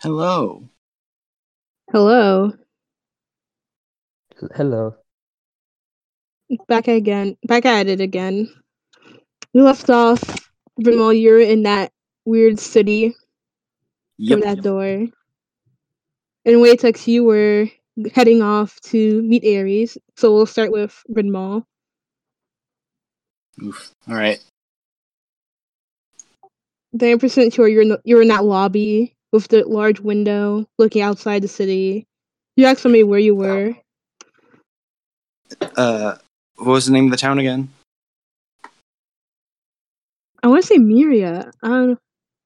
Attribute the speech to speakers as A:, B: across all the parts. A: Hello.
B: Hello,
C: H- Hello.
B: back again, back at it again. We left off, Rimmel, you're in that weird city from that door. And Waytex, you were heading off to meet Ares. So we'll start with Rimmel.
A: Oof. All right.
B: They're percent sure you're in the, you're in that lobby with the large window looking outside the city. You asked somebody where you were.
A: Uh, what was the name of the town again?
B: I want to say Miria. I don't know.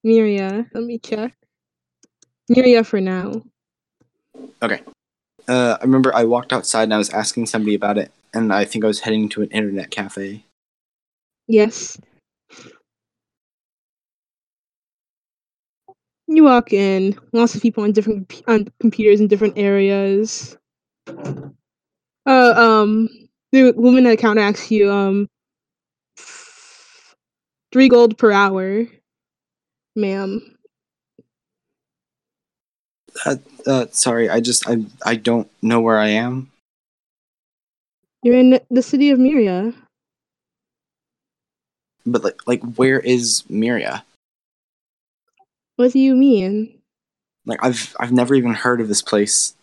B: Miria. Let me check. Miria for now.
A: Uh, I remember I walked outside and I was asking somebody about it, and I think I was heading to an internet cafe.
B: Yes. You walk in, lots of people on different p- on computers in different areas. Uh, um, the woman at the counter asks you, um, three gold per hour, ma'am.
A: Uh, sorry, I just I I don't know where I am.
B: You're in the city of Miria.
A: But like like where is Miria?
B: What do you mean?
A: Like I've I've never even heard of this place.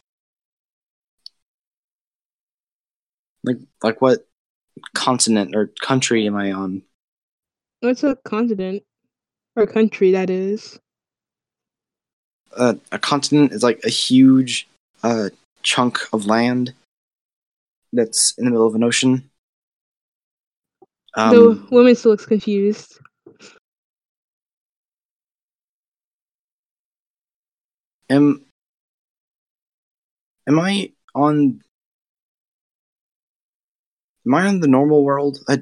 A: Like like what continent or country am I on?
B: What's a continent or country that is?
A: Uh, a continent is like a huge uh chunk of land that's in the middle of an ocean. Um,
B: the woman still looks confused.
A: Am am I on? Am I on the normal world? I,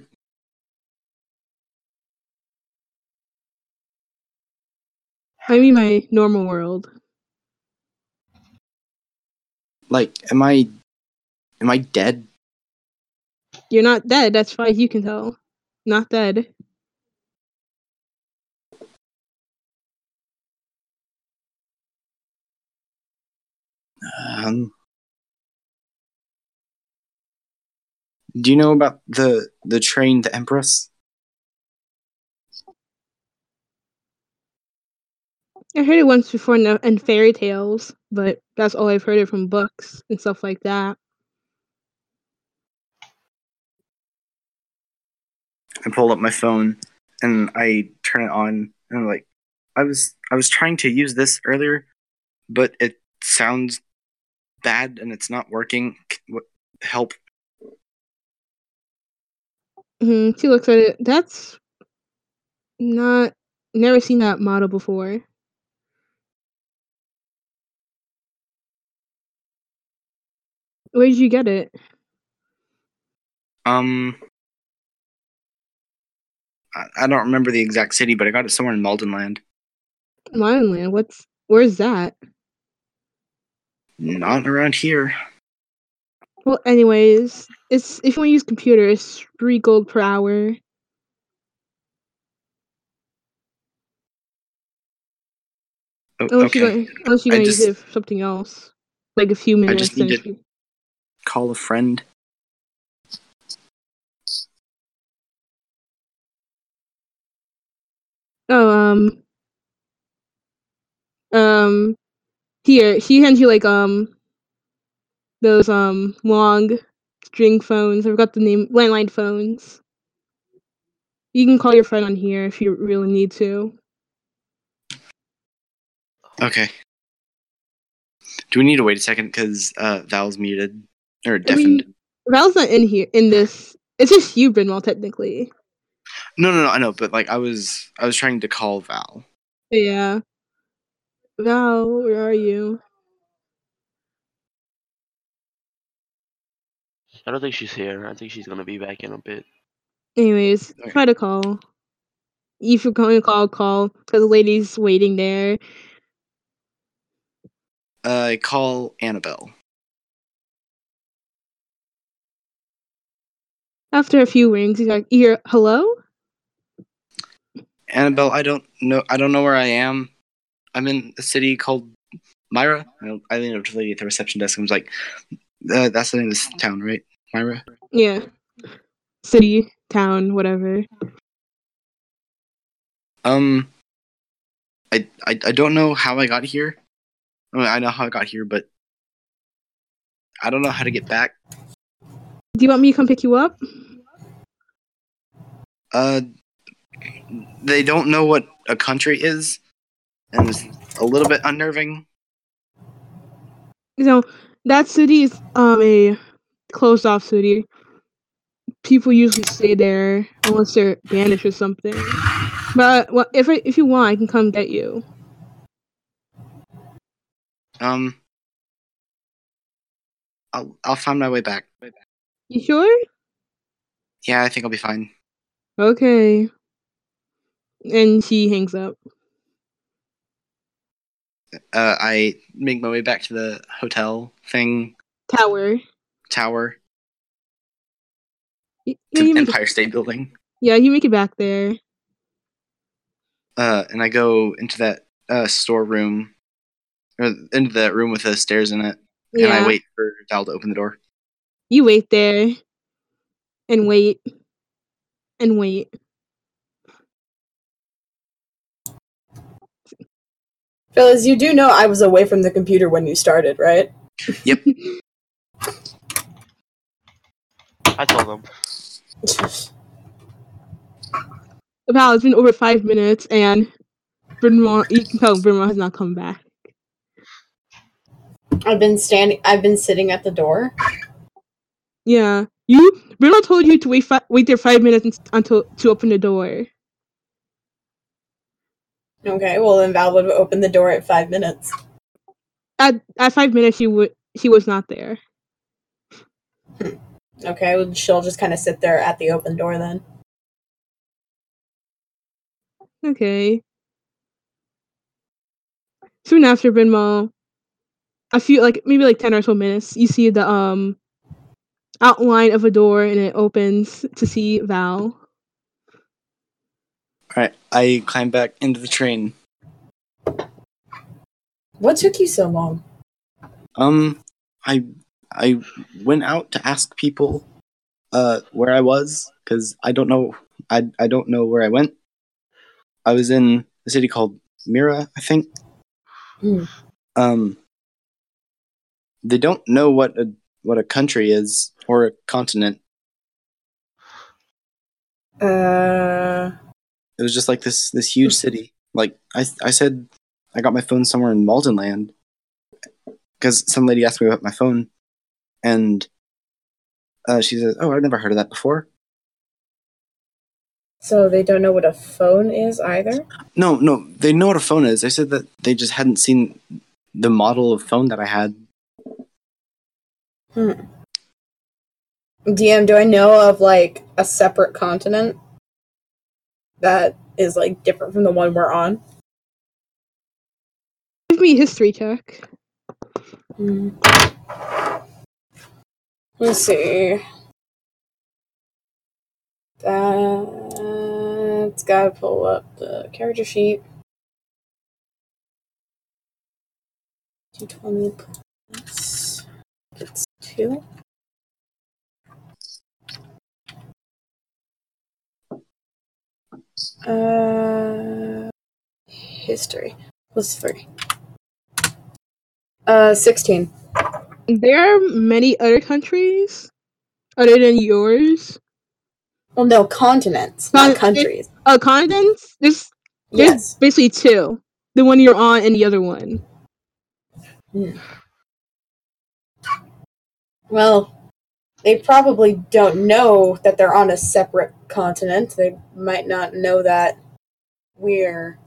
B: I mean, my normal world.
A: like, am I? Am I dead?
B: You're not dead. That's far as you can tell. Not dead.
A: Um, do you know about the the train, the Empress?
B: I heard it once before in, the, in fairy tales, but that's all I've heard it from books and stuff like that.
A: I pull up my phone and I turn it on, and I'm like, I was I was trying to use this earlier, but it sounds bad and it's not working. C- What help?
B: hmm She looks at it. That's not. Never seen that model before. Where did you get it?
A: Um, I, I don't remember the exact city, but I got it somewhere in Maldenland.
B: Lionland. What's. Where's that?
A: Not around here.
B: Well, anyways, it's if you want to use computer, it's three gold per hour.
A: Oh,
B: Unless
A: okay.
B: you're going, unless you're
A: I
B: going to
A: just-
B: use it for something else, like a few minutes.
A: just need
B: then
A: to-
B: you-
A: Call a friend.
B: Oh, um, um, here she hands you like um those um long string phones. I forgot the name, landline phones. You can call your friend on here if you really need to.
A: Okay. Do we need to wait a second? Because uh, Val's muted or
B: I
A: deafened.
B: mean, Val's not in here in this. It's just you, Brinwell, technically.
A: No, no, no. I know, but like I was, I was trying to call Val.
B: But yeah, Val, where are you?
D: I don't think she's here. I think she's gonna be back in a bit.
B: Anyways,
A: Okay.
B: try to call. If you're going to call, call because the lady's waiting there.
A: Uh, call Annabelle.
B: After a few rings, he's like, "Here, hello."
A: Annabelle, I don't know. I don't know where I am. I'm in a city called Myra. I, I leaned up to the lady at the reception desk and was like, uh, "That's the name of this town, right, Myra?"
B: Yeah. City, town, whatever.
A: Um, I I, I don't know how I got here. I, mean, I know how I got here, but I don't know how to get back.
B: Do you want me to come pick you up?
A: Uh, they don't know what a country is, and it's a little bit unnerving.
B: You know, that city is um a closed off city. People usually stay there unless they're banished or something. But well, if I, if you want, I can come get you.
A: Um, I'll I'll find my way back.
B: You sure?
A: Yeah, I think I'll be fine.
B: Okay. And she hangs up.
A: Uh, I make my way back to the hotel thing
B: Tower.
A: tower
B: Y- Yeah,
A: to
B: you make it,
A: Empire State Building.
B: yeah, you make it back there.
A: Uh, and I go into that uh storeroom, or into that room with the stairs in it,
B: Yeah.
A: and I wait for Dal to open the door.
B: You wait there. And wait. And wait.
E: Fellas, you do know I was away from the computer when you started, right?
D: I told them.
B: Wow, it's been over five minutes and Benoit you can tell Benoit has not come back.
F: I've been standing. I've been sitting at the door.
B: Yeah. You Benoit told you to wait fi- wait there five minutes un- until to open the door.
E: Okay, well then Val would open the door at five minutes.
B: At at five minutes she would she was not there.
E: Okay, well, she'll just kind of sit there at the open door then.
B: Okay. Soon after Benoit, a few like maybe like ten or so minutes, you see the um outline of a door and it opens to see Val.
A: All right, I climb back into the train.
E: What took you so long?
A: Um, I I went out to ask people uh where I was because I don't know I I don't know where I went. I was in a city called Mira, I think.
E: Hmm.
A: Um, they don't know what a what a country is or a continent.
E: Uh,
A: It was just like this this huge city. Like I I said, I got my phone somewhere in Maldenland because some lady asked me about my phone, and uh, she says, "Oh, I've never heard of that before."
E: so they don't know what a phone is either.
A: No, no, they know what a phone is. They said that they just hadn't seen the model of phone that I had.
E: DM, do I know of like a separate continent that is like different from the one we're on?
B: Give me a history check.
E: Hmm. Let's see. That's gotta pull up the character sheet. 220 plus. It's two. Uh, history plus three. Uh, 16.
B: There are many other countries other than yours.
E: Well, no, continents, not
B: Continent-
E: countries.
B: Uh, continents. There's there's
E: Yes.
B: basically two: the one you're on and the other one.
E: Well, they probably don't know that they're on a separate continent. They might not know that we're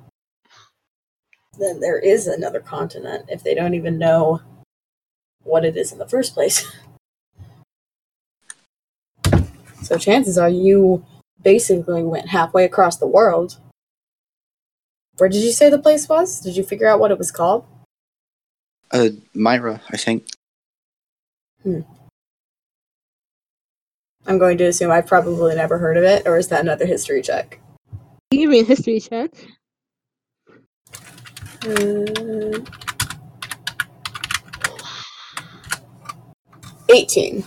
E: that there is another continent if they don't even know what it is in the first place. so chances are you basically went halfway across the world. Where did you say the place was? Did you figure out what it was called?
A: Uh, Myra, I think.
E: I'm going to assume I've probably never heard of it, or is that another history check?
B: Give me a history check.
E: Uh, 18.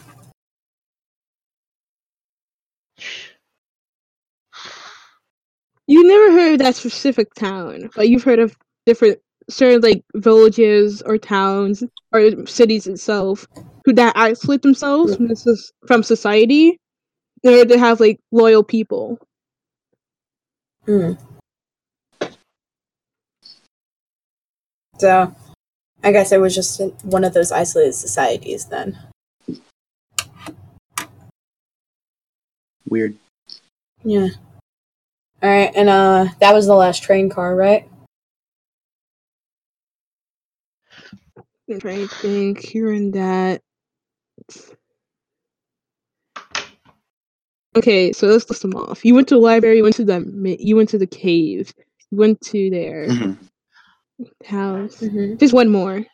B: You never heard of that specific town, but you've heard of different certain like villages or towns or cities itself who that isolate themselves from, soc- from society in order to have like loyal people.
E: Hmm. So, I guess I was just in one of those isolated societies then.
A: Weird.
E: Yeah. All right, and uh, that was the last train car, right?
B: I'm trying to think. Here and that. Okay, so let's list them off. You went to the library. You went to the ma- you went to the cave. You went to their
A: hmm
B: house.
E: Mm-hmm.
B: There's one more.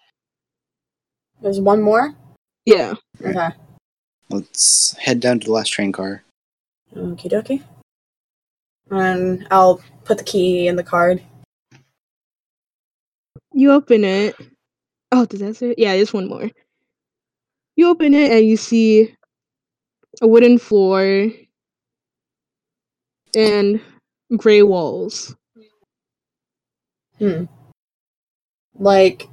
E: There's one more?
B: Yeah.
E: Okay.
A: Let's head down to the last train car.
E: Okie dokie. And I'll put the key in the card.
B: You open it. Oh, did that say? Yeah, there's one more. You open it and you see a wooden floor and gray walls.
E: Like,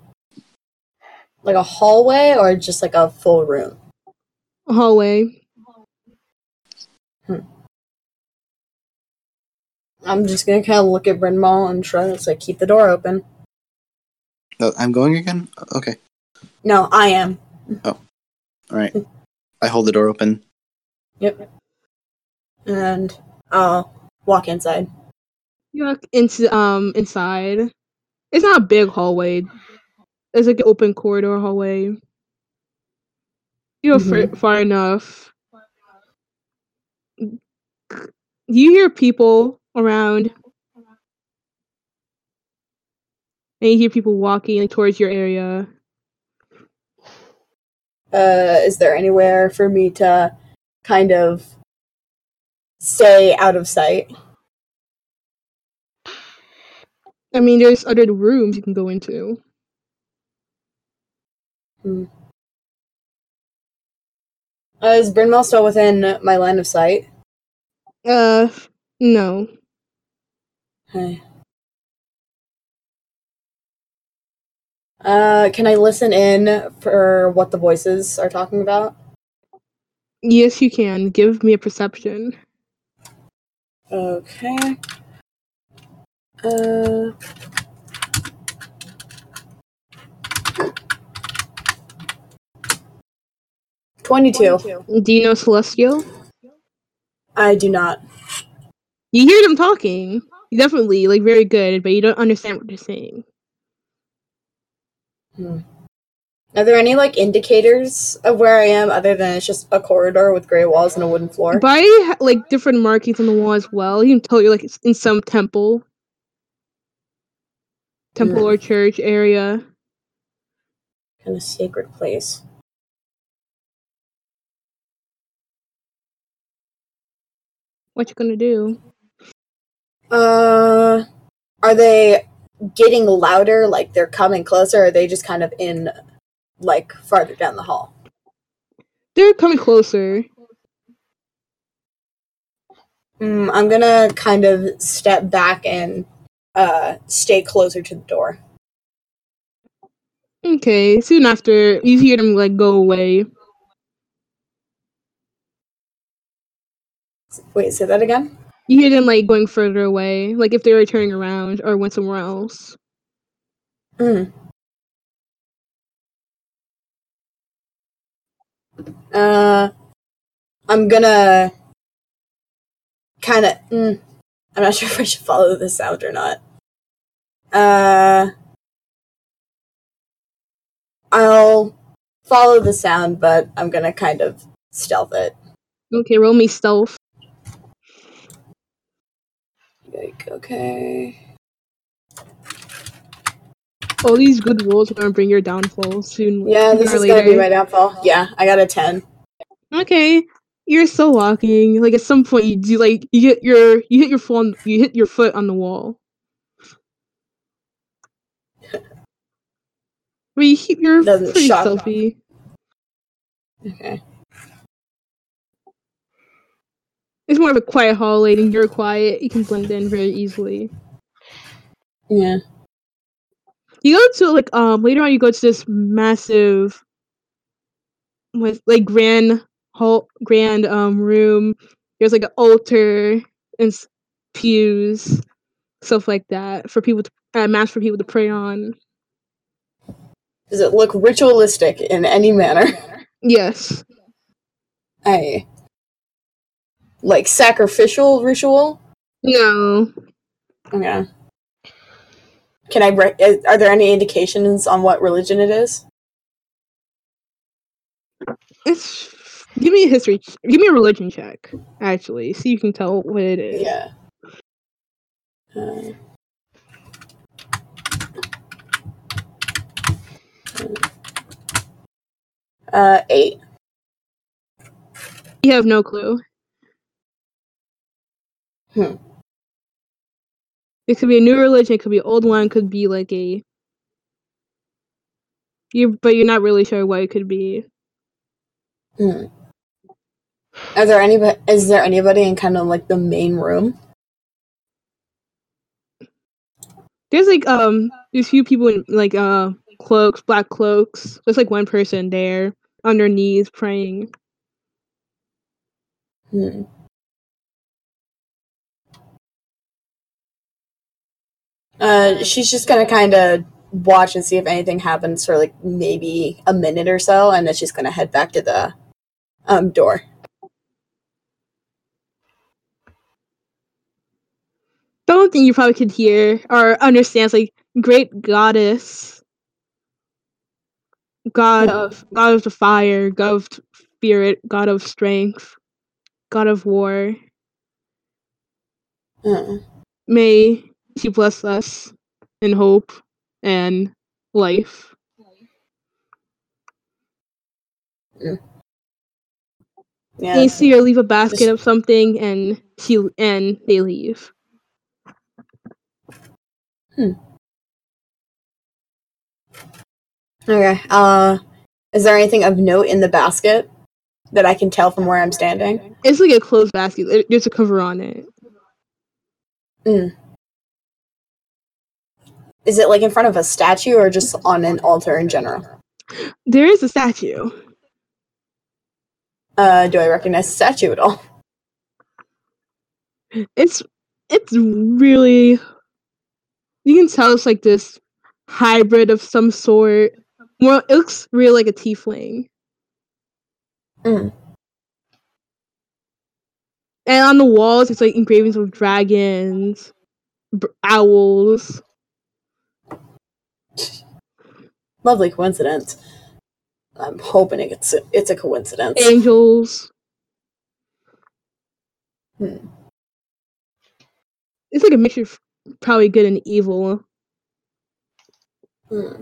E: like a hallway or just like a full room?
B: A hallway.
E: I'm just gonna kind of look at Bryn Mawr and try to like keep the door open.
A: Oh, I'm going again? Okay.
E: No, I am.
A: All right. I hold the door open.
E: And I'll walk inside.
B: You walk into um inside. It's not a big hallway. It's like an open corridor hallway. You go far, far enough. You hear people around, and you hear people walking like, towards your area.
E: Uh, is there anywhere for me to kind of stay out of sight?
B: I mean, there's other rooms you can go into.
E: Uh, is Bryn Mawr still within my line of sight?
B: Uh, no.
E: Okay. Uh, can I listen in for what the voices are talking about?
B: Yes, you can. Give me a perception.
E: Okay. Uh. Twenty-two.
B: Do you know Celestial?
E: I do not.
B: You hear them talking. Definitely, like very good, but you don't understand what they're saying.
E: Are there any like indicators of where I am other than it's just a corridor with gray walls and a wooden floor?
B: By ha- like different markings on the wall as well, you can tell you're like s- in some temple, temple or church area.
E: in a sacred place.
B: What you gonna do?
E: Uh, are they getting louder? Like they're coming closer? Or are they just kind of in, like farther down the hall?
B: They're coming closer.
E: Mm, I'm gonna kind of step back and uh stay closer to the door.
B: Okay. Soon after, you hear them like go away.
E: Wait, say that again.
B: You hear them like going further away, like if they were turning around or went somewhere else.
E: Mm. Uh, I'm gonna kind of. Mm, I'm not sure if I should follow this sound or not. Uh, I'll follow the sound, but I'm gonna kind of stealth it.
B: Okay, roll me stealth.
E: Like, okay.
B: All these good rolls are gonna bring your downfall soon.
E: Yeah,
B: sooner
E: this
B: or
E: is gonna be
B: later.
E: my downfall. Yeah, I got a ten.
B: okay you're still walking like at some point you do like you hit your you hit your phone you hit your foot on the wall but you keep your
E: Doesn't
B: pretty
E: shock.
B: selfie
E: Okay.
B: It's more of a quiet hallway, and you're quiet. You can blend in very easily.
E: Yeah.
B: You go to like um later on. You go to this massive, with like grand hall, grand um room. There's like an altar and s- pews, stuff like that for people to uh, mass for people to pray on.
E: Does it look ritualistic in any manner?
B: Yes.
E: I like sacrificial ritual.
B: No.
E: Okay. Can I? Re- is- are there any indications on what religion it is?
B: It's give me a history. ch- Give me a religion check. Actually, so you can tell what it is.
E: Yeah. Uh, uh, eight.
B: You have no clue.
E: Hmm.
B: It could be a new religion. It could be an old one. It could be like a. You but you're not really sure what it could be.
E: Hmm. Are there anybody? Is there anybody in kind of like the main room?
B: There's like um there's few people in like uh cloaks, black cloaks. There's like one person there on their knees praying.
E: Hmm. Uh, she's just gonna kind of watch and see if anything happens for like maybe a minute or so, and then she's gonna head back to the um door.
B: The only thing you probably could hear or understand is like great goddess, god
E: Hmm.
B: of god of the fire, god of spirit, god of strength, god of war.
E: Hmm.
B: May she bless us in hope and life. And
E: Yeah.
B: you see her leave a basket
E: Just-
B: of something, and she and they leave.
E: Okay. Uh, is there anything of note in the basket that I can tell from where I'm standing?
B: It's like a closed basket. There- There's a cover on it.
E: Is it like in front of a statue or just on an altar in general?
B: There is a statue.
E: Uh, do I recognize the statue at all?
B: It's it's really you can tell it's like this hybrid of some sort. Well, it looks real like a tiefling.
E: Mm.
B: And on the walls, it's like engravings of dragons, b- owls.
E: Lovely coincidence. I'm hoping it's a, it's a coincidence.
B: angels.
E: Hmm.
B: It's like a mixture of probably good and evil.
E: Hmm.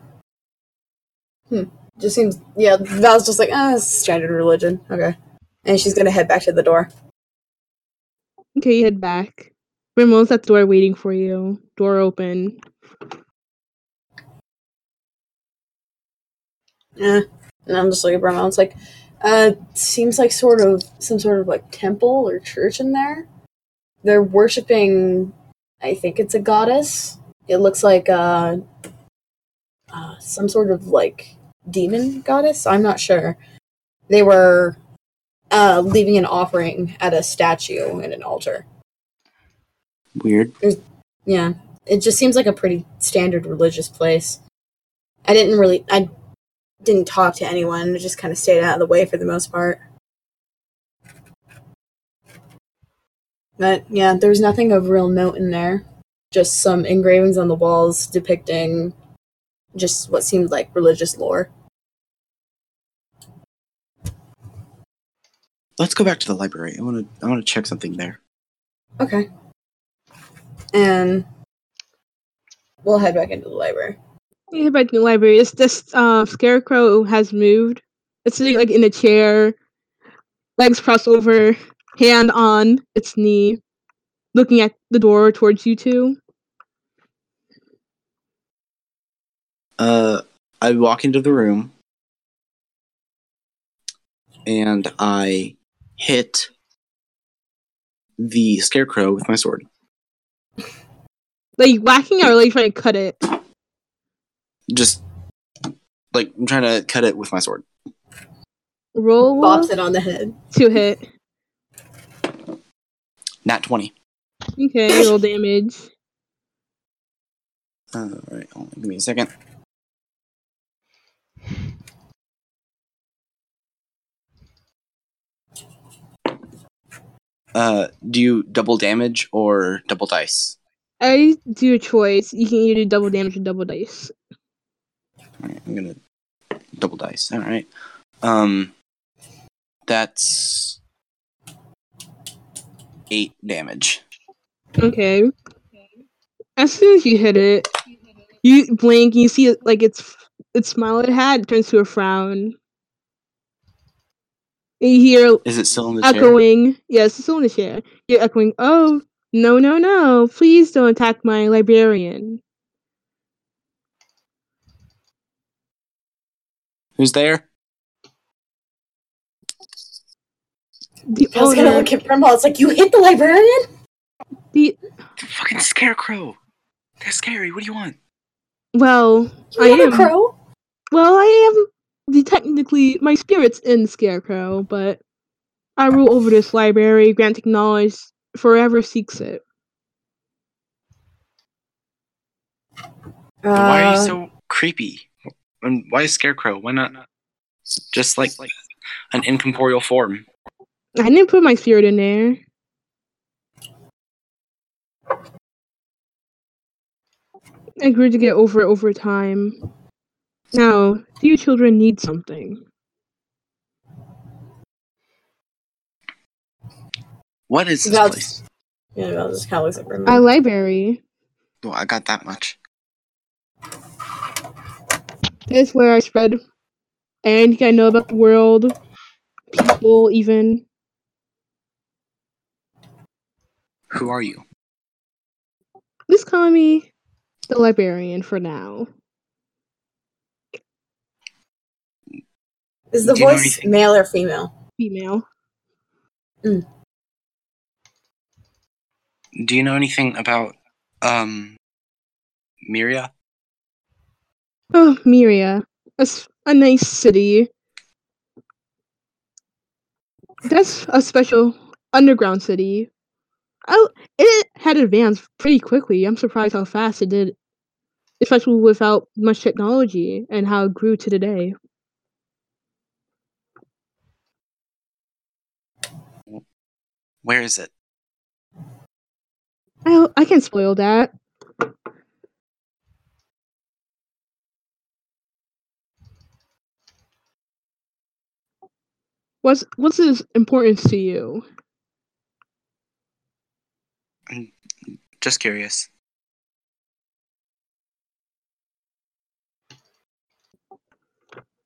E: Hmm. Just seems yeah. That was just like ah, it's standard religion. Okay. And she's gonna head back to the door.
B: Okay, you head back. Ramon's at the door waiting for you. Door open.
E: Yeah. Eh. And I'm just looking at Brahma. It's like, uh, seems like sort of some sort of like temple or church in there. They're worshiping. I think it's a goddess. It looks like uh, uh some sort of like demon goddess. I'm not sure. They were uh leaving an offering at a statue and an altar.
A: Weird.
E: Yeah. It just seems like a pretty standard religious place. I didn't really I didn't talk to anyone. I just kind of stayed out of the way for the most part. But yeah, there was nothing of real note in there. Just some engravings on the walls depicting just what seemed like religious lore.
A: Let's go back to the library. I want to. I want to check something there.
E: Okay. And we'll head back into the library.
B: You head back to the library. It's this uh, scarecrow has moved. It's sitting like in a chair, legs crossed over, hand on its knee, looking at the door towards you two.
A: Uh, I walk into the room. and I hit the scarecrow with my sword.
B: Like whacking it or like trying to cut it?
A: Just like I'm trying to cut it with my sword.
B: Roll
F: Bops it on the head.
B: to hit.
A: Nat twenty.
B: Okay, roll damage.
A: All right, hold on, give me a second. Uh, do you double damage or double dice?
B: I do a choice. You can either do double damage or double dice.
A: All right, I'm gonna double dice. All right. Um, that's eight damage.
B: Okay. As soon as you hit it, you blink. You see, it, like it's its smile it had turns to a frown. And you hear
A: Is it still in the chair?
B: echoing. Yes, it's still in the chair. You're echoing. Oh no, no, no! Please don't attack my librarian.
A: Who's there?
B: The
E: I was gonna
B: owner,
E: look at Primball. It's like you hit the librarian.
B: the
A: Fucking scarecrow. They're scary. What do you want?
B: well,
E: You
B: I
E: little
B: am.
E: crow.
B: Well, I am the technically my spirit's in Scarecrow, but I rule over this library, granting knowledge forever seeks it.
A: why are you
E: Uh,
A: so creepy? And why is scarecrow? Why not just like like an incorporeal form?
B: I didn't put my spirit in there. I grew to get over it over time. Now, do you children need something?
A: What is this
E: That's-
A: place?
E: Yeah, Val just kind of looks at Primball.
B: A library.
A: Well, Oh, I got that much.
B: This is where I spread anything I know about the world, people, even.
A: Who are you?
B: Just call me the librarian for now.
E: Is the
A: Do you know
E: voice
A: anything?
E: male or female?
B: Female.
A: Do you know anything about um Miria?
B: Oh, Miria. That's a nice city. That's a special underground city. Oh, it had advanced pretty quickly. I'm surprised how fast it did, especially without much technology and how it grew to today.
A: Where is it?
B: I Oh, I can spoil that. What's what's its importance to you?
A: Just curious.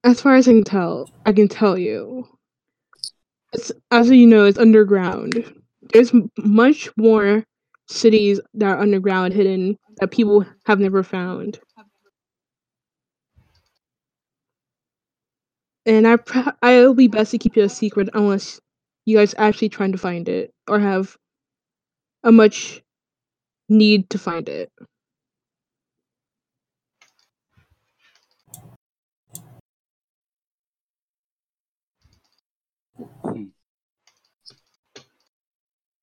B: As far as I can tell, I can tell you. It's, as you know, it's underground. There's m- much more cities that are underground, hidden that people have never found. And I, pr- I'll be best to keep it a secret unless you guys actually trying to find it or have a much need to find it.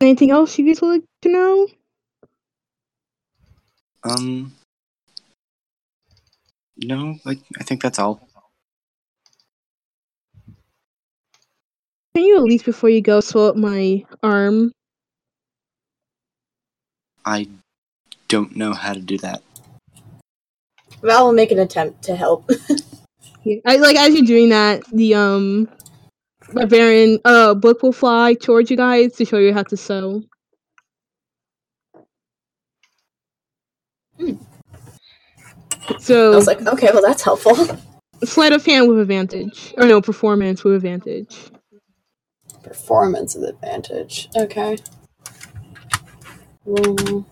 B: Anything else you guys would like to know?
A: Um No, like I think that's all.
B: Can you at least before you go swell up my arm?
A: I don't know how to do that.
E: Val will make an attempt to help.
B: Yeah, I, like as you're doing that, the um barbarian uh book will fly towards you guys to show you how to sew.
E: I
B: So
E: was like, okay, well that's helpful.
B: sleight of hand with advantage, or no performance with advantage.
E: Performance of advantage. Okay. Roll.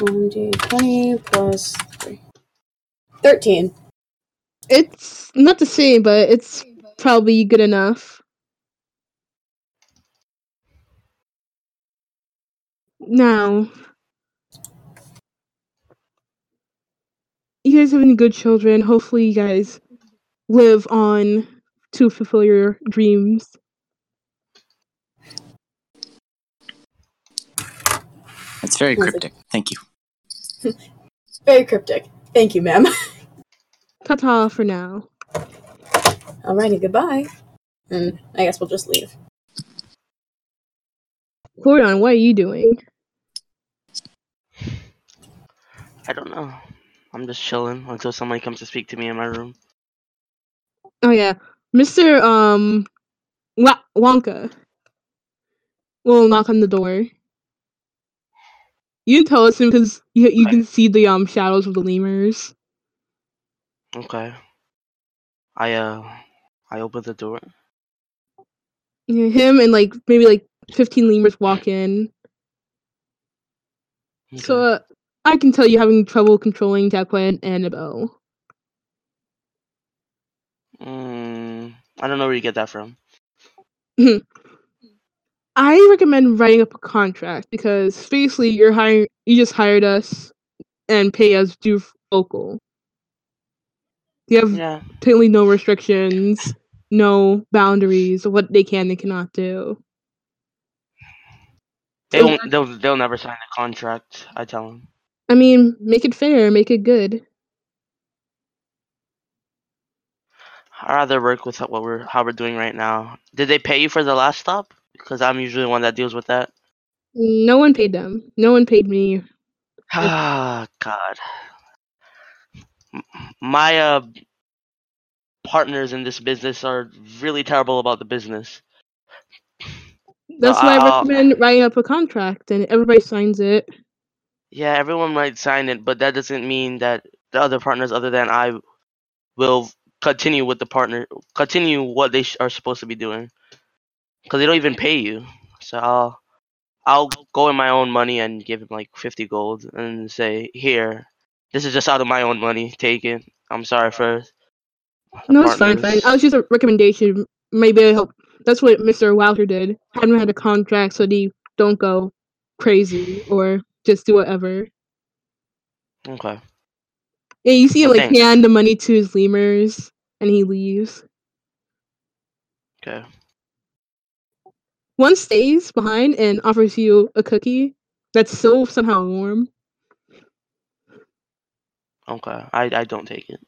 E: One d twenty plus three. Thirteen.
B: It's not the same, but it's probably good enough. Now, you guys have been good children. Hopefully, you guys live on to fulfill your dreams.
A: It's very
E: Listen.
A: cryptic. Thank you.
E: Very cryptic. Thank you, ma'am.
B: Ta-ta for now.
E: Alrighty, goodbye. And I guess we'll just leave.
B: Gordon, what are you doing?
D: I don't know. I'm just chilling until somebody comes to speak to me in my room.
B: Oh yeah, Mister um, Wa- Wonka will knock on the door. You can tell it's him because you you can see the um shadows of the lemurs.
D: Okay. I uh, I open the door.
B: Yeah, him and like maybe like fifteen lemurs walk in. So
D: Okay.
B: uh, I can tell you're having trouble controlling Jacqueline and Annabelle.
D: Mm, I don't know where you get that from.
B: I recommend writing up a contract because basically you're hiring you just hired us and pay us due vocal. You have
D: Yeah.
B: totally no restrictions, no boundaries of what they can and cannot do.
D: They won't. They'll. They'll never sign a contract. I tell them.
B: I mean, make it fair, make it good.
D: I'd rather work with what we're how we're doing right now. Did they pay you for the last stop? Because I'm usually the one that deals with that.
B: No one paid them. No one paid me.
D: Ah, God. M- My uh, partners in this business are really terrible about the business.
B: That's why I
D: I'll-
B: recommend writing up a contract and everybody signs it.
D: Yeah, everyone might sign it, but that doesn't mean that the other partners, other than I, will continue with the partner, continue what they sh- are supposed to be doing, because they don't even pay you. So I'll, I'll go in my own money and give him like fifty gold and say, here, this is just out of my own money. Take it. I'm sorry for. the
B: No, it's fine, fine.
D: partners."
B: I was just a recommendation. Maybe I help. That's what Mr. Wowzer did. Had him had a contract so they don't go crazy or just do whatever.
D: Okay.
B: Yeah, you see him
D: Well,
B: like
D: thanks.
B: hand the money to his lemurs and he leaves.
D: Okay.
B: One stays behind and offers you a cookie that's still somehow warm.
D: Okay. I, I don't take it.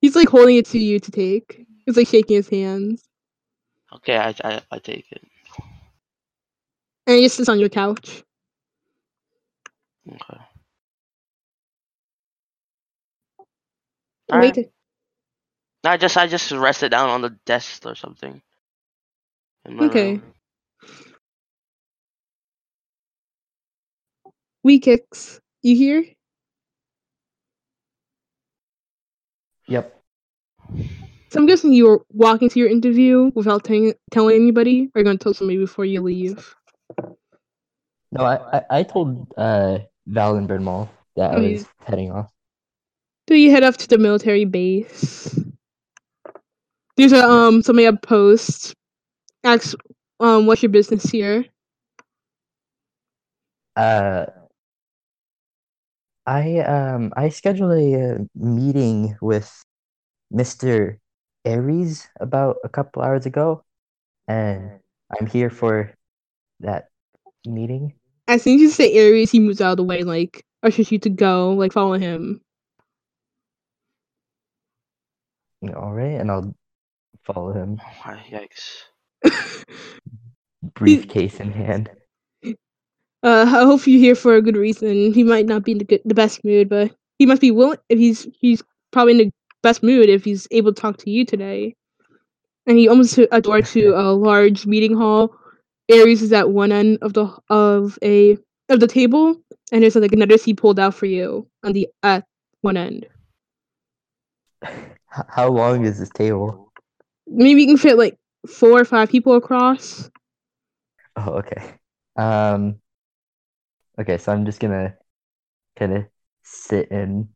B: He's like holding it to you to take. He's like shaking his hands.
D: Okay. I I, I take it.
B: And he just sits on your couch.
D: Okay.
B: Wait.
D: Alright. I just I just rested down on the desk or something. uh, in my
B: Okay.
D: room.
B: We kicks. You hear?
C: Yep.
B: So I'm guessing you were walking to your interview without telling telling anybody, or you're gonna tell somebody before you leave.
C: No, I I, I told uh Val and Bernmal that I
B: Oh, yeah.
C: was heading off.
B: Do you head up to the military base? There's a um somebody at post asks um what's your business here?
C: Uh, I um I scheduled a uh, meeting with Mr. Aries about a couple hours ago, and I'm here for that meeting.
B: As soon as you say Aries, he moves out of the way and like ushers you to go, like follow him.
C: All right, and I'll follow him,
D: Ah, yikes.
C: briefcase in hand.
B: Uh, I hope you're here for a good reason. He might not be in the, good, the best mood, but he must be willing. If he's he's probably in the best mood if he's able to talk to you today. And he opens to- a door to a large meeting hall. Aries is at one end of the of a of the table, and there's like another seat pulled out for you on the at one end.
C: H- How long is this table?
B: Maybe you can fit like four or five people across.
C: Oh, okay. Um, okay, so I'm just gonna kind of sit in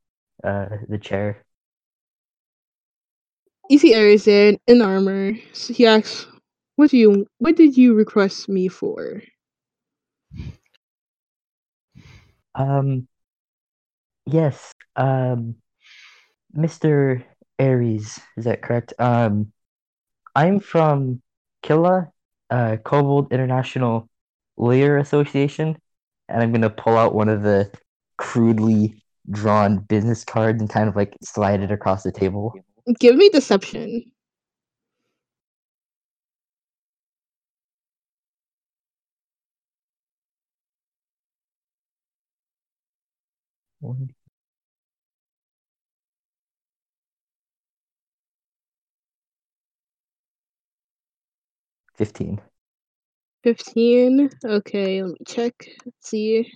C: uh, the chair.
B: You see Ares there in armor. So he asks, "What do you? What did you request me for?"
C: Um, yes, um, Mr. Ares, is that correct? Um, I'm from Killa, uh, Kobold International Lawyer Association, and I'm gonna pull out one of the crudely drawn business cards and kind of like slide it across the table.
B: Give me deception.
C: One, Fifteen.
B: 15. Okay, let me check. Let's see.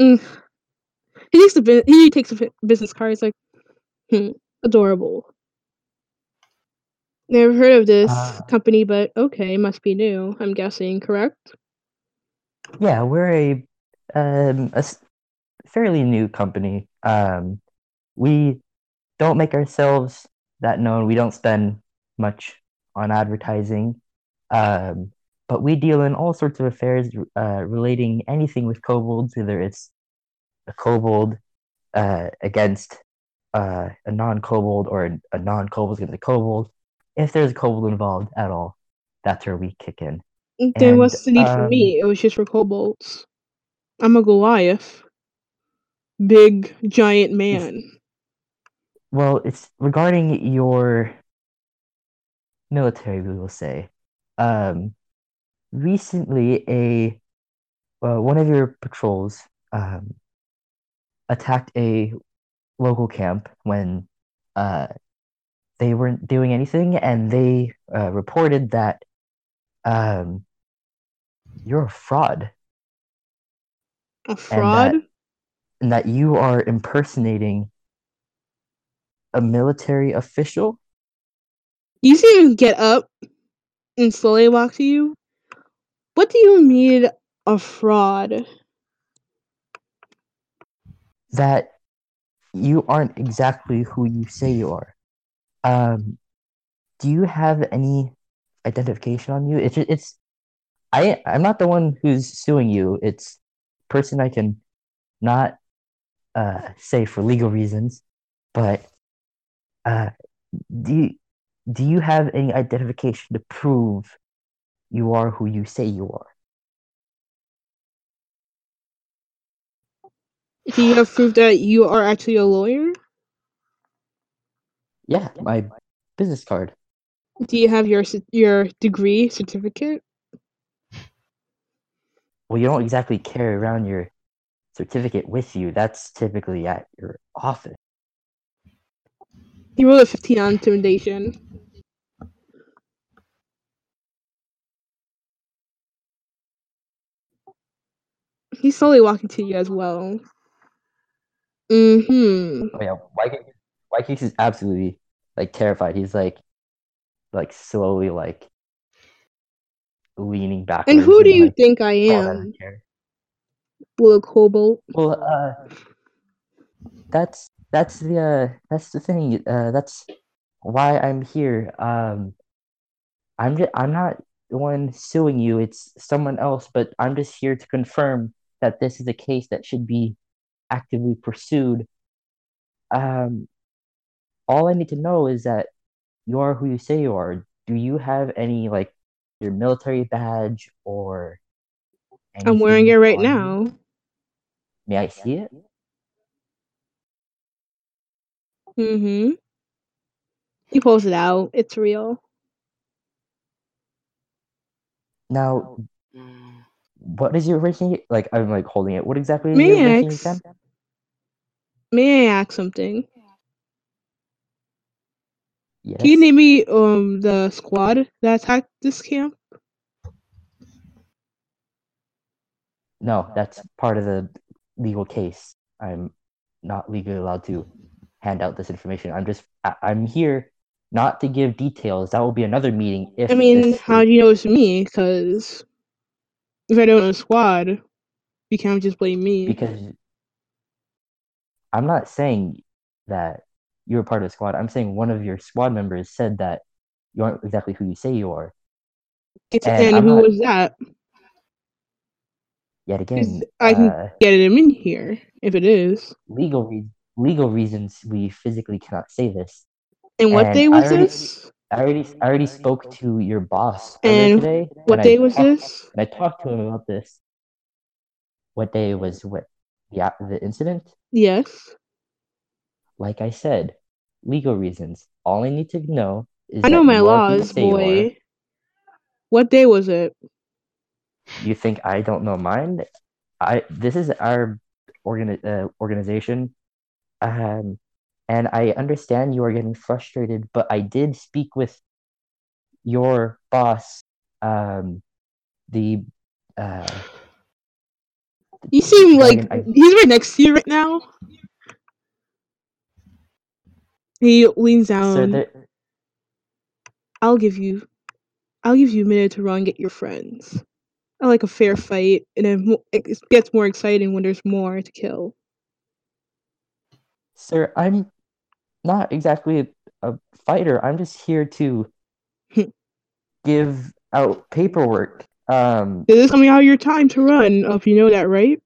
B: Mm. He takes the bu- he takes the business card. He's like, hmm, adorable. Never heard of this
C: Uh,
B: company, but okay, must be new. I'm guessing, correct?
C: Yeah, we're a um a s- fairly new company. Um, we don't make ourselves that known. We don't spend much on advertising. Um, but we deal in all sorts of affairs uh, relating anything with kobolds, whether it's a kobold uh, against uh, a non-kobold or a, a non-kobold against a kobold. If there's a kobold involved at all, that's where we kick in.
B: then
C: And,
B: what's the need for
C: um,
B: me? It was just for kobolds. I'm a Goliath, big giant man.
C: Well, it's regarding your military, we will say. Um, recently, a uh, one of your patrols um, attacked a local camp when uh, they weren't doing anything, and they uh, reported that um, you're a fraud
B: A fraud?
C: and that you are impersonating a military official.
B: You see him get up and slowly walk to you. What do you mean a fraud?
C: that you aren't exactly who you say you are. Um, do you have any identification on you? It's it's I I'm not the one who's suing you. It's person I can not uh, say for legal reasons, but uh, do you, do you have any identification to prove you are who you say you are?
B: Do you have proof that you are actually a lawyer?
C: Yeah, my business card.
B: Do you have your cer- your degree certificate?
C: Well, you don't exactly carry around your certificate with you. That's typically at your office.
B: He rolled a 15 on intimidation. He's slowly walking to you as well. Mm-hmm.
C: Oh yeah, Wyke, Wyke is absolutely like terrified. He's like, like slowly like leaning backwards.
B: And who do you
C: like,
B: think I
C: falling out of
B: am?
C: the chair.
B: Will Cobalt.
C: Well, uh, that's that's the uh, that's the thing. Uh, that's why I'm here. Um, I'm just I'm not the one suing you. It's someone else. But I'm just here to confirm that this is a case that should be actively pursued. Um, all I need to know is that you are who you say you are. Do you have any like your military badge or
B: I'm wearing it
C: anything
B: right
C: on you?
B: now.
C: May I see it?
B: Mm-hmm. He pulls it out. It's real.
C: Now,
D: Mm.
C: what is your ranking? Like, I'm like holding it. What exactly is
B: May
C: your
B: I
C: ranking
B: ex-
C: again?
B: May I ask something?
C: Yes.
B: Can you name me um the squad that attacked this camp?
C: No, that's part of the legal case. I'm not legally allowed to hand out this information. I'm just I, I'm here not to give details. That will be another meeting. If
B: I mean,
C: this-
B: how do you know it's me? Because if I don't know squad, you can't just blame me.
C: because I'm not saying that you were part of the squad. I'm saying one of your squad members said that you aren't exactly who you say you are.
B: It's-
C: and
B: and
C: I'm
B: who
C: not-
B: was that?
C: Yet again,
B: I can-
C: uh,
B: Get him in here if it is.
C: legal re- legal reasons we physically cannot say this.
B: And what
C: And
B: day
C: I
B: was
C: already-
B: this?
C: I already I already spoke to your boss
B: And
C: earlier today.
B: What
C: and I
B: day was
C: talked-
B: this?
C: And I talked to him about this. What day was what? Yeah, the incident.
B: Yes.
C: Like I said, legal reasons. All I need to know is
B: I know
C: that
B: my
C: you are who you
B: laws,
C: say you are.
B: boy. What day was it?
C: you think I don't know mine? I this is our organi- uh, organization, um, and I understand you are getting frustrated, but I did speak with your boss, um, the uh,
B: You seem
C: Drug
B: like
C: and I-
B: he's right next to you right now. He leans down.
C: so there,
B: I'll give you, I'll give you a minute to run get your friends. I like a fair fight, and it, mo- it gets more exciting when there's more to kill.
C: sir. I'm not exactly a fighter. I'm just here to give out paperwork. Um,
B: This is coming out of your time to run up. You know that, right?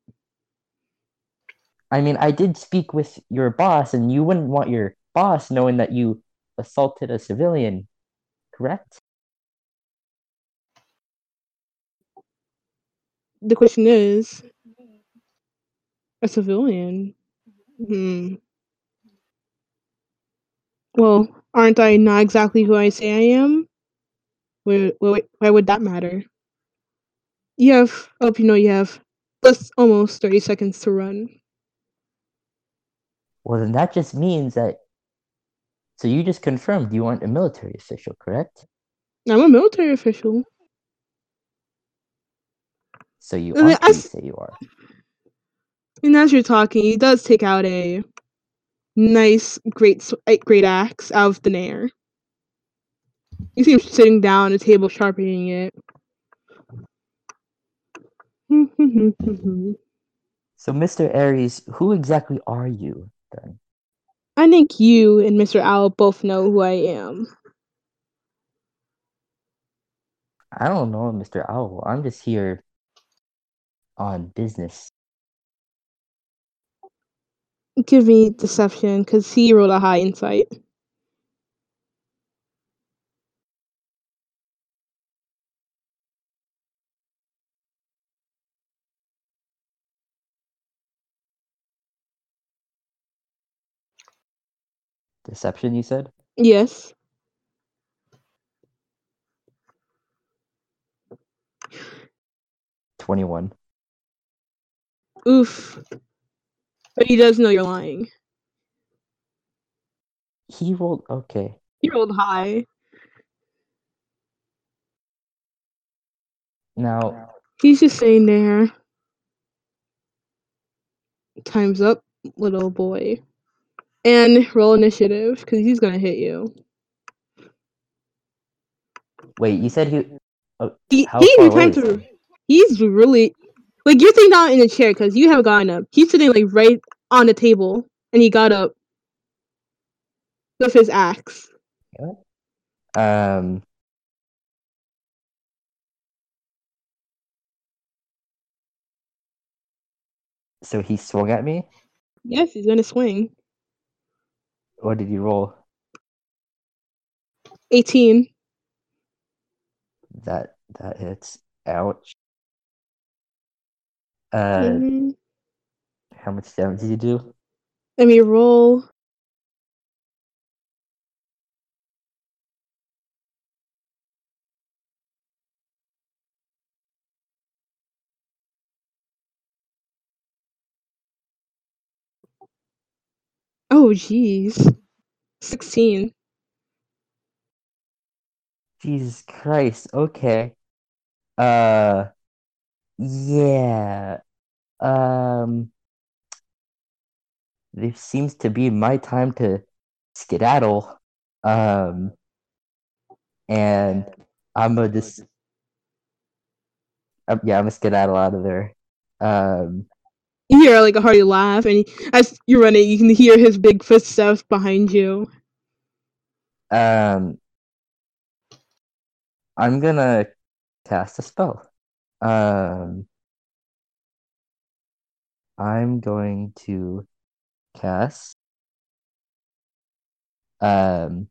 C: I mean, I did speak with your boss, and you wouldn't want your boss knowing that you assaulted a civilian, correct?
B: The question is, a civilian. Hmm. Well, aren't I not exactly who I say I am? Why, why, why would that matter? You have, I hope you know you have, plus almost 30 seconds to run.
C: Well, then that just means that. So you just confirmed you aren't a military official, correct?
B: I'm a military official.
C: So you
B: Uh,
C: aren't who
B: I
C: you
B: s-
C: say you are.
B: And as you're talking, he does take out a nice, great, s- a great axe out of thin air. You see him sitting down at a table sharpening it.
C: So, Mr. Aries, who exactly are you then?
B: I think you and Mr. Owl both know who I am.
C: I don't know, Mr. Owl. I'm just here on business.
B: Give me deception, because he rolled a high insight.
C: Deception, you said?
B: Yes.
C: Twenty-one.
B: Oof. But he does know you're lying.
C: He rolled. Okay.
B: He rolled high.
C: Now,
B: He's just sitting there. Time's up, little boy. And roll initiative, because he's gonna hit you.
C: wait. You said he. Oh,
B: He,
C: How
B: he
C: far
B: didn't
C: away
B: have
C: is
B: time to.
C: he?
B: He's really like you're sitting down in a chair because you have gotten up. He's sitting like right on the table, and he got up with his axe.
C: um. So he swung at me.
B: Yes, he's gonna swing.
C: What did he roll?
B: Eighteen.
C: That that hits. Ouch. Uh,
B: Mhm.
C: how much damage did you do?
B: Let me roll. Oh, jeez. 16.
C: Jesus Christ. Okay. Uh, yeah. Um, this seems to be my time to skedaddle. Um, and I'm gonna just, uh, yeah, I'm gonna skedaddle out of there. Um,
B: You hear like a hearty laugh, and he, as you're running, you can hear his big footsteps behind you.
C: um, I'm gonna cast a spell. Um, I'm going to cast um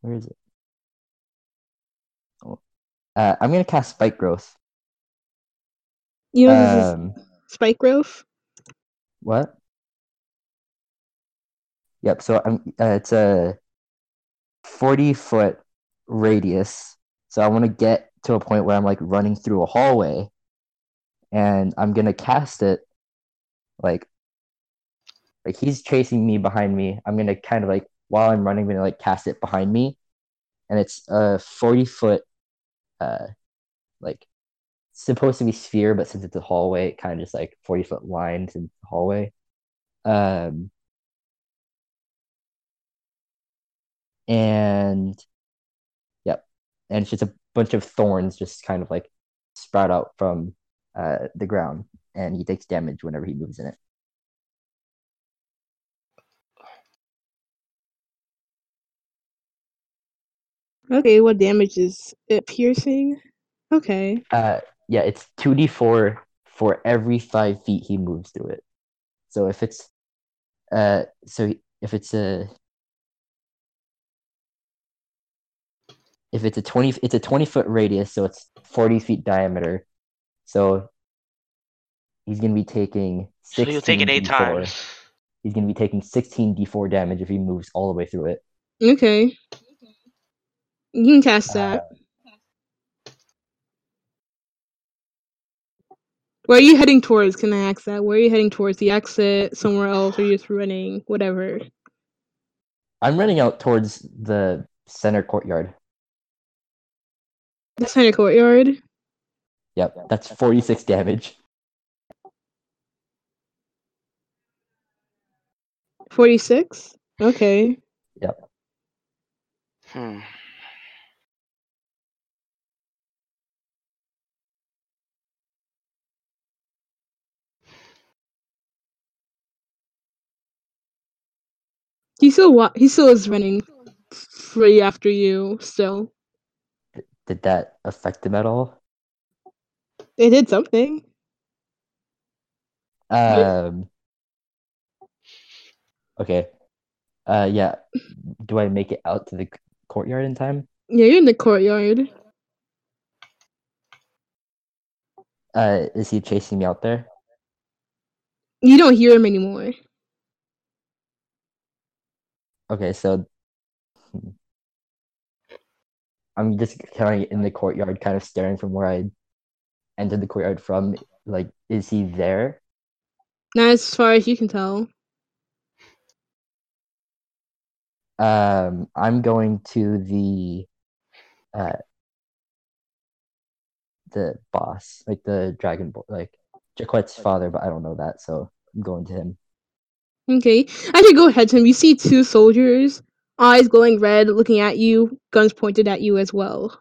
C: where is it? Oh, Uh, I'm gonna cast Spike Growth.
B: You know, this is
C: Um,
B: spike growth.
C: what? Yep. So I'm. Uh, it's a forty foot radius. So I want to get to a point where I'm like running through a hallway, and I'm gonna cast it, like, like he's chasing me behind me. I'm gonna kind of like while I'm running, I'm gonna like cast it behind me, and it's a forty foot, uh, like supposed to be sphere, but since it's a hallway, it kind of just like forty foot line to the hallway. Um, and yep, and it's just a bunch of thorns just kind of like sprout out from uh, the ground, and he takes damage whenever he moves in it.
B: Okay, what damage is it? Piercing. Okay.
C: Uh, yeah, it's two d four for every five feet he moves through it. So if it's uh, so if it's a if it's a twenty, it's a twenty foot radius, so it's forty feet diameter. So he's gonna be taking
D: So
C: sixteen.
D: you'll take it eight
C: D4.
D: times.
C: He's gonna be taking sixteen d four damage if he moves all the way through it.
B: Okay. You can cast
C: Uh,
B: that. Where are you heading towards? Can I ask that? Where are you heading towards? The exit, somewhere else, or you're just running, whatever.
C: I'm running out towards the center courtyard.
B: The center courtyard.
C: Yep, that's forty six damage.
B: 46? Okay.
D: Hmm.
B: He still wa- he still is running free after you still.
C: Did that affect him at all?
B: They did something. Yeah.
C: Um. Okay. Uh. Yeah. Do I make it out to the c- courtyard in time?
B: Yeah, you're in the courtyard.
C: Uh. Is he chasing me out there?
B: You don't hear him anymore.
C: Okay. So hmm. I'm just kind of in the courtyard, kind of staring from where I entered the courtyard from. Like, is he there?
B: Not as far as you can tell.
C: Um. I'm going to the. Uh. The boss, like the dragon, bo- like Jaquette's father, but I don't know that, so I'm going to him.
B: Okay. As you go ahead to him, you see two soldiers, eyes glowing red, looking at you, guns pointed at you as well.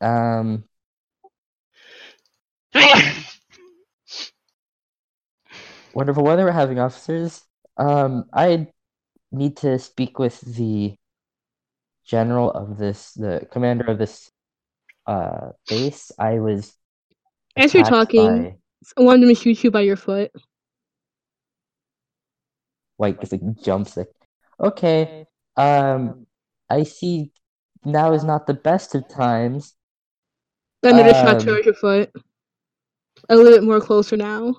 C: Um. Wonderful weather we're having, officers. Um, I need to speak with the general of this, the commander of this uh base. I was
B: As you're
C: attacked
B: talking,
C: by
B: one of them shoots you by your foot.
C: like just like jumps like, okay, um, I see now is not the best of times.
B: Another shot
C: Um,
B: towards your foot. A little bit more closer now.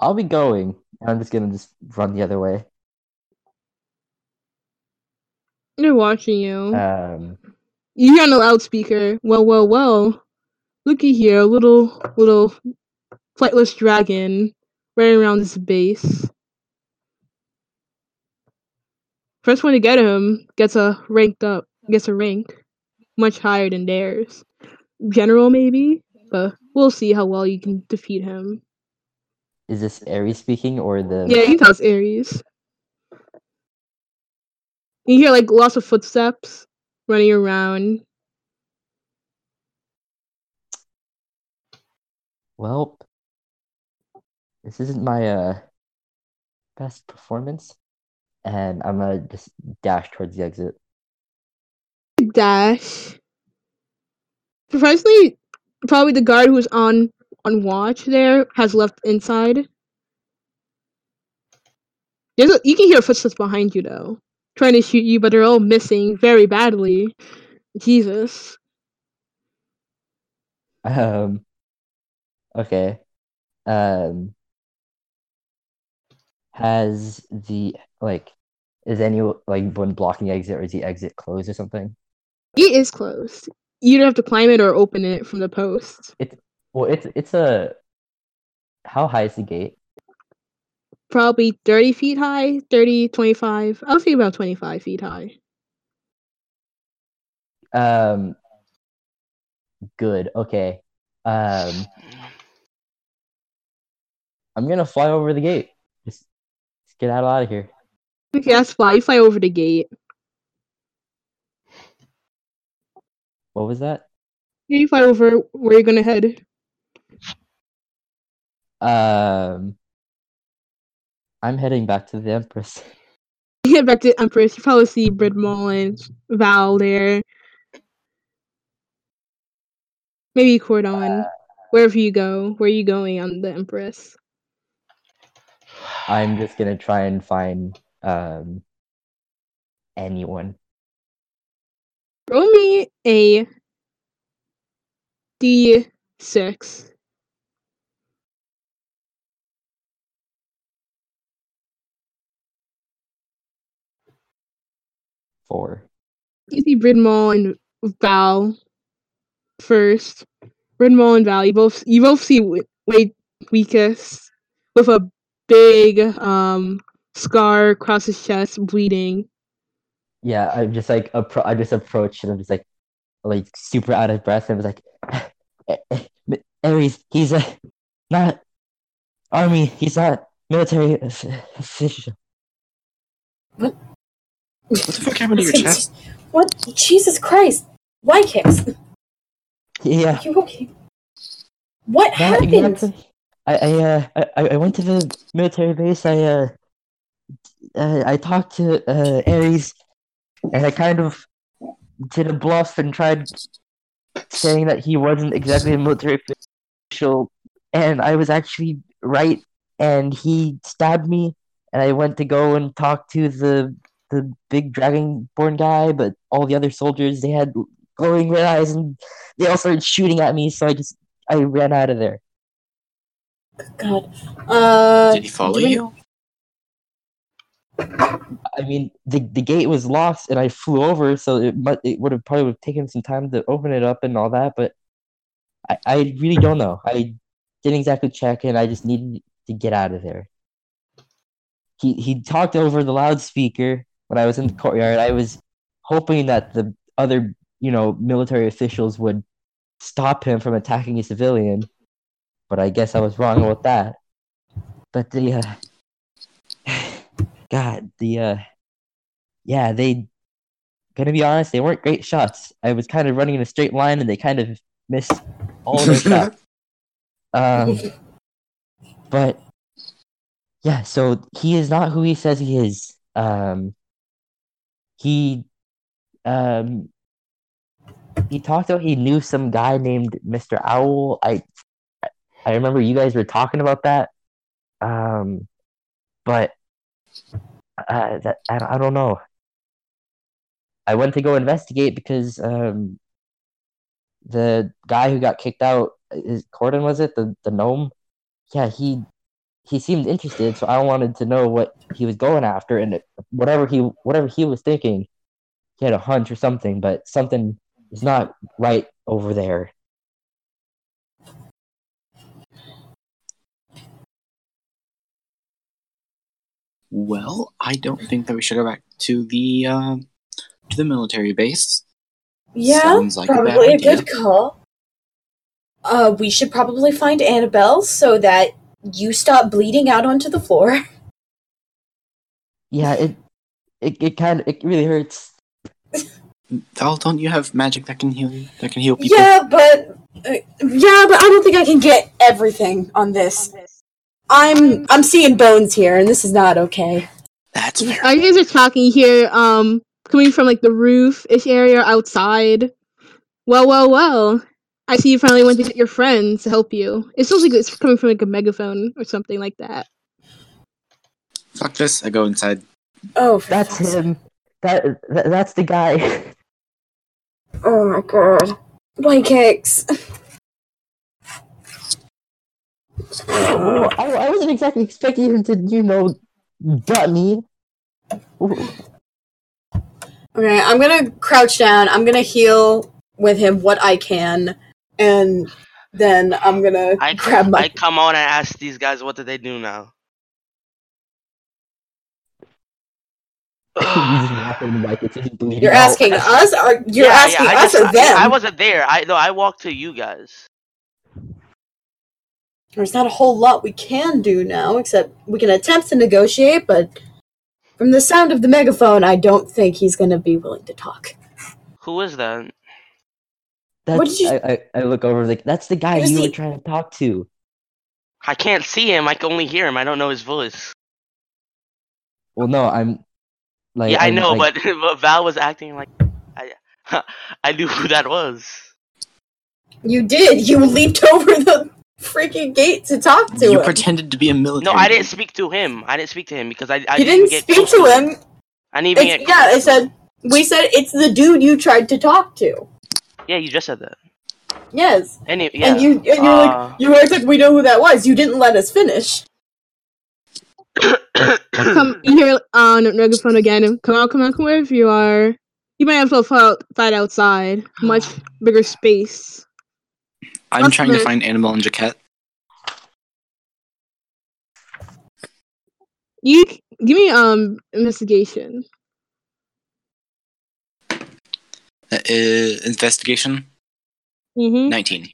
C: I'll be going. I'm just gonna just run the other way.
B: They're watching you.
C: Um,
B: you hear on the loudspeaker, well, well, well, looky here, a little, little flightless dragon running around this base. First one to get him gets a ranked up, gets a rank much higher than theirs. general, maybe. But we'll see how well you can defeat him.
C: Is this Aries speaking or the?
B: Yeah, you can tell it's Aries. You hear like lots of footsteps running around.
C: Well, this isn't my uh best performance, and I'm gonna just dash towards the exit.
B: Dash. Surprisingly, probably the guard who's on on watch there has left inside. There's a, you can hear footsteps behind you though, trying to shoot you, but they're all missing very badly. Jesus.
C: Um. Okay. Um. Has the like is any like one blocking exit or is the exit closed or something?
B: It is closed. You don't have to climb it or open it from the post.
C: It's well, it's it's a. How high is the gate?
B: Probably 30 feet high, 30, 25. I'll say about 25 feet high.
C: Um. Good. Okay. Um. I'm gonna fly over the gate. Just, just get out of here.
B: Okay, that's fly. You fly over the gate.
C: What was that?
B: You fly over where you're gonna head.
C: Um, I'm heading back to the Empress.
B: You head back to Empress. You probably see Brid Mullen, Val there. Maybe Cordon. Wherever you go, where are you going on the Empress?
C: I'm just gonna try and find um anyone.
B: Roll me a D six.
C: Four.
B: You see Bridmall and Val first. Bridmall and Val, you both you both see Wade weakest with a big um scar across his chest, bleeding.
C: Yeah, I'm just like appro- I just approached and I'm just like like super out of breath and I was like "A- A- Ares, he's a not army, he's not military of- official.
A: What the fuck happened to your chest?
E: What? Jesus Christ! Why kicks?
C: Yeah.
E: You okay? What
C: Not
E: happened?
C: exactly. I I, uh, I I- I went to the military base. I uh, uh I talked to uh Ares, and I kind of did a bluff and tried saying that he wasn't exactly a military official, and I was actually right. And he stabbed me, and I went to go and talk to the the big dragonborn guy, but all the other soldiers they had glowing red eyes, and they all started shooting at me. So I just I ran out of there.
E: God. Uh.
A: Did he follow
E: do we-
A: you?
C: I mean, the the gate was locked, and I flew over, so it mu- it would have probably would have taken some time to open it up and all that. But I, I really don't know. I didn't exactly check, and I just needed to get out of there. He he talked over the loudspeaker when I was in the courtyard. I was hoping that the other you know military officials would stop him from attacking a civilian, but I guess I was wrong about that. But the uh, God, the uh, yeah, they gonna be honest, they weren't great shots. I was kind of running in a straight line and they kind of missed all their shots. Um, but yeah, so he is not who he says he is. Um, he um he talked about he knew some guy named Mr. Owl. I I remember you guys were talking about that. Um, but uh, that, I, I don't know. I went to go investigate because um, the guy who got kicked out, is Corden was it the the gnome? Yeah, he he seemed interested, so I wanted to know what he was going after and whatever he whatever he was thinking. He had a hunch or something, but something is not right over there.
A: Well, I don't think that we should go back to the uh, to the military base.
E: Yeah.
A: Sounds like a bad
E: probably a
A: idea.
E: good call. Uh, we should probably find Annabelle so that you stop bleeding out onto the floor.
C: Yeah, it it, it kind of it really hurts.
A: Val, don't you have magic that can heal you? That can heal people?
E: Yeah, but uh, yeah, but I don't think I can get everything on this. I'm I'm seeing bones here, and this is not okay.
A: That's fair.
B: Our guys are talking here, um, coming from like the roof ish area outside. Well, well, well. I see you finally went to get your friends to help you. It sounds like it's coming from like a megaphone or something like that.
A: Fuck this. I go inside.
E: Oh, for
C: That's
E: fuck's-
C: him. That, that that's the guy.
E: Oh my god, white cakes.
C: Oh, I, I wasn't exactly expecting him to, you know, gut me.
E: Okay, I'm gonna crouch down. I'm gonna heal with him what I can, and then I'm gonna
D: I,
E: grab my.
D: I come out and ask these guys what did they do now.
C: you just walk in like it's just bleeding
E: you're
C: out.
E: asking us? Or
D: Yeah,
E: you're
D: yeah,
E: asking
D: I
E: us
D: just-
E: or them?
D: I, I wasn't there. I no, I walked to you guys.
E: There's not a whole lot we can do now, except we can attempt to negotiate. But from the sound of the megaphone, I don't think he's gonna be willing to talk.
D: Who is that?
C: That's,
E: What did you-
C: I, I, I look over like that's the guy
E: What is
C: you were
E: he-
C: trying to talk to.
D: I can't see him. I can only hear him. I don't know his voice.
C: Well, no, I'm like
D: yeah, i
C: I'm,
D: know,
C: like,
D: but, but Val was acting like I, I knew who that was.
E: You did. You leaped over the freaking gate to talk to
A: you
E: him.
A: pretended to be a
D: No,
A: military.
D: I didn't
A: dude.
D: speak to him. I didn't speak to him because I, I
E: you
D: didn't,
E: didn't
D: get
E: speak
D: close
E: to him.
D: I didn't even
E: It's,
D: get
E: yeah,
D: close
E: it said we said it's the dude you tried to talk to.
D: Yeah, you just said that.
E: Yes,
D: Any yeah.
E: and you and you're
D: Uh.
E: like you were like we know who that was. You didn't let us finish.
D: Hmm.
B: Come here on megaphone again. Come out, come out, come wherever you are. You might have to fo- fight outside. Much bigger space.
A: I'm trying to find
B: Husband.
A: Annabelle and Jaquette.
B: You c- give me um investigation.
A: Uh, uh, investigation
B: Mm-hmm.
A: 19.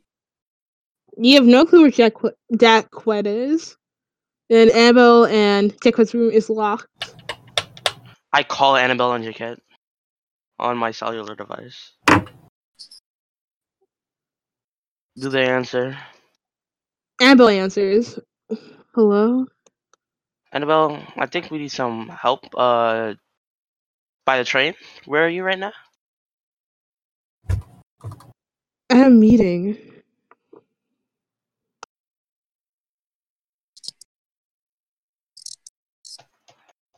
B: You have no clue where Jack Qu- Jack Quet is. And Annabelle and Jack's room is locked.
D: I call Annabelle and Jaquette on my cellular device. Do they answer?
B: Annabelle answers. Hello.
D: Annabelle, I think we need some help. Uh, by the train. Where are you right now?
B: I had a meeting.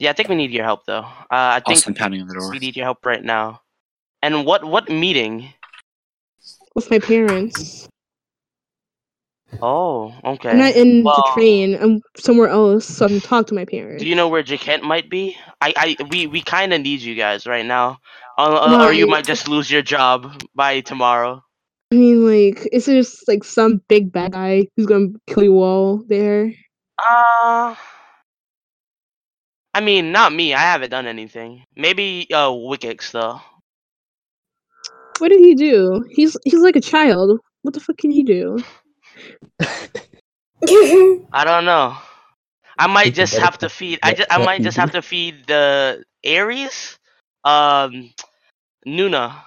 D: Yeah, I think we need your help though. Uh, I think
A: Austin pounding on the door.
D: we need your help right now. And what what meeting?
B: with my parents.
D: Oh, okay.
B: I'm not in the
D: Well-
B: train. I'm somewhere else, so I can talk to my parents.
D: Do you know where Jaquette might be? I, I we, we kind of need you guys right now, Uh, uh, or you
B: Right.
D: might just lose your job by tomorrow.
B: I mean, like, is there just like some big bad guy who's gonna kill you all there?
D: Uh, I mean, not me. I haven't done anything. Maybe uh, Wickix though.
B: What did he do? He's he's like a child. What the fuck can he do?
D: I don't know. I might
C: It's a
D: just
C: better mm-hmm.
D: have to
C: question
D: feed. I
C: what-
D: just, I
C: what
D: might
C: you
D: just
C: do.
D: have to feed the Aries, um, Nuna.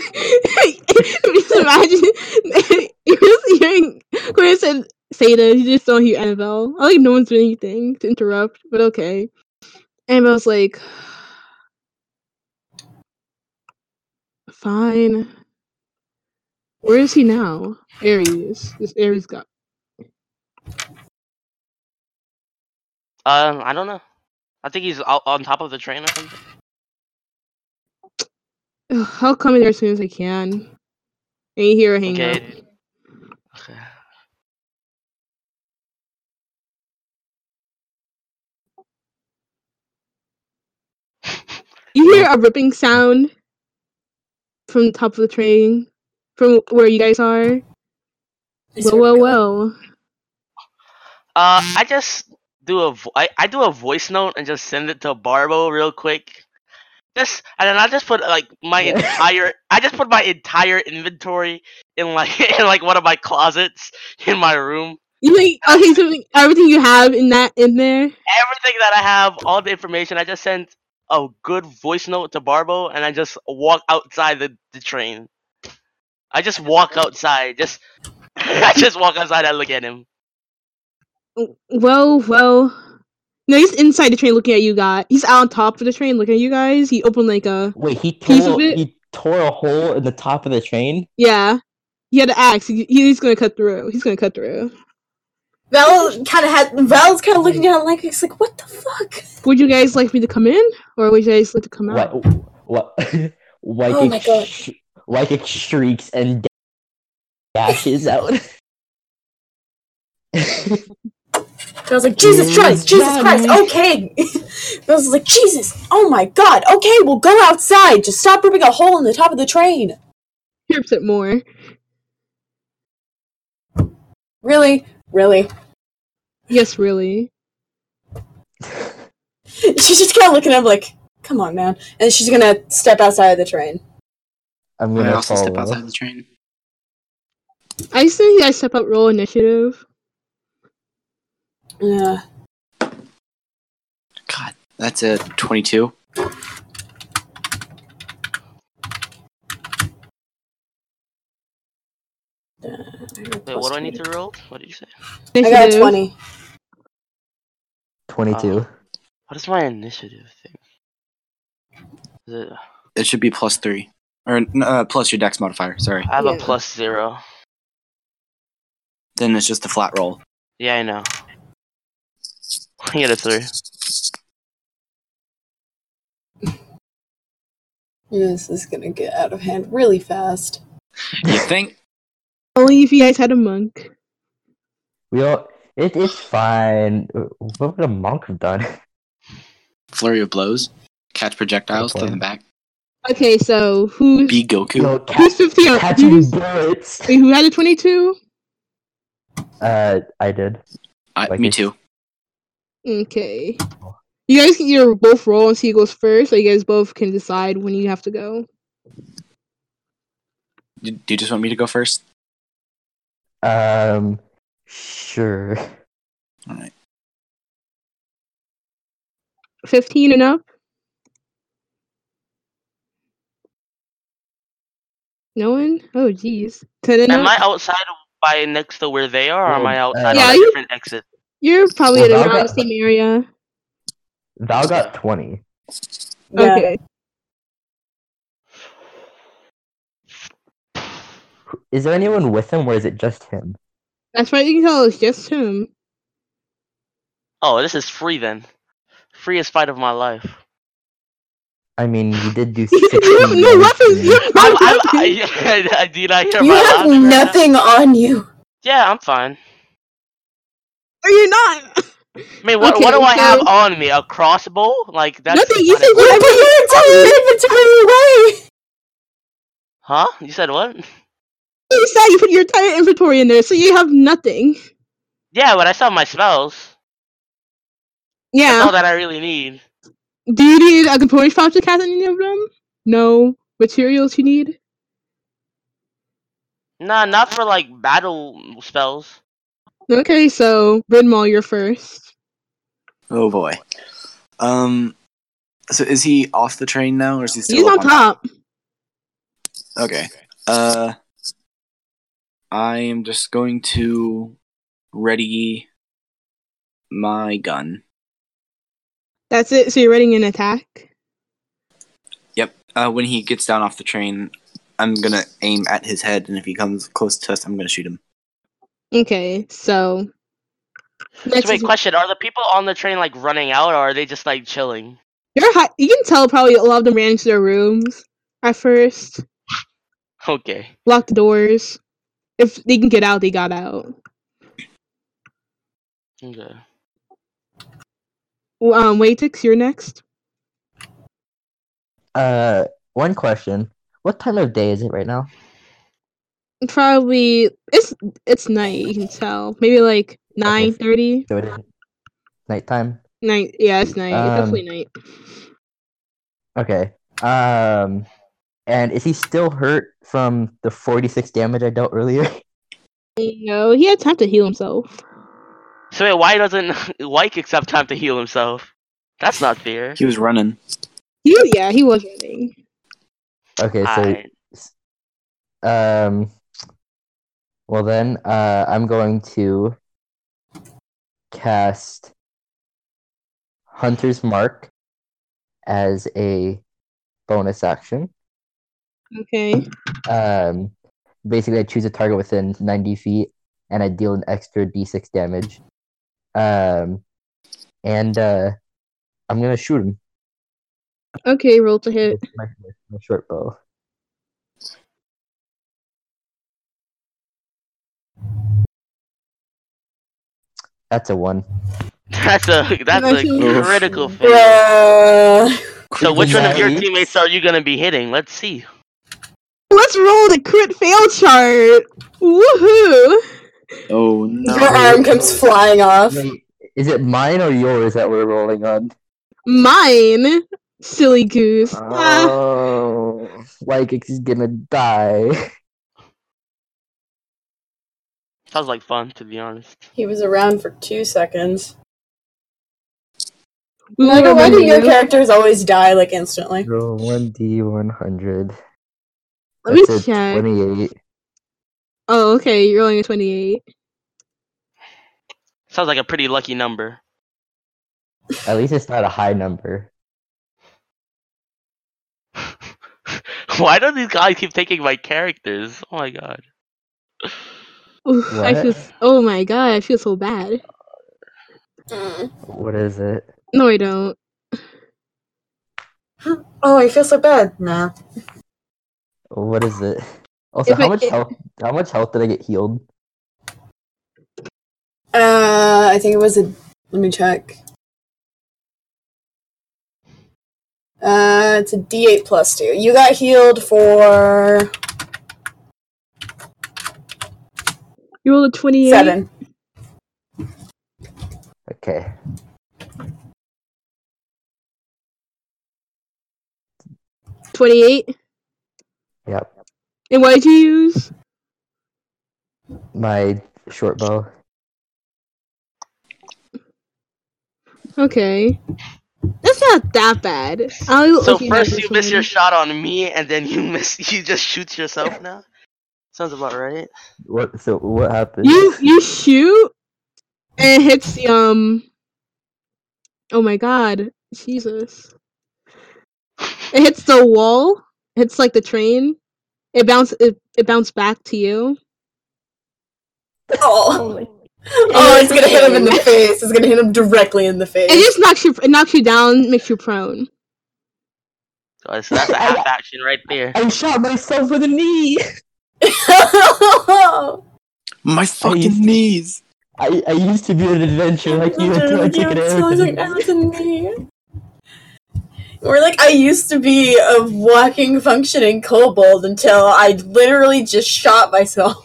B: just imagine you're just hearing when I said Seda, you just don't hear Annabelle. I like no one's doing anything to interrupt, but okay. Annabelle's like, fine. Where is he now? Aries. This Aries guy.
D: Um, I don't know. I think he's o- on top of the train or something.
B: Ugh, I'll come in there as soon as I can. And you hear her hang
D: Okay.
B: up.
D: Okay.
B: You hear a ripping sound from the top of the train, from where you guys are. Whoa, whoa, whoa!
D: Uh, I just do a vo- I, I do a voice note and just send it to Barbo real quick. This and then I just put like my
C: Yeah.
D: entire I just put my entire inventory in like in like one of my closets in my room.
B: You like okay, so like, everything you have in that in there.
D: Everything that I have, all the information, I just sent a good voice note to Barbo and I just walk outside the, the train. I just walk outside, just I just walk outside, I look at him.
B: Well, well. No, he's inside the train looking at you guys. He's out on top of the train looking at you guys. He opened like a
C: Wait, he
B: Piece of
C: tore
B: it-
C: he tore a hole in the top of the train.
B: yeah. He had an axe. He, he's gonna cut through. He's gonna cut through.
E: Val kind of had Val's kind of looking at it like it's like what the fuck.
B: Would you guys like me to come in, or would you guys like to come out?
C: What? What? like
E: Oh my God.
C: sh- like it shrieks and da- dashes out.
E: I was like, Jesus
C: Dude,
E: Christ, Jesus
C: Johnny.
E: Christ, okay. I was like, Jesus, oh my God, okay, we'll go outside. Just stop ripping a hole in the top of the train.
B: Chirps it more.
E: Really, really.
B: Yes, really.
E: She's just kind of looking at him like, come on, man. And she's gonna step outside of the train.
A: I
C: I'm gonna
A: also
C: follow.
A: step outside the train.
B: I say you guys step up. Roll initiative.
E: Yeah.
A: God, that's a 22.
D: Wait, what do I need to roll? What did you say?
E: I got a
B: Initiative.
E: 20.
C: Twenty-two.
D: What is my initiative thing? Is it-
A: It should be plus three. Or n- uh, plus your dex modifier, sorry.
D: I have a
E: Yeah.
D: plus zero.
A: Then it's just a flat roll.
D: Yeah, I know. I get a three.
E: This is gonna get out of hand really fast.
A: You think?
B: Only if you guys had a monk.
C: we all. It, it's fine. What would a monk have done?
A: Flurry of blows. Catch projectiles
C: Good
A: to the
C: plan.
A: back.
B: Okay, so who's
A: Be Goku.
C: Yo, ca-
B: who's fifty? on-
C: catching
B: Who's,
C: bullets.
B: wait, who had a twenty-two?
C: Uh, I did.
A: I-
C: like
A: me
C: this.
A: too.
B: Okay. You guys can either both roll and see who goes first, or you guys both can decide when you have to go.
A: Do do you just want me to go first?
C: Um, sure.
A: All right.
B: Fifteen and up. No one. Oh, jeez. Ten and
D: Am I
B: up.
D: outside by next to where they are, or am I
C: Well,
D: outside
C: uh,
D: on
B: Yeah,
D: a
B: you-
D: different exit?
B: You're probably
C: Well,
B: at
C: Val
B: around the
C: got-
B: same area.
C: Val got twenty.
E: Yeah.
B: Okay.
C: Is there anyone with him, or is it just him?
B: That's right. You can tell it's just him.
D: Oh, this is free then. Freest fight of my life.
C: I mean, you did do
B: you have
C: sixteen.
B: no weapons. You have
D: I'm,
B: no
D: I'm,
B: weapons.
D: I, I, do you not hear
E: You
D: my
E: have
D: laughter right now?
E: nothing on you.
D: Yeah, I'm fine.
B: Or you're not.
D: I mean, what,
B: Okay,
D: what do I
B: so-
D: have on me? A crossbow? Like that's
B: Nothing. You
D: not
B: said
D: it.
E: You
B: whatever.
E: put your entire inventory away.
D: Huh? You said what?
B: You said you put your entire inventory in there, so you have nothing.
D: Yeah, but I saw my spells. That's
B: Yeah.
D: all that I really need.
B: Do you need a component pouch to cast any of them? No. Materials you need?
D: Nah, not for like battle spells.
B: Okay, so Bryn Maul, you're first.
A: Oh boy. Um. So is he off the train now, or is he still
B: He's
A: up
B: on top.
A: Okay. Uh. I am just going to ready my gun.
B: That's it. So you're ready an attack.
A: Yep. Uh, when he gets down off the train, I'm gonna aim at his head, and if he comes close to us, I'm gonna shoot him.
B: Okay, so next
D: So wait,
B: is-
D: question: Are the people on the train like running out, or are they just like chilling?
B: you're hi- you can tell probably a lot of them ran into their rooms at first,
D: Okay.
B: locked the doors. If they can get out, they got out.
D: Okay.
B: W- Um, Waitix, you're next.
C: Uh, one question. What time of day is it right now?
B: Probably it's it's night. You can tell maybe like nine thirty.
C: So it is nighttime.
B: Night. Yeah, it's night. it's
C: Um,
B: definitely night.
C: Okay. Um, and is he still hurt from the 46 damage I dealt earlier?
B: No, he had time to heal himself.
D: So wait, why doesn't Wyke accept time to heal himself? That's not fair.
A: He was running.
B: He, yeah, he was running.
C: Okay, so
D: Alright.
C: um, well then, uh, I'm going to cast Hunter's Mark as a bonus action.
B: Okay.
C: Um, basically, I choose a target within 90 feet, and I deal an extra d6 damage. Um, and uh, I'm gonna shoot him
B: Okay, roll to hit.
C: with my, with my short bow. That's a one.
D: That's a that's a
B: Congratulations.
D: critical fail.
E: Bruh.
D: So which one of your
C: Crit
D: teammates are you gonna be hitting? Let's see.
B: Let's roll the crit fail chart. Woohoo!
A: Oh no.
E: Your arm comes flying off.
C: Wait, is it mine or yours that we're rolling on?
B: Mine, silly goose.
D: Uh,
B: Ah,
C: Oh, like it's gonna die.
D: Sounds like fun to be honest.
E: He was around for two seconds.
B: we will
E: Mega, why
B: remember
E: do your
B: you.
E: characters always die like instantly?
C: Roll one d one hundred.
B: Let me
C: That's a
B: check.
C: Twenty-eight.
B: Oh, okay. You're rolling a twenty-eight.
D: Sounds like a pretty lucky number.
C: At least it's not a high number.
D: Why do these guys keep taking my characters? Oh my god.
B: Oof, I feel.
C: What?
B: s- Oh my god, I feel so bad.
E: Mm.
C: What is it?
B: No, I don't.
E: Oh, I feel so bad. Nah.
C: What is it? Also,
B: If
C: how
B: it-
C: much
B: it-
C: health? How much health did I get healed?
E: Uh, I think it was a. Let me check. Uh, it's a D8 plus two. You got healed for
B: You rolled a twenty-eight.
E: seven.
C: Okay.
B: Twenty-eight.
C: Yep.
B: And what did you use?
C: My short bow.
B: Okay. That's not that bad. I'll
D: So
B: okay, not
D: first
B: this
D: you miss your
B: one.
D: shot on me and then you miss you just shoot yourself now? Sounds about right.
C: What? So what happened?
B: You you shoot and it hits the um. Oh my god, Jesus! It hits the wall. Hits like the train. It bounce it, it bounced back to you.
E: Oh. Oh, it's gonna hit him in the face. It's gonna hit him directly in the
B: It
E: face.
B: just knocks you it knocks you down, makes you prone.
D: Oh, so that's a half action right there.
C: I shot myself with a knee.
A: My
C: used
B: Oh,
A: fucking
C: to-
A: knees.
C: I, I used to be an adventurer like you until I took an
E: like,
C: arrow.
E: Everton me. Or like I used to be a walking functioning kobold until I literally just shot myself.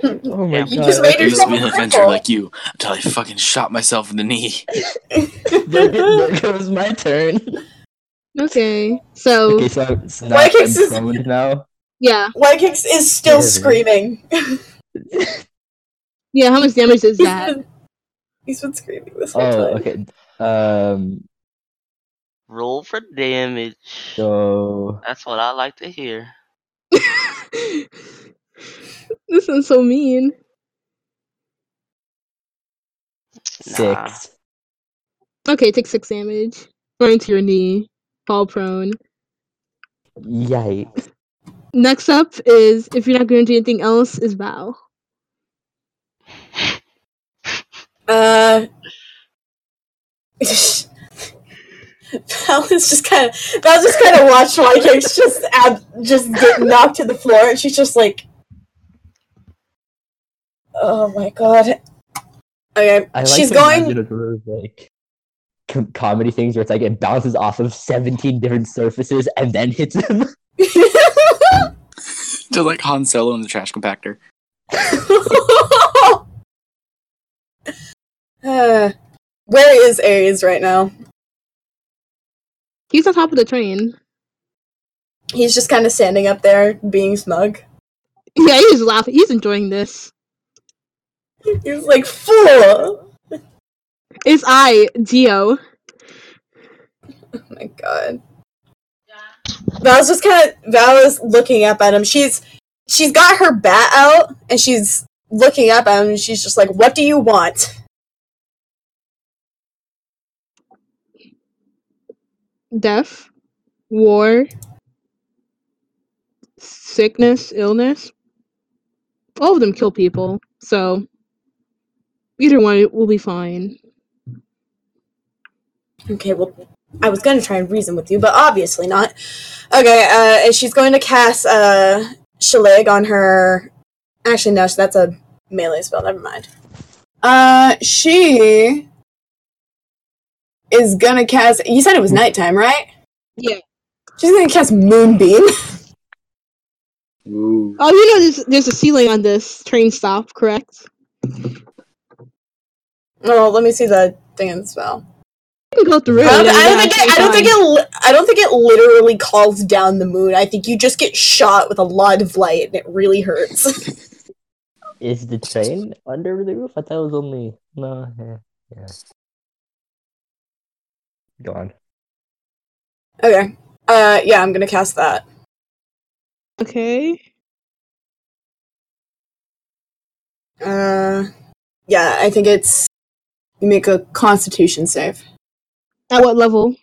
E: you
C: Oh my
D: Yeah.
C: god!
E: just made
A: I used to be an
E: yourself
A: adventurer
E: a
A: like you until I fucking shot myself in the knee.
C: there, go-
E: cripple.
C: there goes my turn.
B: Okay. So
C: Okay, so I'm, so now
E: Why kicks
C: I'm
E: is-
C: prone now.
B: yeah.
E: Lykix is still
C: Whatever.
E: screaming.
B: Yeah, how much damage is
E: He's
B: that?
E: been- He's been screaming this whole
C: Oh,
E: time.
C: okay. Um,
D: Roll for damage.
C: so
D: That's what I like to hear.
B: this one's so mean.
D: Nah.
C: six.
B: Okay, take six damage. Run into your knee. Fall prone.
C: Yikes!
B: Next up is if you're not gonna do anything else, is Val.
E: Uh, Val is just kind of Val just kind of watched Lykix just ab- just get knocked to the floor, and she's just like, "Oh my god." Okay,
C: I like
E: she's
C: to
E: going.
C: imagine it's one of those like com- comedy things where it's like it bounces off of seventeen different surfaces and then hits him.
A: Just like Han Solo in the trash compactor.
E: Uh, where is Aries right now?
B: He's on top of the train.
E: He's just kind of standing up there, being smug.
B: Yeah, he's laughing. He's enjoying this.
E: He's like, fool!
B: It's I, Dio.
E: Oh my god. Val's just kind of Val is looking up at him. She's she's got her bat out and she's looking up at him. and She's just like, "What do you want?"
B: Death, war, sickness, illness. All of them kill people, so either one will be fine.
E: Okay, well, I was gonna try and reason with you, but obviously not. Okay, uh, and she's going to cast uh, Shalig on her. Actually, no, that's a melee spell. Never mind. Uh, she is gonna cast. You said it was nighttime, right?
B: Yeah.
E: She's gonna cast Moonbeam.
A: Ooh.
B: Oh, you know, there's there's a ceiling on this train stop, correct?
E: oh, let me see the thing in the spell.
B: You can go through.
E: I don't,
B: and
E: I
B: then you
E: don't think
B: gotta take
E: it, I don't think
B: time.
E: it. li- I don't think it literally calls down the moon. I think you just get shot with a lot of light, and it really hurts.
C: Is the train under the roof? I thought it was only no. Yeah, yeah. Go on.
E: okay. Uh, yeah, I'm gonna cast that.
B: Okay.
E: Uh, yeah, I think it's you make a Constitution save.
B: At what level?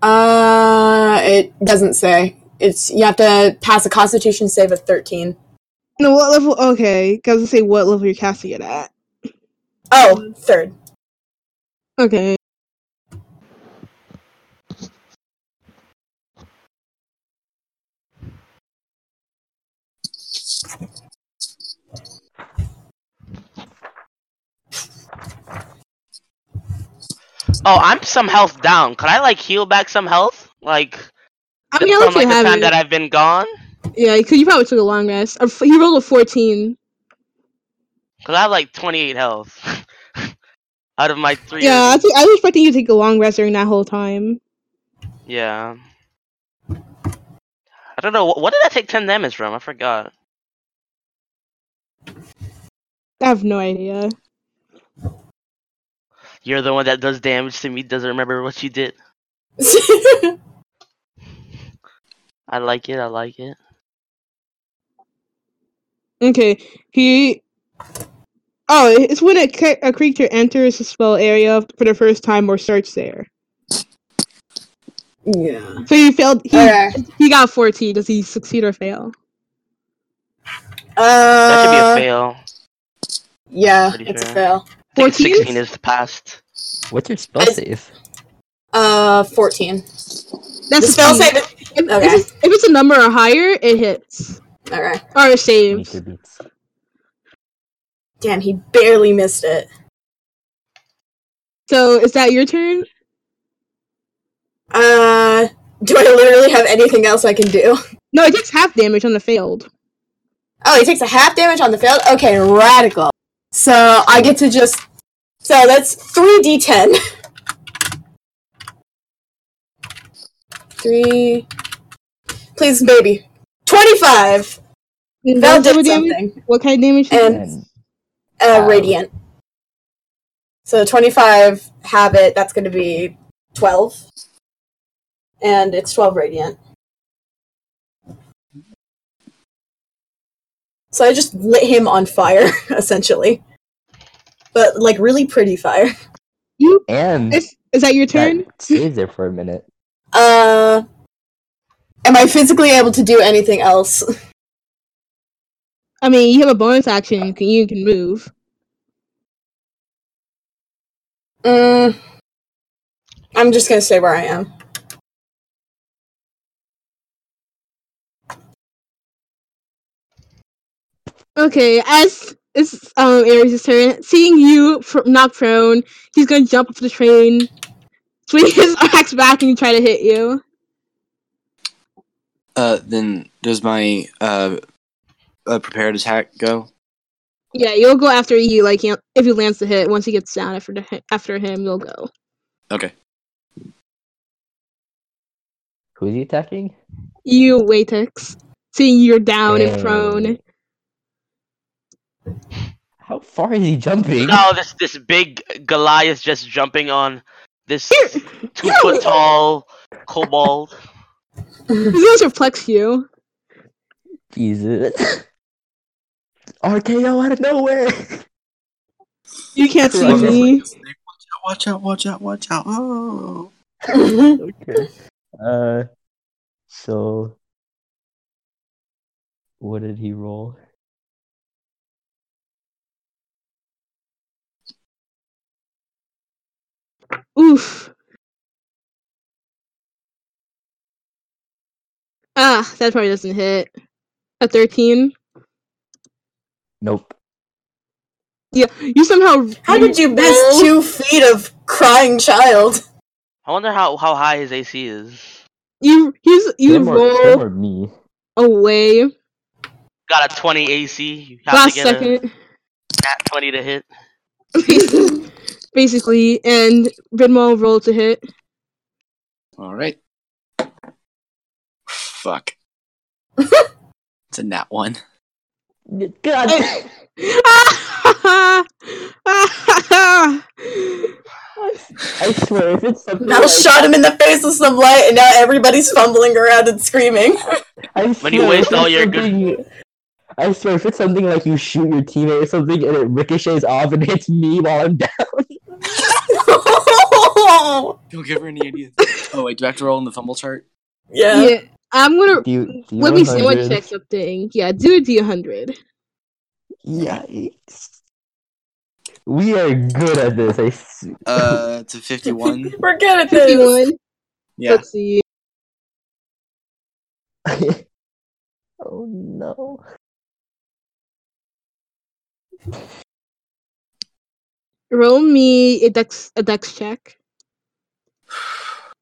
E: Uh, it doesn't say. It's you have to pass a Constitution save of thirteen.
B: No, what level? Okay, gotta say what level you're casting it at.
E: Oh, third.
B: Okay.
D: Oh, I'm some health down. Could I like heal back some health? Like
B: I mean, I let
D: from like
B: you
D: the
B: have
D: time
B: it.
D: that I've been gone?
B: Yeah, because you probably took a long rest. Uh, f- He rolled a 14.
D: Cause I have like 28 health out of my three.
B: Yeah, I, think I was expecting you to take a long rest during that whole time.
D: Yeah. I don't know. wh- What did I take 10 damage from? I forgot.
B: I have no idea.
D: You're the one that does damage to me. Doesn't remember what you did. I like it. I like it.
B: Okay, he. Oh, it's when a, ca- a creature enters the spell area for the first time or starts there.
E: yeah.
B: So he failed. He
E: Okay.
B: he got 14. Does he succeed or fail?
E: Uh,
D: That should be a fail.
E: Yeah,
D: Pretty
E: it's a
D: fair.
E: fail.
D: I think
B: 14?
D: 16 is passed.
C: What's your spell
E: I-
C: save?
E: Uh, fourteen.
B: That's
E: The spell
B: succeed.
E: save. Is-
B: If,
E: Okay.
B: if, it's, if it's a number or higher, it hits
E: All right.
B: or it
C: Meter
B: saves.
C: beats.
E: Damn, he barely missed it.
B: So is that your turn?
E: Uh, do I literally have anything else I can do?
B: No, it takes half damage on the failed.
E: Oh, he takes a half damage on the field. Okay, radical. So I get to just. So that's three d10. Three. Please, baby. Twenty-five.
B: And
E: Val
B: what type
E: did
B: of damage?
E: something.
B: What kind of damage? is
E: And-
B: it?
C: And
E: Uh,
C: Wow.
E: radiant. So twenty-five habit. That's going to be twelve. And it's twelve radiant. So I just lit him on fire, essentially. But like really pretty fire.
B: you
C: and
B: is, is that your
C: that
B: turn?
C: stays there for a minute.
E: Uh, am I physically able to do anything else?
B: I mean, you have a bonus action. You can, you can move.
E: Mm, I'm just gonna stay where I am.
B: Okay, as it's um Ares' turn, seeing you fr- knocked prone, he's gonna jump off the train, swing his axe back, and try to hit you.
A: Uh, then does my uh, uh prepared attack go?
B: Yeah, you'll go after you. Like you know, if he lands the hit, once he gets down after the, hi- after him, you'll go.
A: Okay.
C: Who are you attacking?
B: You, Waitix. Seeing you're down and prone.
C: How far is he jumping?
D: No, this this big Goliath just jumping on this two foot tall kobold.
B: This reflects you.
C: Jesus. RKO out of nowhere.
B: You can't see
C: Christ.
B: me.
A: Watch out, watch out, watch out. Oh.
C: okay. Uh, so what did he roll?
B: Oof. Ah, that probably doesn't hit. A 13?
C: Nope.
B: Yeah, you somehow.
E: How did you miss
B: roll-
E: two feet of crying child?
D: I wonder how, how high his AC is.
B: You, he's, you
C: Him or, him
B: roll
C: or me?
B: away.
D: Got a 20 AC. You have
B: Last
D: to get a
B: second.
D: nat 20 to hit.
B: basically, and Vidmal rolled to hit.
A: All right. Fuck. it's a nat one.
C: God. I swear, if it's something
E: Mal
C: like,
E: shot him in the face with some light, and now everybody's fumbling around and screaming.
C: I
D: When you
C: swear,
D: waste
C: if it's
D: all your good-
C: something you- I swear, if it's something like you shoot your teammate or something and it ricochets off and hits me while I'm down.
A: Don't give her any ideas. oh wait, do I have to roll in the fumble chart?
E: yeah.
B: yeah, I'm gonna.
C: Do, do
B: Let me see. I want to
C: 100.
B: check something. Yeah, do a D100.
C: Yikes. We are good at this. I s-
A: Uh, it's a fifty-one.
E: We're good at this.
B: 51.
A: Yeah.
B: Let's see.
C: oh no.
B: Roll me a dex a dex check.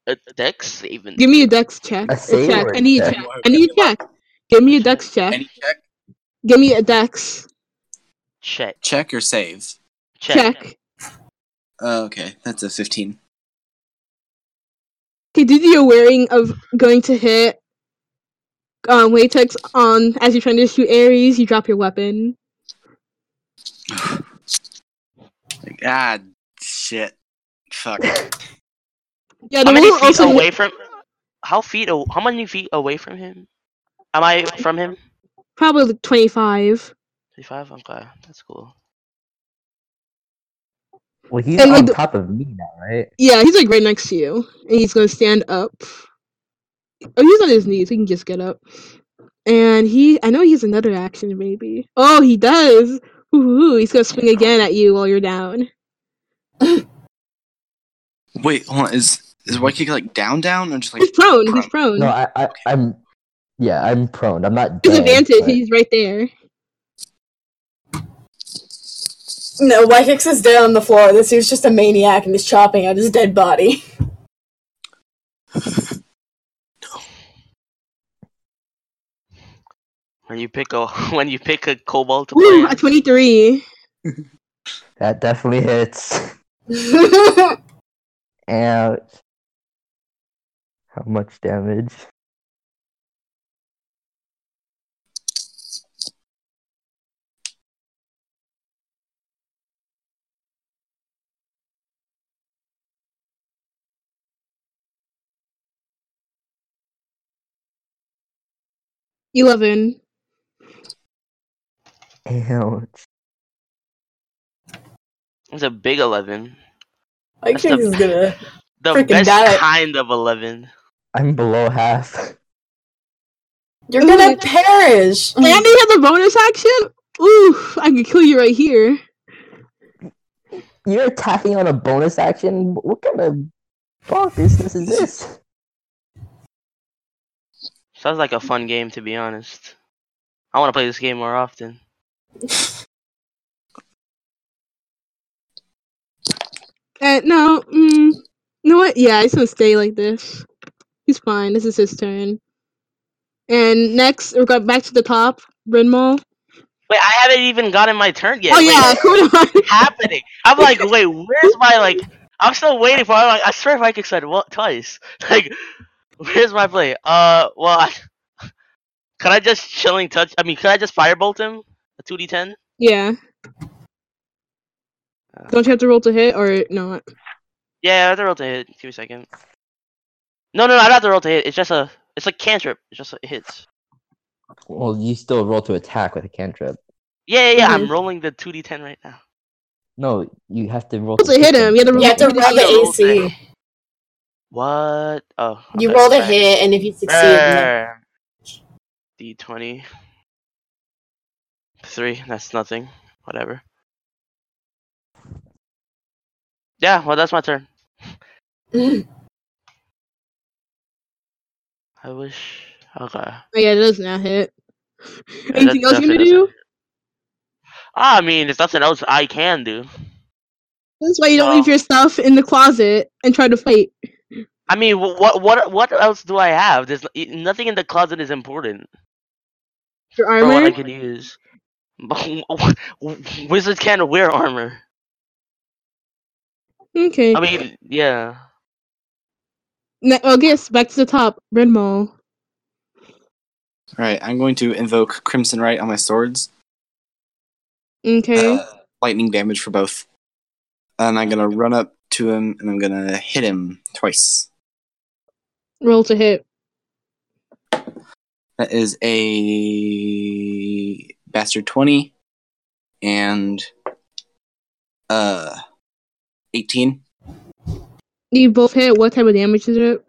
D: A dex even.
B: Give me a dex check.
C: A
B: A
C: save
B: check.
C: or
B: I need a
C: a
B: check. I need a check. Give me a dex check.
A: Any check,
B: Give me a dex
D: Check.
A: check or save?
D: Check.
B: check.
A: Uh, okay, that's a fifteen.
B: Okay, did you wearing of going to hit um latex on as you're trying to shoot Ares, you drop your weapon.
A: Like, ah, shit. Fuck.
B: Yeah, the
D: How many
B: roll
D: feet
B: also
D: away from How feet a- how many feet away from him? Am I from him?
B: probably twenty five.
D: 35? Okay. That's cool.
C: Well, he's
B: And, like,
C: on
B: the-
C: top of me now, right?
B: Yeah, he's like right next to you. And he's gonna stand up. Oh he's on his knees, he can just get up. And he I know he has another action maybe. Oh he does. Ooh, he's gonna swing again at you while you're down.
A: Wait, hold on. Is is White Kick like down, down, or just like
B: He's prone, he's
A: prone?
B: prone.
C: No, I, I, I'm. Yeah, I'm prone. I'm not
B: His
C: dead.
B: advantage,
C: but-
B: Mm-hmm. he's right there.
E: No, Wykix is dead on the floor. This dude's just a maniac and is chopping at his dead body.
D: When you pick a when you pick a cobalt to play.
B: Woo, a
D: as.
B: twenty three.
C: That definitely hits. Ouch. How much damage?
B: Eleven.
C: Ouch.
D: It's a big 11. That's
E: Wykix
D: the-
E: is gonna.
D: The
E: Freaking
D: best
E: die.
D: kind of 11.
C: I'm below half.
E: You're
B: Ooh.
E: gonna perish!
C: Mm.
B: And they had the bonus action? Ooh, I could kill you right here.
C: You're attacking on a bonus action? What kind of fuck business is this?
D: Sounds like a fun game to be honest. I want to play this game more often.
B: Uh, no, mm, you know what? Yeah, he's gonna stay like this. He's fine. This is his turn. And next, we're going back to the top. Renmal.
D: Wait, I haven't even gotten my turn yet.
B: oh
D: Wait,
B: yeah, Kudon.
D: what's happening? I'm like, wait, where's my like? I'm still waiting for. I'm like, I swear, if I could said what twice. Like, Where's my play? Uh, well, I, can I just chilling touch? I mean, can I just firebolt him? A two d ten.
B: Yeah.
D: Uh.
B: Don't you have to roll to hit or not?
D: Yeah, I have to roll to hit. Give me a second. No, no, no, I don't have to roll to hit. It's just a, it's like cantrip. It's just it hits.
C: Well, you still roll to attack with a cantrip.
D: Yeah, yeah, yeah. I'm
F: Mm-hmm.
B: Mhm.
D: rolling the two d ten right now.
C: No, you have to
B: Roll
C: roll
B: to hit
C: hit
B: him. You have to roll
F: You have to roll
B: to hit
F: the
B: him.
F: AC.
D: What? Oh,
F: You
D: okay,
F: roll the
D: sorry.
F: hit, and if you succeed, then
D: Err. D20. Three, that's nothing. Whatever. Yeah, well, that's my turn.
E: Mm.
D: I wish. Okay. Ah,
B: Oh, yeah, it does not hit.
D: that
B: Anything else you
D: definitely
B: gonna do?
D: doesn't- I mean, there's nothing else I can do.
B: That's why you don't
D: Well-
B: leave your stuff in the closet and try to fight.
D: I mean, wh- what what what else do I have? There's n- nothing in the closet is important
B: Your
D: for what Oh, I
B: armor?
D: can use. Wizards can't wear armor.
B: Okay.
D: I mean, yeah.
B: Ne- oh, yes, back to the top. Red Mall.
A: All right, I'm going to invoke Crimson Right on my swords. Uh,
B: Okay.
A: lightning damage for both. And I'm gonna run up to him and I'm gonna hit him twice.
B: Roll to hit.
A: That is a bastard twenty and uh eighteen.
B: You both hit. What type of damage is it?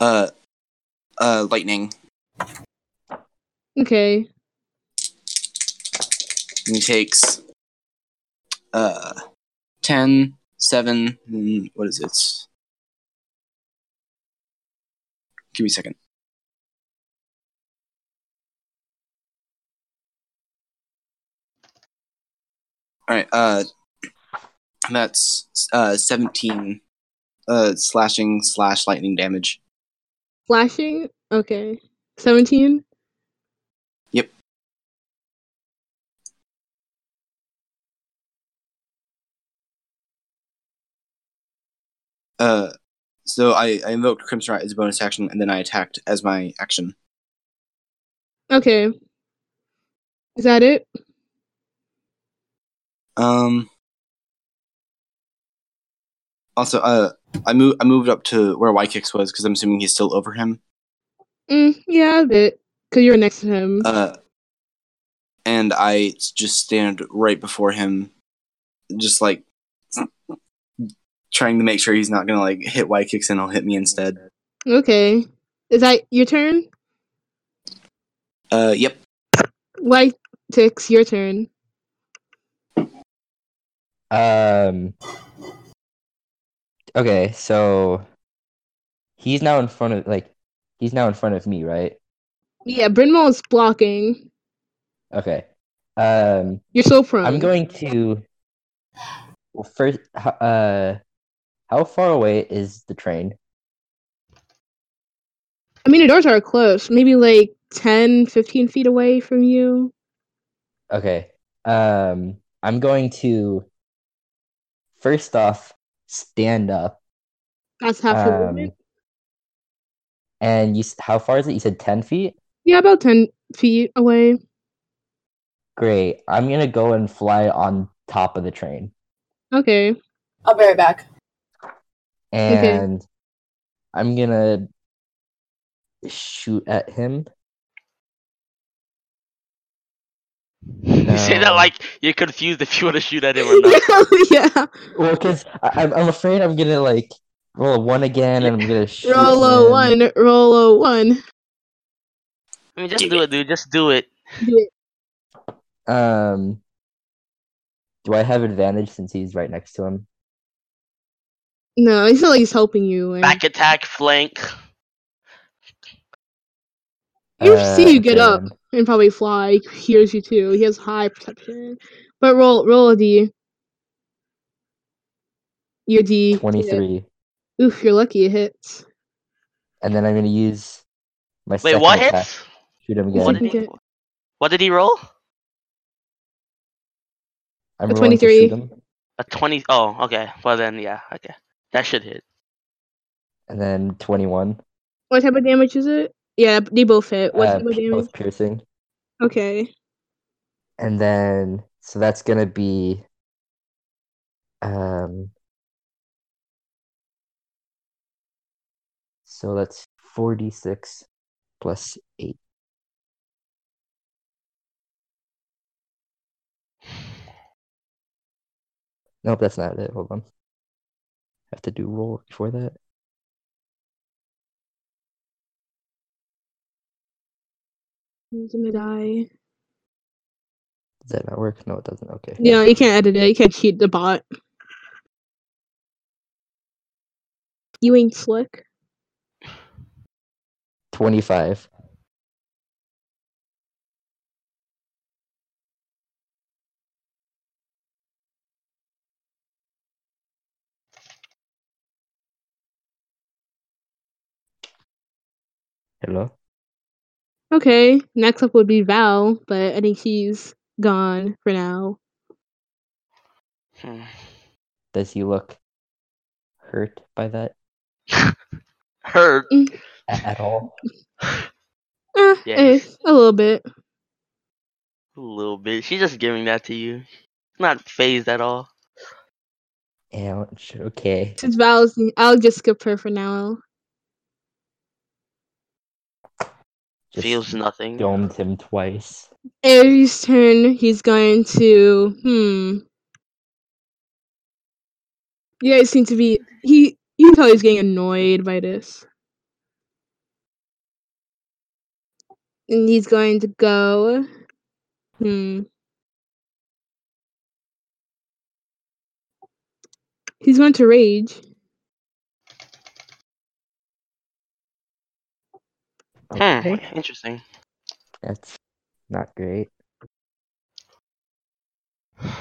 A: Uh uh lightning.
B: Okay.
A: And he takes uh ten, seven, and what is it? Give me a second. Alright, uh that's uh seventeen uh slashing slash lightning damage.
B: Flashing? Okay. 17?
A: Yep. Uh, so I, I invoked Crimson Right as a bonus action, and then I attacked as my action.
B: Okay. Is that it?
A: Um. Also, uh, I moved I moved up to where Wykix was because I'm assuming he's still over him.
B: Mm, yeah, a bit. Because you're next to him.
A: Uh, and I just stand right before him, just like trying to make sure he's not gonna like hit Wykix and he'll hit me instead.
B: okay. Is that your turn?
A: Uh, yep.
B: Why, Tix, your turn.
C: Um. Okay, so he's now in front of like he's now in front of me, right?
B: Yeah, Bryn Mawr is blocking.
C: Okay. Um,
B: You're so prone.
C: I'm going to well, first. h- Uh, how far away is the train?
B: I mean, the doors are close. Maybe like 10, 15 feet away from you.
C: Okay. Um, I'm going to first off stand up.
B: That's half the
C: Um,
B: movement.
C: and you, s- how far is it? You said ten feet.
B: Yeah, about 10 feet away.
C: Great. I'm gonna go and fly on top of the train.
B: Okay.
F: I'll be right back.
B: Okay.
C: and I'm gonna shoot at him.
D: You say that
C: No.
D: like you're confused if you want to shoot at him or not.
B: yeah.
C: Well, because I'm I'm afraid I'm gonna like roll a one again, and I'm gonna shoot.
B: Roll
C: him.
B: a one. Roll a one.
D: I mean, just do it, dude. Just do it.
B: Do it.
C: Um, do I have advantage since he's right next to him?
B: No, it's not like he's helping you. and-
D: Back attack, flank.
B: You see you get
C: Uh, okay,
B: up.
C: then.
B: and probably fly. He hears you too. He has high perception. But roll roll a D. Your D.
C: Twenty-three,
B: Yeah. Oof, you're lucky it hits.
C: and then I'm gonna use my
D: Wait,
C: second
D: what
C: attack.
D: hits?
C: Shoot him
D: What
C: again.
D: did he?
B: Okay.
D: What did he roll?
C: I'm
B: A
C: rolling to
B: 23.
C: shoot him,
D: A twenty. Oh, okay. Well then, yeah. Okay, that should hit.
C: and then twenty-one.
B: What type of damage is it? Yeah, they both hit. What
C: Uh,
B: type of
C: p-
B: damage?
C: both piercing.
B: Okay.
C: And then so that's gonna be um so that's forty six plus eight. Nope, that's not it. Hold on. I have to do roll before that.
B: He's gonna die.
C: Does that not work? No, it doesn't. Okay.
B: Yeah, you can't edit it. You can't cheat the bot. You ain't slick.
C: 25. Hello?
B: Okay, next up would be Val, but I think she's gone for now.
D: Hmm.
C: Does he look hurt by that
D: Hurt.
C: a- at all?
B: Eh,
D: Yeah.
B: eh, a little bit.
D: A little bit. She's just giving that to you. Not phased at all.
C: Ouch. Okay.
B: Since Val's, I'll just skip her for now.
C: Just
D: Feels nothing.
C: domed him twice.
B: Aries' turn, he's going to. Hmm. You guys seem to be. He. You can tell he's getting annoyed by this. And he's going to go. Hmm. He's going to rage.
D: Hmm.
C: Okay.
D: Interesting.
C: That's not great.
D: Like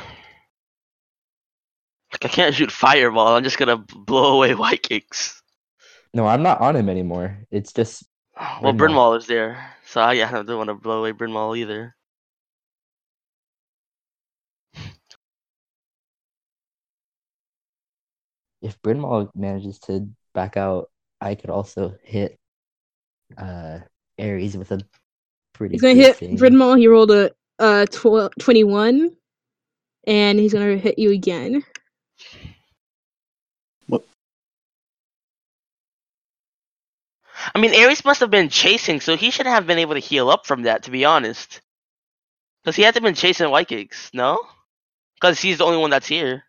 D: I can't shoot fireball. I'm just gonna b- blow away white kicks.
C: No, I'm not on him anymore. It's just
D: Well,
C: Bryn
D: Bryn
C: Mawr.
D: Mawr is there, so I, yeah, I don't want to blow away Bryn Mawr either.
C: if Bryn Mawr manages to back out, I could also hit uh Aries with a pretty
B: He's going to
C: good
B: hit
C: thing.
B: Bryn Mawr. He rolled a, a uh, tw- 21. And he's going to hit you again.
D: I mean, Ares must have been chasing, so he should have been able to heal up from that, to be honest. Because he had to have been chasing white kicks, no? Because he's the only one that's here.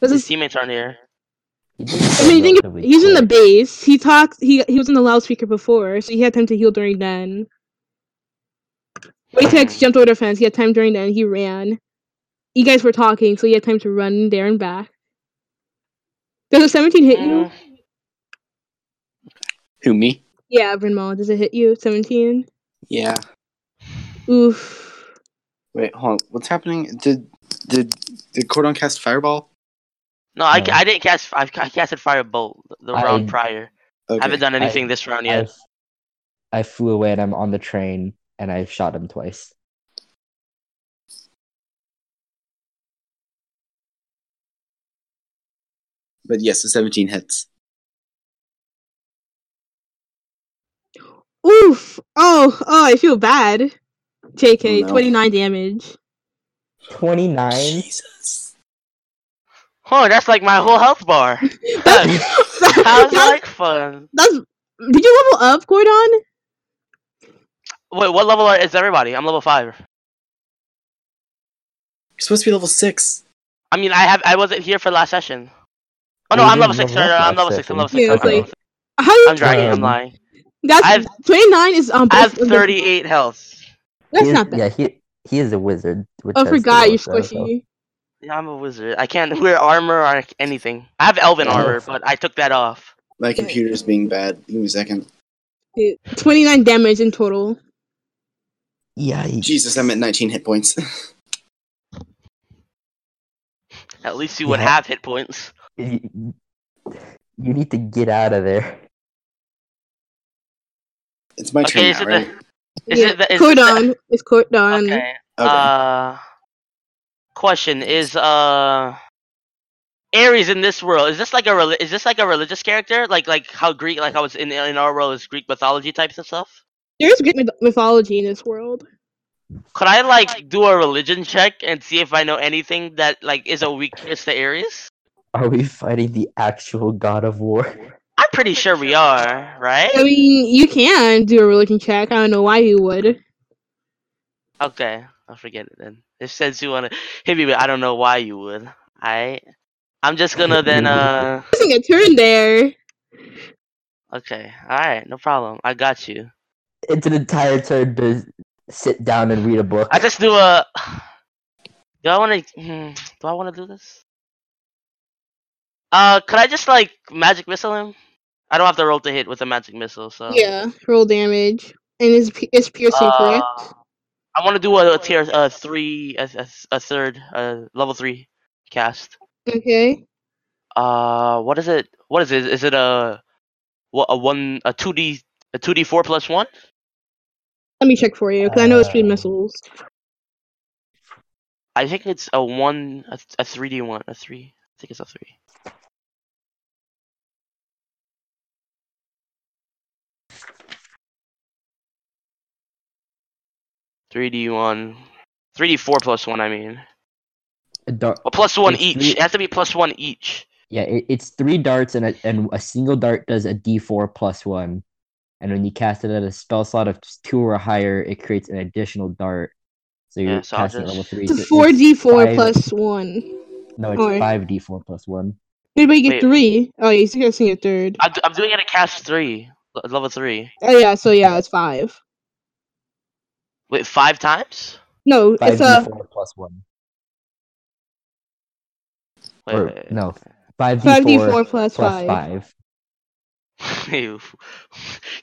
B: This
D: His
B: is
D: teammates aren't here.
C: He did go
B: I mean, think
C: relatively
B: he's in the
C: quick.
B: base. He talks. He he was in the loudspeaker before, so he had time to heal during then. Waytex
D: Hmm.
B: jumped over the fence. He had time during then. He ran. You guys were talking, so he had time to run there and back. Does a seventeen hit you?
D: Mm,
A: Who me?
B: Yeah, Bryn Mawr. Does it hit you? Seventeen.
A: Yeah.
B: Oof.
A: Wait, hold on. What's happening? Did did did Cordon cast fireball?
D: No, I, ca-
C: No.
D: I didn't cast. I ca- I casted firebolt the- the
C: I-
D: round prior.
A: Okay.
D: I haven't done
C: I-
D: anything this round
C: I,
D: yet.
C: f- I flew away and I'm on the train and I've shot him twice.
A: But yes, the seventeen hits.
B: Oof. Oh. Oh. I feel bad. JK.
A: Oh, no.
B: Twenty nine damage.
C: 29?
A: Jesus.
D: Oh, that's like my whole health bar.
B: That's,
D: How's
B: that's,
D: like fun?
B: that's- Did you level up, Gordon?
D: Wait, what level are, is everybody? I'm level five.
A: You're supposed to be level six.
D: I mean, I have. I wasn't here for last session. Oh no,
C: We
D: I'm level
C: didn't
D: six.
C: level
D: Sorry,
C: up
D: I'm
C: last
D: level six. I'm
C: session.
D: level six.
B: Yeah, it's like-
D: I'm, I'm level six.
B: How you?
D: I'm dragging.
C: Um,
D: I'm lying.
B: That's
D: I have-
B: twenty nine is on both.
D: I have
B: of them.
D: 38 health.
B: That's
C: He is-
B: not bad. Oh,
C: Yeah, he he is a wizard, which
B: I
C: has the
B: forgot you're
C: lowest amount of health.
B: squishy.
D: Yeah, I'm a wizard. I can't wear armor or anything. I have elven
A: Yeah.
D: armor, but I took that off.
A: My computer's being bad. Give me a second.
B: It- 29 damage in total.
C: Yikes.
A: Jesus, I'm at nineteen hit points.
D: At least you
C: Yeah.
D: would have hit points.
C: You you need to get out of there.
A: it's my turn
D: Okay, is
A: now,
D: it
A: right?
D: Is
B: yeah.
D: it the- is it the-
B: Cordon. It's Cordon.
D: Okay.
A: Okay.
D: Uh, question is uh, Aries in this world is this like a reli- is this like a religious character like like how Greek like how it's in in our world is Greek mythology types of stuff?
B: There's Greek myth- mythology in this world.
D: Could I like do a religion check and see if I know anything that like is a weakness to Aries?
C: Are we fighting the actual god of war?
D: I'm pretty sure we are, right?
B: I mean, you can do a religion check. I don't know why you would.
D: Okay, I'll forget it then. If since you wanna hit me, but I don't know why you would. I, I'm just gonna then uh.
B: Missing a turn there.
D: Okay, all right, no problem. I got you.
C: It's an entire turn to sit down and read a book.
D: I just do a. Do I want to? Do I want to do this? Uh, could I just like magic missile him? I don't have to roll to hit with a magic missile, so.
B: Yeah, roll damage, and it's pi- it's piercing,
D: Oh. Uh,
B: correct?
D: I want to do a, a tier a three a, a, a third uh level three cast.
B: Okay.
D: Uh, what is it? What is it? Is it a what a one a two d a two d four plus one?
B: Let me check for you because I know it's three
C: Uh,
B: missiles.
D: I think it's a one a th- a three d one a three. I think it's a three. Three d one, three d four plus one. I mean,
C: A dart.
D: well, plus one
C: It's
D: each.
C: three-
D: It has to be plus one each.
C: Yeah, it, it's three darts and a, and a single dart does a d4 plus one, and when you cast it at a spell slot of two or higher, it creates an additional dart. So you're
D: Yeah, so I'll
C: casting at
D: just-
C: level three.
B: It's a
C: so
B: four
C: it's
B: d four
C: five-
B: plus one.
C: No, it's
B: Alright.
C: five d4 plus one.
B: Did we get
D: Wait.
B: three? Oh, yeah, you're guessing a third.
D: I'm, I'm doing it at cast three, le- level three.
B: Oh yeah, so yeah, it's five.
D: Wait, five times?
B: No,
C: Five
B: it's a
C: d4 plus one.
D: Wait,
C: Or,
D: wait, wait.
C: no, Five
B: five d
C: d4
B: four plus
C: plus
B: five.
C: five.
D: Ew.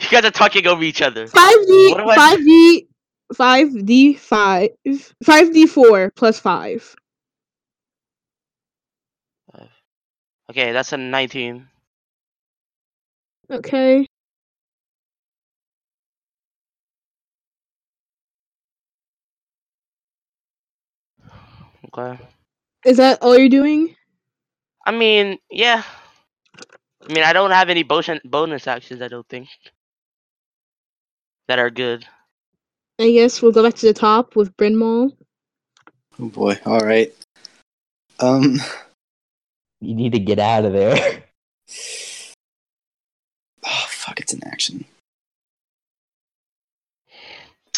D: you guys are talking over each other.
B: Five d
D: What do I-
B: five d five d five five d four plus five.
D: Okay, that's a 19.
B: Okay.
D: Okay.
B: Is that all you're doing?
D: I mean, yeah. I mean, I don't have any bonus bonus actions. I don't think that are good.
B: I guess we'll go back to the top with Bryn Mawr.
A: Oh boy. All right. Um.
C: You need to get out of there.
A: Oh fuck! It's an action.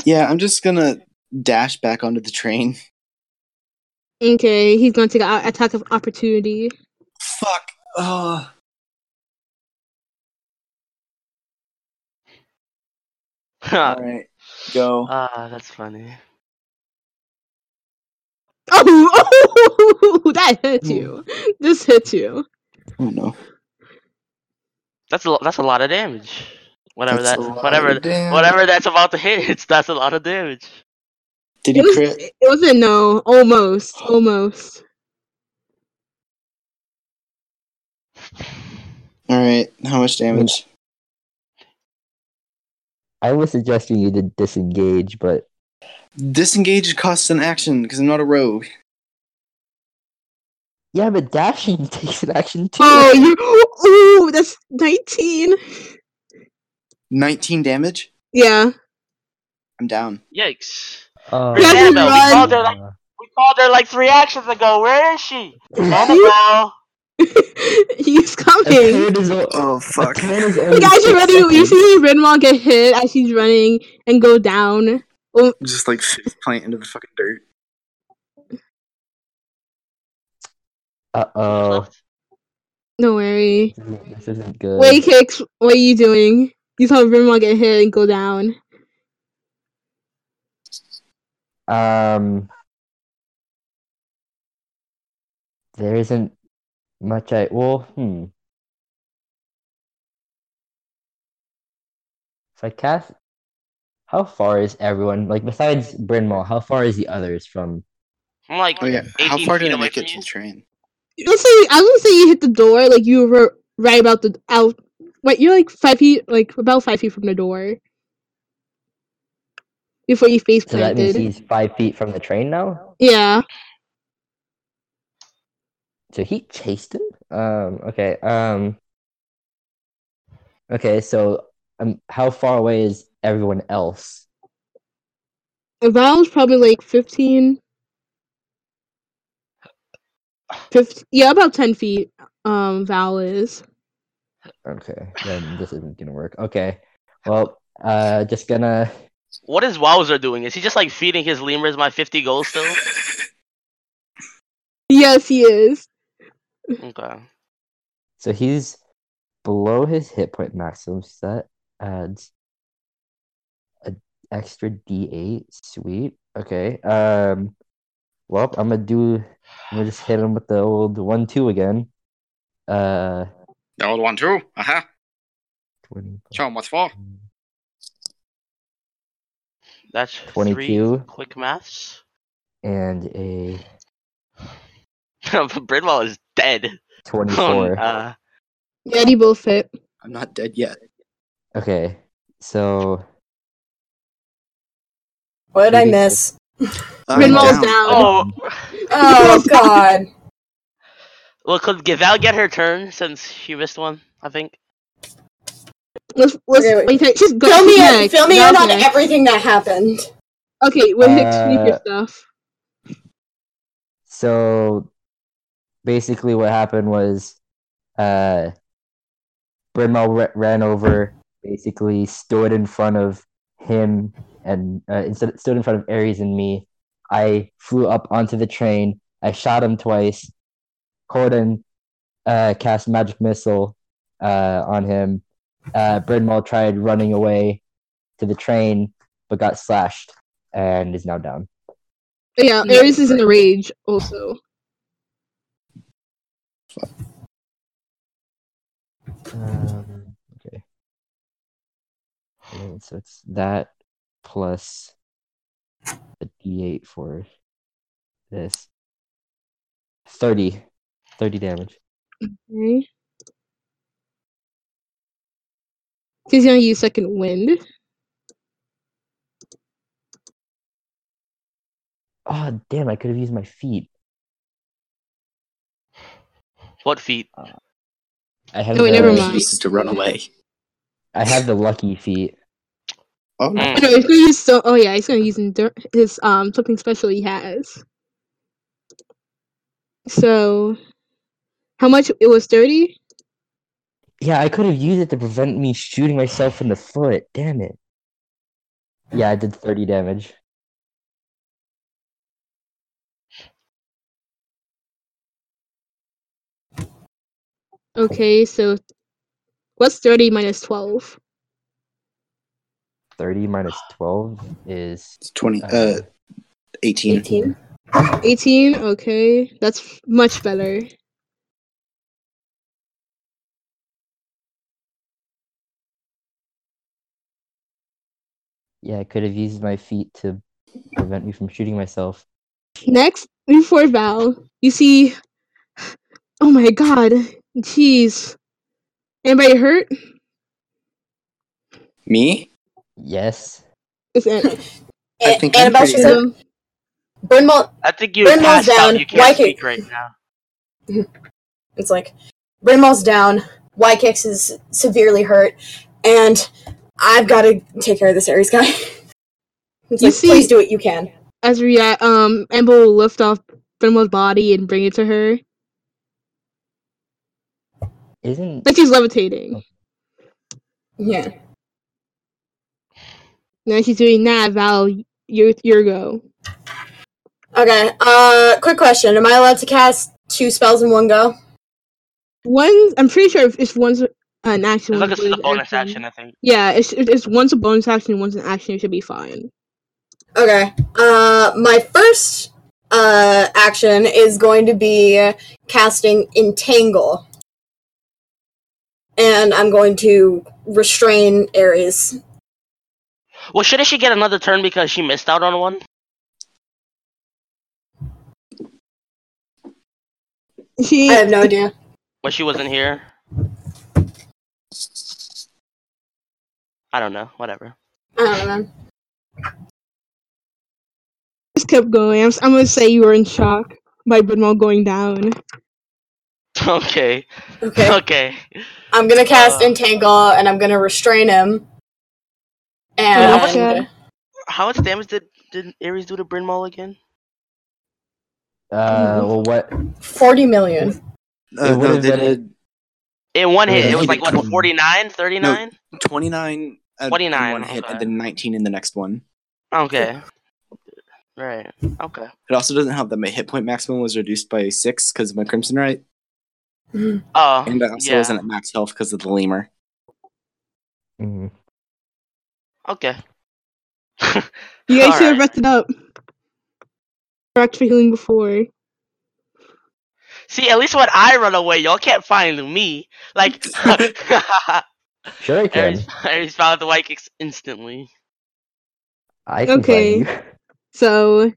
A: Yeah, I'm just gonna dash back onto the train.
B: Okay, he's going to take an attack of opportunity.
A: Fuck. Oh. All
D: Ah,
A: right.
D: uh,
A: Go.
D: that's funny.
B: Oh, oh, that hit you. This hit you.
A: Oh no.
D: That's a lo- that's a lot of damage. Whatever
A: That's
D: that
A: a lot
D: whatever
A: of damage.
D: whatever that's about to hit, it's that's a lot of damage.
A: Did he
B: It, was,
A: crit?
B: it wasn't no, almost, almost.
A: All right. How much damage?
C: I was suggesting you to disengage, but
A: Disengage costs an action because I'm not a rogue.
C: yeah, but dashing takes an action too.
B: Oh, you. Ooh, that's nineteen.
A: 19 damage.
B: Yeah.
A: I'm down.
D: Yikes!
C: Uh,
D: Bring
B: Grab and
D: Annabelle. We
B: run.
D: called her like we called her like three actions ago. Where is she? Annabelle.
B: He's
C: a
B: coming.
C: turn is o-
A: Oh
C: a
A: fuck.
C: turn is
B: You
C: only
B: guys
C: six
B: are ready. You
C: seconds.
B: see Renwall get hit as she's running and go down. Oh,
A: Just like face plant into the fucking dirt.
C: Uh oh,
B: don't worry.
C: this isn't good.
B: Wait, kicks. What are you doing? You saw Renwall get hit and go down.
C: Um, there isn't much I well, hmm. If I cast, how far is everyone? Like besides Bryn Mawr, how far is the others from?
D: I'm like
A: Oh yeah. How
D: 18
A: far
D: feet
A: did I
D: away
A: make it
D: from
A: to
D: you.
A: the train?
B: Let's say I would say you hit the door. Like you were right about the out. Wait, you're like five feet, like about five feet from the door before you face
C: So that means
B: planted.
C: he's five feet from the train now.
B: Yeah.
C: So he chased him? Um, okay. Um, okay, so um, how far away is everyone else?
B: Val's probably like 15. 15 yeah, about 10 feet. Um, Val is.
C: Okay, then this isn't gonna work. Okay, well, uh, just gonna.
D: What is Wowzer doing? Is he just like feeding his lemurs my 50 gold still?
B: Yes, he is.
D: okay.
C: So he's below his hit point maximum, so that adds an extra d8. Sweet. Okay. Um. Well, I'm gonna do. I'm gonna just hit him with the old one-two again. Uh,
A: The old one too. Aha.
C: twenty.
A: Show him what's for.
D: That's three
C: 22.
D: quick maths.
C: and a
D: Bridwell is dead.
C: 24.
D: Um, uh,
B: Yeah, they both hit.
A: I'm not dead yet.
C: okay, so
E: What did I
C: Maybe it's
E: miss?
A: I'm
B: Rinwall's
A: down.
B: down.
D: oh,
E: Oh God!
D: well, could Val get her turn since she missed one? I think.
B: Let's let's
E: Okay, wait.
B: wait, wait, just go.
E: Fill me in.
B: next.
E: Fill me in
B: Val's
E: on
B: next.
E: everything that happened.
B: Okay, wait, Nick, speak your
C: Uh,
B: stuff.
C: So basically, what happened was uh, Brimwell r- ran over, basically stood in front of him and uh, instead stood in front of Ares and me. I flew up onto the train. I shot him twice. Corden uh, cast magic missile uh, on him. Uh, Brimwell tried running away to the train, but got slashed and is now down.
B: Yeah, Aries is in a rage also.
C: Um, okay. And so it's that plus a d8 for this. 30. 30 damage.
B: Okay. He's gonna use second wind.
C: Oh, damn, I could have used my feet.
D: What feet?
C: I have
B: No, wait,
C: the,
B: never
A: He
B: mind.
A: uses Oh, to run away.
C: I have the lucky feet.
A: Oh no.
D: Mm.
B: Oh, no, he's gonna use so. Oh yeah, he's gonna use endur- his um something special he has. So, how much? It was thirty.
C: Yeah, I could have used it to prevent me shooting myself in the foot. Damn it. Yeah, I did 30 damage.
B: Okay, so what's thirty minus twelve?
C: 30 minus 12 is.
A: It's twenty
C: Uh,
A: uh eighteen.
E: Eighteen.
B: Eighteen. Okay, that's f- much better.
C: yeah, I could have used my feet to prevent me from shooting myself.
B: Next, before Val, you see. Oh my God! Jeez. Anybody hurt?
A: Me?
C: Yes.
B: Is it?
A: I
E: A-
A: think I'm
E: Annabelle
A: pretty
E: she said,
B: So,
E: Brinwell.
D: I think you
E: Brimwell's
D: passed out.
E: down.
D: You can't
E: Why
D: speak
E: can't-
D: right now.
E: It's like Brinwell's down. Ykex is severely hurt, and I've got to take care of this Aries guy. It's
B: You
E: like,
B: see-
E: please do what you can.
B: as we uh, um Amber will lift off Brimwell's body and bring it to her.
C: Isn't
B: Like she's levitating.
E: Yeah.
B: Now she's doing that, Val your your go.
E: Okay. Uh, quick question: Am I allowed to cast two spells in one go?
B: One I'm pretty sure if it's one's an action.
D: As long
B: One's
D: as it's a
B: an
D: bonus action, I think.
B: Yeah, it's if it's one's a bonus action, one's an action, it should be fine.
E: Okay. Uh, my first uh action is going to be casting entangle, and I'm going to restrain Aries.
D: Well, shouldn't she get another turn because she missed out on one?
B: She
E: I have no idea.
D: When she wasn't here? I don't know. Whatever.
E: I don't know.
B: just kept going. I'm, s- I'm gonna say you were in shock by Brimwell going down.
D: Okay.
E: Okay.
D: Okay.
E: I'm gonna cast
D: Uh,
E: Entangle and I'm gonna restrain him. And
B: Okay.
D: How much damage did did Ares do to Bryn Maul again?
C: Uh, well, what?
E: forty million.
C: It
A: Uh, no,
C: would've
A: they
C: been a-
A: did
D: In one hit,
C: Yeah,
D: it was
A: Uh, he
D: like
A: did
D: what
A: twen-
D: 49, 39?
A: 29 at- in
D: 29,
A: uh, one hit
D: okay.
A: and then 19 in the next one.
D: Okay. Right. Okay.
A: It also doesn't help that my hit point maximum was reduced by 6 because of my Crimson Right,
D: Oh.
A: and uh, I also
D: yeah.
A: wasn't at max health because of the lemur.
C: Mm,
D: Okay.
B: You guys
D: All
B: should have
D: right.
B: rested up. For extra healing before.
D: See, at least when I run away, y'all can't find me. Like,
C: sure, I can.
D: Ares, Ares found the white kicks instantly.
C: I can
B: Okay.
C: find you.
B: So,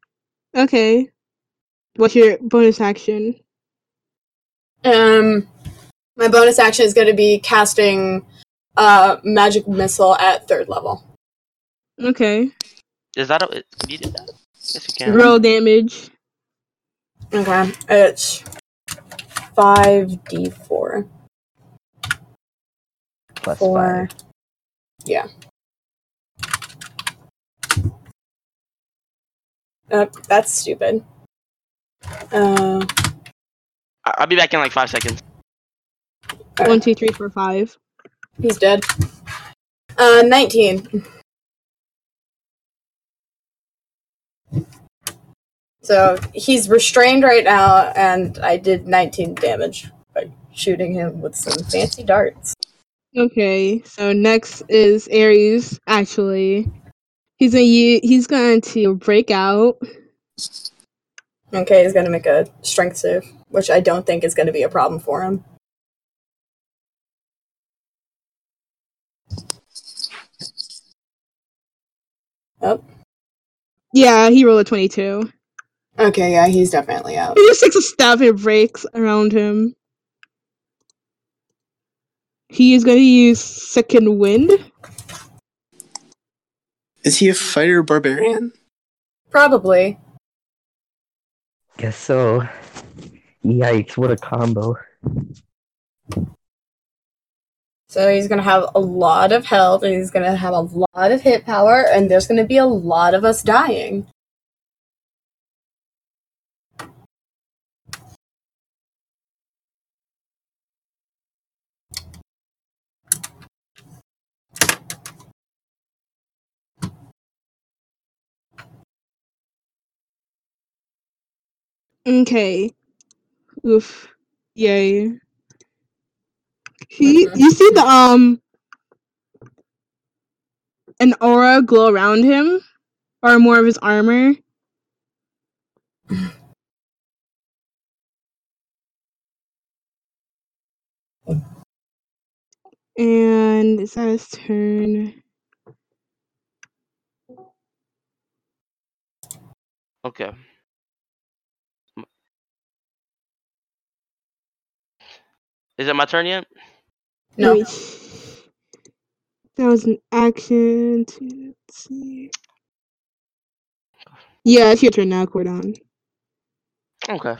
B: okay. What's your bonus action?
E: Um my bonus action is gonna be casting uh magic missile at third level.
B: Okay.
D: Is that a. Can you do that? Yes, you can.
B: Roll damage.
E: Okay. It's five D four.
C: Plus
E: Four.
C: five.
E: Uh, that's stupid. Uh,
D: I- I'll be back in like five seconds.
E: Alright.
B: One, two, three, four, five.
E: he's dead. Uh, nineteen. So he's restrained right now, and I did nineteen damage by shooting him with some fancy darts.
B: Okay. So next is Ares. Actually, he's gonna u- he's going to break out.
E: Okay, he's gonna make a strength save, which I don't think is gonna be a problem for him.
B: Yeah, he rolled a twenty-two.
E: Okay, yeah, he's definitely out.
B: He just takes a stab and breaks around him. He is going to use second wind.
A: Is he a fighter barbarian?
E: Probably.
C: Guess so. Yikes! What a combo.
E: So he's gonna have a lot of health, and he's gonna have a lot of hit power, and there's gonna be a lot of us dying.
B: Okay. Oof. Yay. He, you see the um, an aura glow around him, or more of his armor. And it's that his turn?
D: Okay. Is it my turn yet?
E: No.
B: Wait. That was an action. To, let's see. Yeah, it's your turn now, Cordon.
D: Okay.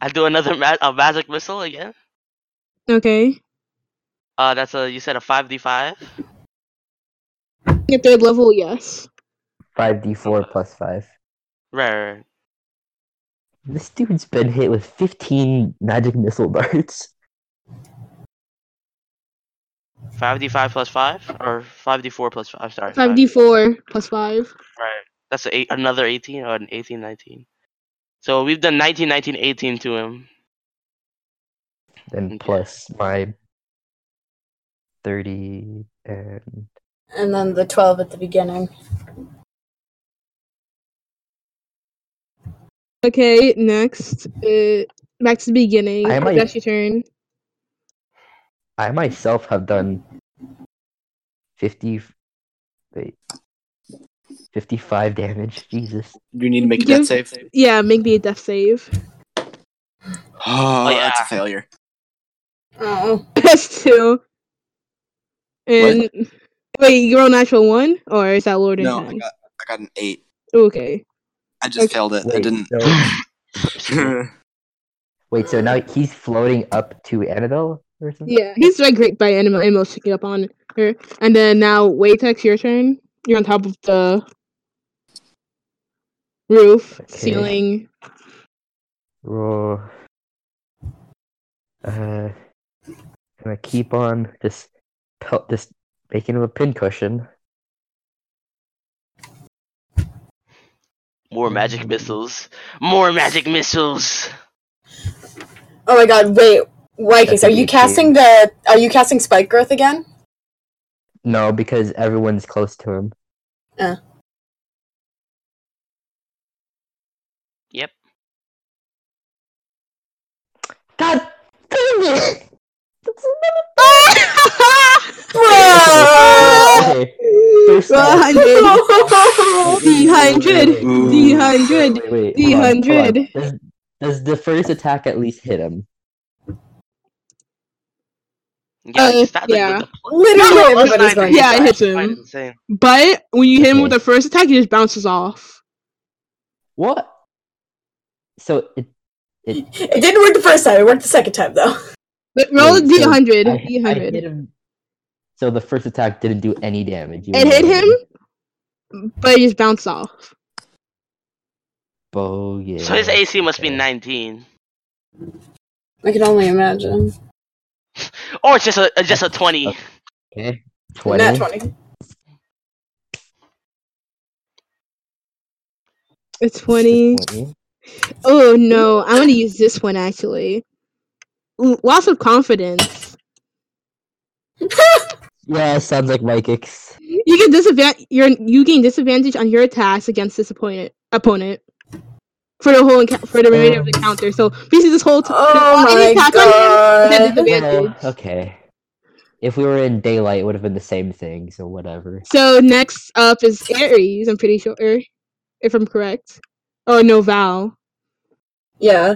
D: I do another ma- a magic missile again.
B: Okay.
D: Uh, that's a you said a five d five.
B: Your third level, yes.
C: Five D four plus five.
D: Right, right, right.
C: This dude's been hit with fifteen magic missile darts.
D: Five d five plus five or five d four plus five. Sorry.
B: Five D four plus five.
D: Right. That's a eight, another eighteen or an eighteen nineteen. So we've done 19, 19, 18 to him.
C: Then
D: Okay.
C: plus my thirty and
E: And then the 12 at the beginning.
B: Okay, next. Uh, back to the beginning.
C: I might-
B: That's your turn.
C: I myself have done 50 wait 55 damage jesus
A: You need to make a
B: Give-
A: death save.
B: Yeah, make me a death save.
A: Oh,
D: yeah.
A: that's a failure.
E: Oh.
B: That's two. And wait, you roll natural one, or is that lower than
A: No, I
B: ten?
A: got, I got an 8.
B: Okay.
A: I just
B: Okay.
A: failed it. I
C: wait
A: didn't.
C: so, Wait, so now he's floating up to Annabelle or something?
B: Yeah, he's like great by animal. Animal's picking up on her. And then now, Waytex, your turn. You're on top of the roof,
C: Okay.
B: ceiling.
C: Roll. Uh, gonna keep on just pelt, just making him a pincushion.
D: More magic missiles. More magic missiles.
E: Oh my god, wait. Vikings,
C: That's
E: are
C: an
E: you
C: 18.
E: casting the are you casting spike growth again?
C: No, because everyone's close to him.
B: Uh.
D: Yep.
C: God damn it!
B: Ah!
E: Bro!
C: okay. First off-
B: 100.
C: Wait, wait,
B: D hundred,
C: wait, wait, wait, wait,
A: Ooh.
B: D
C: wait,
B: hundred.
C: wait, wait, hold on, hold on.
B: 300.
C: Does, does the first attack at least hit him?
D: Yeah,
B: Uh,
D: it's not like
B: yeah.
D: with the
E: Literally
B: No, no,
D: plus
E: everybody's
D: nine
E: going
D: to
B: Yeah,
D: hit,
B: it
D: so
B: hits
D: that's quite
B: him.
D: insane.
B: But when you hit him with
C: Okay.
B: the first attack, he just bounces off.
C: What? So it, it
E: It didn't work the first time, it worked the second time though.
B: But roll a
C: Wait, so
B: D100.
C: I, I
B: D100.
C: hit him. So the first attack didn't do any damage.
B: It hit him, but he just bounced off.
C: Oh yeah.
D: So his AC must be
C: okay.
D: 19.
E: I can only imagine.
D: Or it's just a just a 20.
C: Okay.
E: Nat
C: Twenty.
E: 20.
B: It's
C: It's a
B: 20. Oh no, I'm gonna use this one actually. L- Loss of confidence.
C: Yeah, sounds like my kicks.
B: You get disadvantage. You gain disadvantage on your attacks against this opponent. Opponent for the whole encounter, for the remainder of the
C: Um.
B: counter. So basically, this whole t-
E: Oh
B: any
E: my
B: attack on him is at
E: god.
B: disadvantage.
C: Well, okay. If we were in daylight, it would have been the same thing. So whatever.
B: So next up is Aries. I'm pretty sure, if I'm correct. Oh no, Val.
E: Yeah.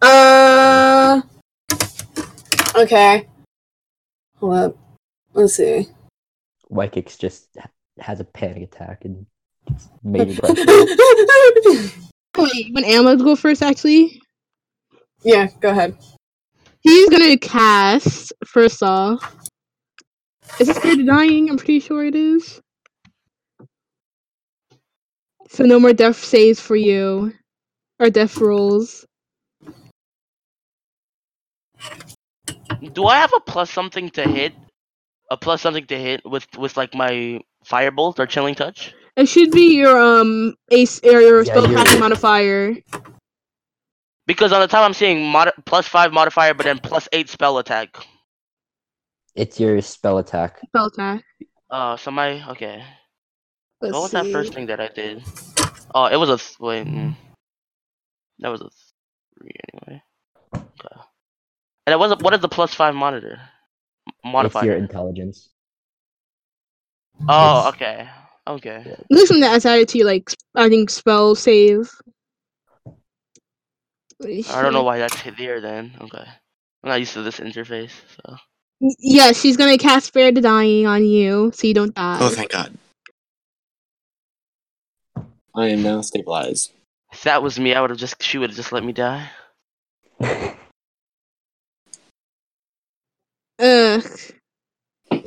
E: Uh Okay. Hold up. Let's see.
C: My kicks just ha- has a panic attack and gets major aggression.
E: yeah,
B: Wait, when Amla go first, actually,
E: go ahead.
B: he's gonna cast first off. Is this Spirit of Dying? I'm pretty sure it is. So no more death saves for you, or death rolls.
D: Do I have a plus something to hit? A plus something to hit with with like my firebolt or chilling touch?
B: It should be your um ace or your
C: Yeah,
B: spell
C: you're-
B: casting modifier.
D: Because on the top I'm seeing mod- plus five modifier, but then plus eight spell attack.
C: It's your spell attack.
B: Spell attack.
D: Uh, so my okay.
B: Let's
D: what was
B: see.
D: that first thing that I did? Oh, it was a th- wait. mm. That was a three anyway. Okay. And it was a, what is the plus five monitor
C: It's your
D: modifier?
C: intelligence.
D: oh,
C: it's-
D: okay, okay.
B: Look from the added to like sp- I think spell save.
D: I don't know why that's hit there then. Okay, I'm not used to this interface. So
B: Yeah, she's gonna cast Spare the Dying on you so you don't die.
G: Oh, thank God. I am now stabilized.
D: if that was me, I would have just she would have just let me die.
B: Ugh.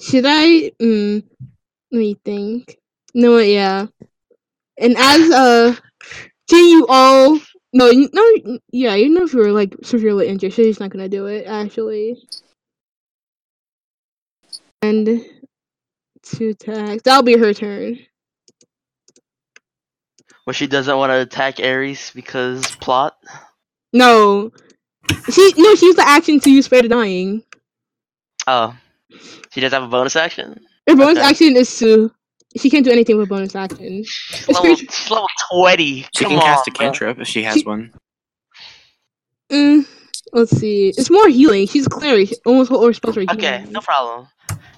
B: Should I? Mm, let me think. No, yeah. And as uh, see you all. No, you, no, yeah, you know if you were like severely injured, so he's not gonna do it actually. And two attacks. That'll be her turn.
D: But she doesn't want to attack Ares because plot.
B: No, she no, she used the action to use Spare the Dying.
D: Oh, she does have a bonus action.
B: Her bonus
D: Okay.
B: action is to. She can't do anything with bonus action.
D: She's
B: It's
D: level,
B: pretty-
D: she's level twenty.
A: She
D: Come
A: can
D: on,
A: cast a
D: bruh.
A: cantrip if she has
B: She-
A: one.
B: Mm, let's see. It's more healing. She's cleric. Almost all her spells are healing.
D: Okay, no problem.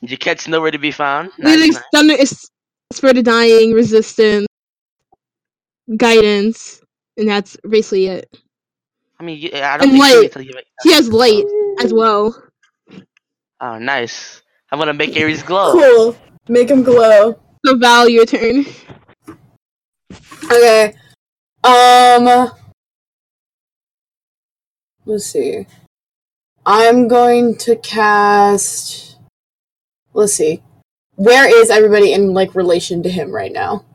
D: Your cat's nowhere to be found. Nice,
B: Literally,
D: nice.
B: thunder is spread to dying, resistance, guidance, and that's basically it.
D: I mean, you- I don't
B: And
D: think she
B: light.
D: needs to give it.
B: She has light as well.
D: Oh, nice. I'm gonna make Aries
B: Oh.
D: glow.
E: Cool. Make him glow.
B: So Val, your turn.
E: Okay. Um Let's see. I'm going to cast. Let's see. Where is everybody in like relation to him right now?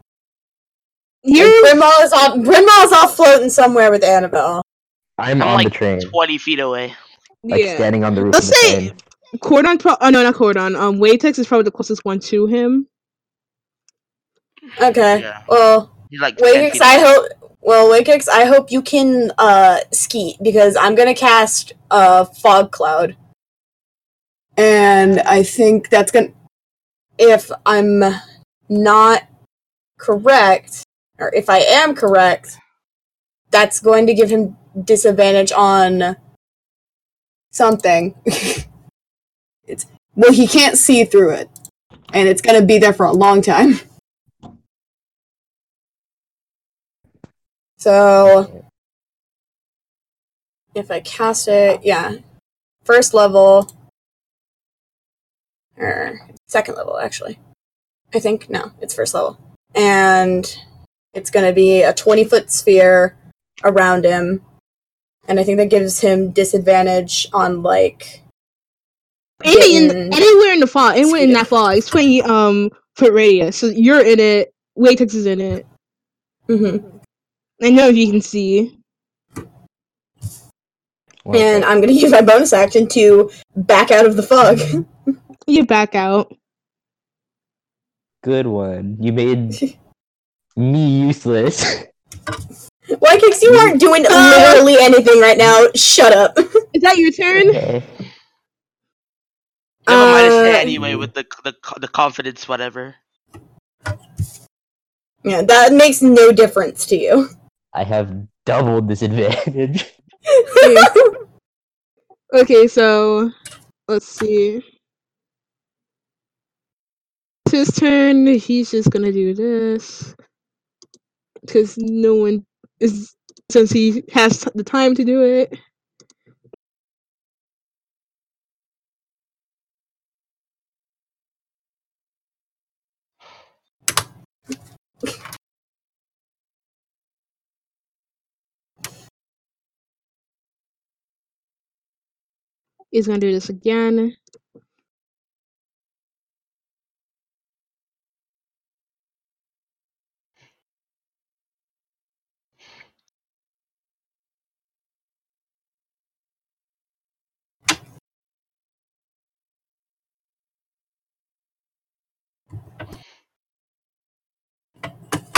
B: You're
E: And Brimall is off. Brimall's off floating somewhere with Annabelle.
C: I'm,
D: I'm
C: on
D: like
C: the train,
D: twenty feet away.
C: like
B: yeah.
C: standing on the roof
B: Let's
C: of the
B: say-
C: train.
B: Cordon pro- oh no not Cordon. Um Waitex is probably the closest one to him.
E: Okay.
D: Yeah.
E: Well,
D: He's like 10
E: Wakix,
D: feet
E: I
D: away.
E: hope. Well, Wakix, I hope you can uh skeet because I'm gonna cast uh fog cloud, and I think that's gonna. If I'm not correct, or if I am correct, that's going to give him disadvantage on something. it's well, he can't see through it, and it's gonna be there for a long time.
B: Oh,
E: So if I cast it, yeah. First level. Or second level, actually. I think, no, it's first level. And it's going to be a 20 foot sphere around him. And I think that gives him disadvantage on, like.
B: Any in,
E: getting-
B: anywhere in the fog, anywhere in
E: Skeeted.
B: that fog. It's twenty um foot radius. So you're in it. Waitex is in it.
E: Mhm.
B: I know if you can see.
C: Well,
E: And I'm going to use my bonus action to back out of the fog.
B: You back out.
C: good one. You made me useless.
E: Why, Kix, you aren't doing
B: Uh.
E: literally anything right now. Shut up.
B: Is that your turn?
C: okay.
D: You have a minus ten
B: Um,
E: Uh,
D: anyway with the the the confidence, whatever.
E: Yeah, that makes no difference to you.
C: I have double disadvantage.
B: Okay, so let's see. It's his turn. He's just gonna do this because no one is since he has t- the time to do it. He's gonna do this again.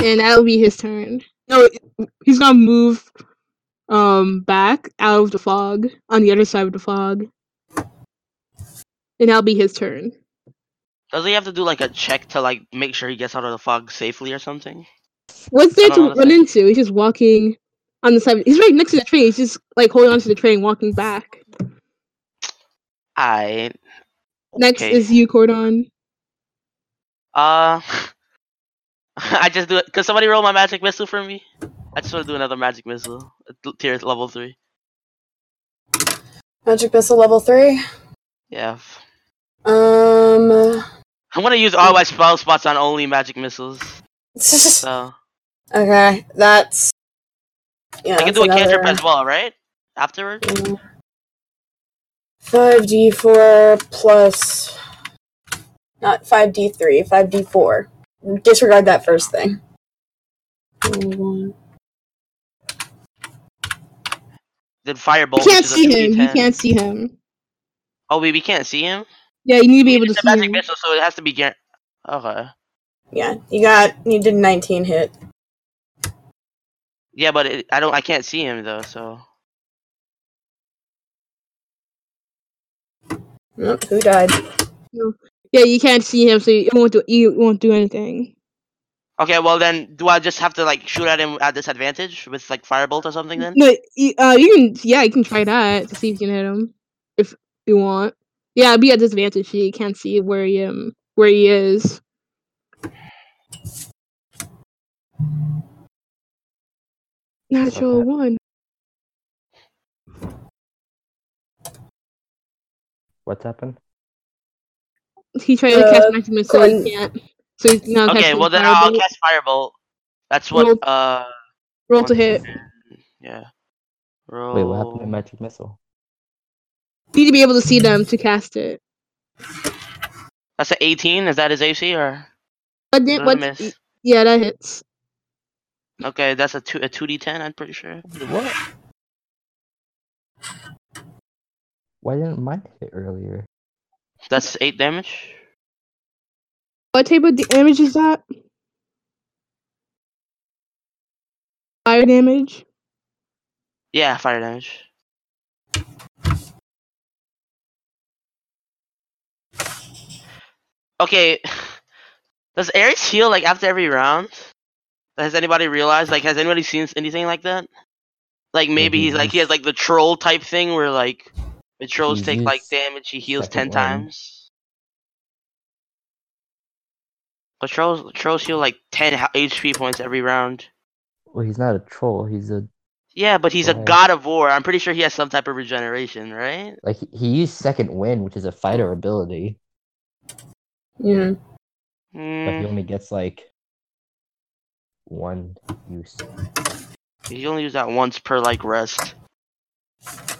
B: and that'll be his turn. No, he's gonna move um back out of the fog on the other side of the fog, and that'll be his turn.
D: Does he have to do like a check to like make sure he gets out of the fog safely or something?
B: What's
D: I
B: there
D: don't
B: to
D: know the
B: run
D: thing.
B: into? He's just walking on the side. He's right next to the train. He's just like holding onto the train, walking back.
D: I
B: Next
D: okay.
B: is you, Cordon.
D: Uh, I just do it. Could somebody roll my magic missile for me? I just want to do another magic missile. uh, t- Tier level three.
E: Magic Missile level 3.
D: Yeah. f-
E: Um.
D: I'm gonna use all my
B: Mm.
D: spell spots on only magic missiles. So
E: okay, that's. Yeah,
D: I can
E: that's
D: do a cantrip
E: another.
D: as well, right? Afterwards.
E: 5d4 plus. Not 5d3, 5d4. Disregard that first thing.
D: Then
B: You
D: firebolt, which
B: can't
D: is a
B: see
D: two d
B: him. You
D: ten.
B: can't see him.
D: Oh, we we can't see him.
B: Yeah, you need to be
D: It's
B: able to
D: a
B: see
D: magic
B: him.
D: missile, so it has to be guaranteed. Okay.
E: Yeah, you got. You did 19 hit.
D: Yeah, but it, I don't. I can't see him though. So
E: Nope, who died?
B: Yeah, you can't see him, so you won't do. You won't do anything.
D: okay, well then, do I just have to like shoot at him at disadvantage with like firebolt or something then?
B: No, you, uh, you can. Yeah, you can try that to see if you can hit him, if you want. Yeah, it'd be at disadvantage. You can't see where he um where he is. Natural one.
C: What's happened?
B: He tried to cast
E: Uh,
B: magic missile.
E: Glenn-
B: He can't. So he's now
D: Okay,
B: casting
D: well then I'll
B: firebolt.
D: cast firebolt. That's what.
B: Roll-
D: Uh,
B: Roll
D: one
B: to hit.
D: second. Yeah. Roll.
C: Wait, what
D: Oh.
C: happened to magic missile?
B: You need to be able to see them to cast it.
D: That's an 18. Is that his AC or?
B: But
D: Did
B: then,
D: I
B: what?
D: miss?
B: Yeah, that hits.
D: Okay, that's a two a two d ten. I'm pretty sure.
C: What? Why didn't mine hit earlier?
D: That's eight damage.
B: What type of damage is that? Fire damage.
D: Yeah, fire damage. Okay, does Ares heal like after every round? Has anybody realized? Like, has anybody seen anything like that? Like maybe
C: he
D: he's like he has
C: used-
D: like the troll type thing where like the trolls
C: He
D: take like
C: used
D: damage, he heals ten
C: second one.
D: times. But trolls trolls heal like ten h- HP points every round.
C: Well, he's not a troll. He's a
D: Yeah, but he's a
C: Right.
D: god of war. I'm pretty sure he has some type of regeneration, right?
C: like he- he used second wind, which is a fighter ability,
E: Yeah.
C: but he
D: Mm,
C: only gets like one use.
D: you only use that once per like rest.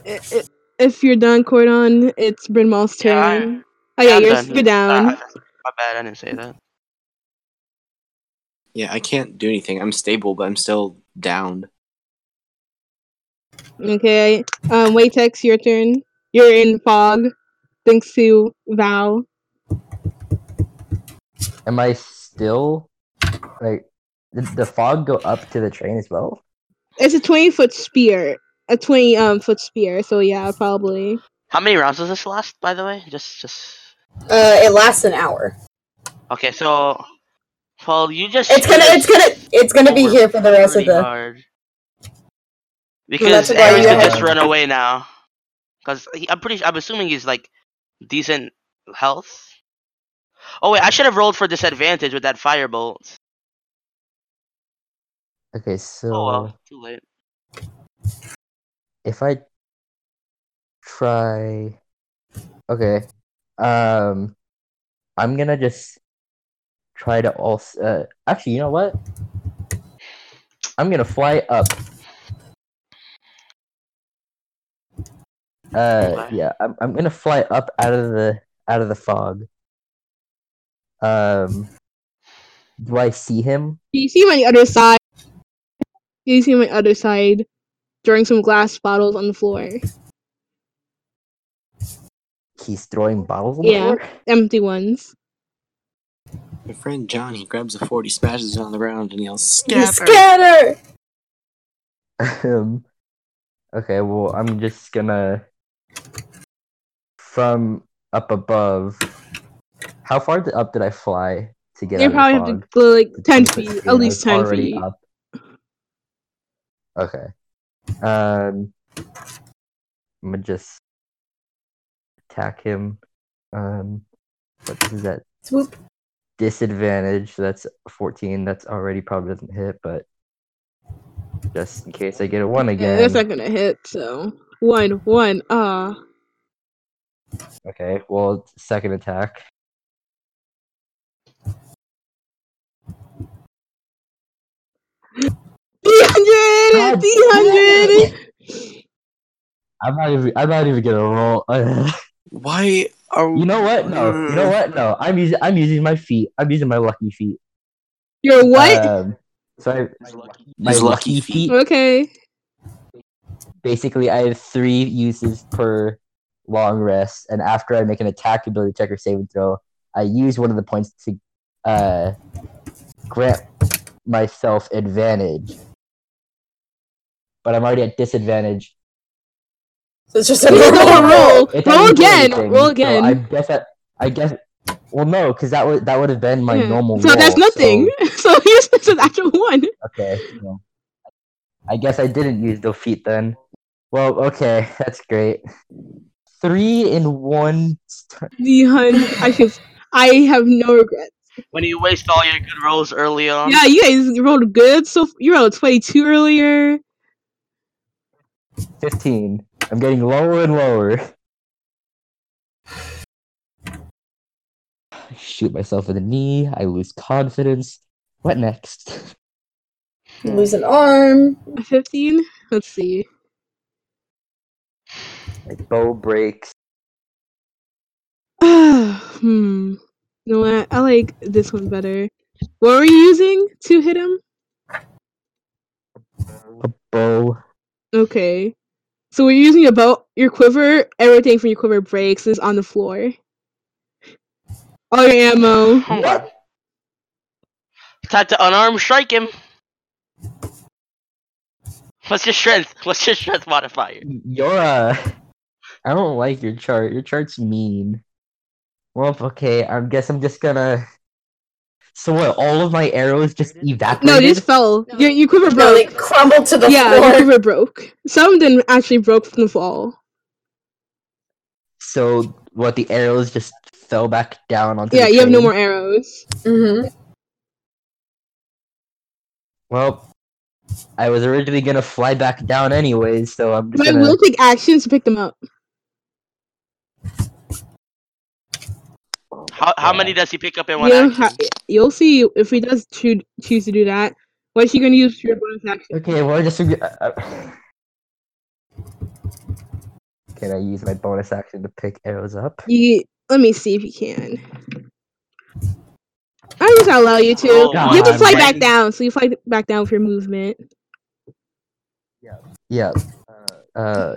B: I- I- If you're done, Cordon, it's Bryn Maw's
D: Yeah, I-
B: turn. Oh yeah,
D: I'm
B: you're
D: done.
B: you're down.
D: Ah, my bad, I didn't say that.
G: Yeah, I can't do anything. I'm stable, but I'm still downed.
B: Okay. Um, Waytex, your turn. You're in fog, thanks to Val.
C: Am I still like did the fog go up to the train as well?
B: It's a twenty foot spear, a twenty um foot spear. So yeah, probably.
D: How many rounds does this last, by the way? Just just
E: Uh, it lasts an hour.
D: Okay, so Paul, you just
E: It's gonna, it's gonna, it's gonna be here for the rest of
D: pretty
E: the.
D: hard.
E: that's
D: Because
E: why
D: Ares
E: you
D: could
E: have-
D: just run away now. Because I'm pretty, I'm assuming he's like decent health. Oh wait, I should have rolled for disadvantage with that firebolt.
C: Okay,
D: Oh
C: so
D: well, too late.
C: if I try, okay, um, I'm gonna just try to also. Uh, actually, you know what? I'm gonna fly up. Uh,
D: Okay.
C: yeah, I'm I'm gonna fly up out of the out of the fog. Um, do I see him?
B: You see him on the other side. You see him on the other side, throwing some glass bottles on the floor,
C: He's throwing bottles on the
B: Yeah.
C: floor.
B: empty ones.
G: My friend Johnny grabs a 40, smashes it on the ground, and yells,
E: You
G: Scatter!
E: scatter.
C: Um, okay, well, I'm just gonna from up above. How far d- up did I fly to get
B: You
C: out
B: probably
C: of
B: have
C: the
B: to
C: fog?
B: go like
C: The
B: ten
C: 20 -foot
B: feet,
C: spear,
B: at
C: I
B: least
C: was
B: ten
C: already
B: feet.
C: up. Okay. Um, I'm gonna just attack him. Um, but this is at
E: Swoop.
C: disadvantage. so That's 14. That's already probably doesn't hit, but just in case I get a one
B: Yeah, that's
C: again.
B: not gonna hit. So one, one. Ah,
C: Okay, well, second attack.
B: three hundred,
C: God
B: three hundred.
C: I'm not even. I'm not even gonna roll.
G: Why are
C: you know what? No.
A: Mm.
C: You know what? No. I'm using. I'm using my feet. I'm using my lucky feet.
B: You're what?
C: Um. So I, my
G: His lucky
C: lucky
G: feet.
C: feet.
B: okay.
C: Basically, I have three uses per long rest, and after I make an attack ability check or saving throw, I use one of the points to uh, grant myself advantage. But I'm already at disadvantage.
E: So it's just a
B: You didn't
E: normal
B: roll.
E: roll.
C: It
B: Roll
C: doesn't do
B: again.
C: anything,
B: Roll
C: so
B: again.
C: I guess that. I guess. Well, no, because that would that would have been my
B: Yeah.
C: normal
B: Hmm. So that's
C: roll,
B: nothing. So, you just that's an actual one.
C: Okay, so I guess I didn't use the feet then. Well, okay, that's great. Three in one. st-
B: The hun. I feel. I have no regrets.
D: When you waste all your good rolls early on.
B: Yeah, you guys rolled good. So f- you rolled twenty two earlier.
C: Fifteen. I'm getting lower and lower. I shoot myself in the knee. I lose confidence. What next?
E: You lose an arm.
B: Fifteen. Let's see.
C: Like bow breaks.
B: hmm. You know what? I like this one better. What were you using to hit him?
C: A bow.
B: Okay. So we're using a bow. Your quiver, everything from your quiver breaks is on the floor. All your ammo.
D: Oh my. Time to unarmed strike him. What's your strength? What's your strength modifier?
C: Yora. uh, I don't like your chart. Your chart's mean. Well, okay. I guess I'm just gonna. So what? All of my arrows just evaporated.
B: No, they just fell. Your, your quiver
E: No, they
B: broke.
E: crumbled to the
B: yeah, your
E: floor.
B: quiver broke. Some of them actually broke from the fall.
C: So what? The arrows just fell back down onto.
B: yeah,
C: the
B: you have no
C: train?
B: more arrows.
E: Mm-hmm.
C: Well, I was originally gonna fly back down anyways, so I'm just
B: But I
C: gonna.
B: will take actions to pick them up.
D: How how many does he pick up in one
B: You'll,
D: action?
B: ha- you'll see if he does choo- choose to do that. What is she going to use for your bonus action?
C: Okay, well, I just. Uh, uh, Can I use my bonus action to pick arrows up?
B: You, let me see if you can. I just allow you to.
D: Oh
C: my
B: you have to fly
C: God.
B: back down, so you fly back down with your movement.
C: Yeah. Uh,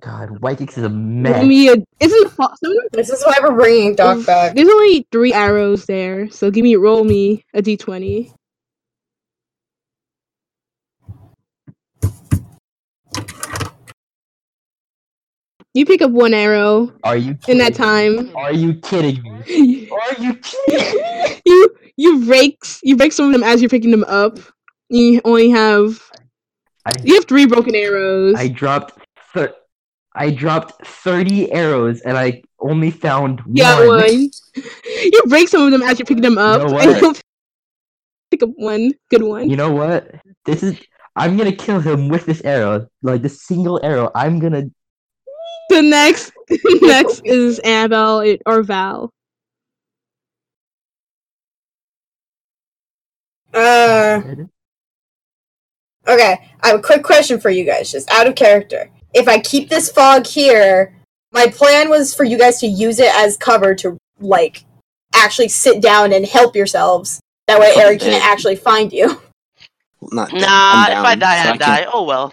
C: God, Wykix is a
B: Roll
C: mess.
B: me a. Isn't the fall? Some
E: This is why we're bringing
B: Mm-hmm.
E: Doc back.
B: There's only three arrows there, so give me roll me a d20. You pick up one arrow
C: Are you
B: in
C: kidding
B: that
C: me?
B: time.
C: Are you kidding me?
B: you
C: Are you kidding me?
B: you break you break some of them as you're picking them up. You only have
C: I,
B: you have three broken arrows.
C: I dropped thir- I dropped 30 arrows and I only found
B: you got
C: one.
B: one. You break some of them as you're picking them up.
C: know
B: and
C: what?
B: you'll pick up one good one.
C: You know what? This is I'm gonna kill him with this arrow. Like this single arrow. I'm gonna
B: The next next is Annabelle it- or Val.
E: Uh, okay. I have a quick question for you guys, just out of character. If I keep this fog here, my plan was for you guys to use it as cover to like actually sit down and help yourselves. That way, Eric can't actually find you.
G: Not dead.
D: Nah,
G: I'm
D: if
G: down,
D: I die,
G: so
D: I,
G: I
D: die.
G: can't.
D: Oh well.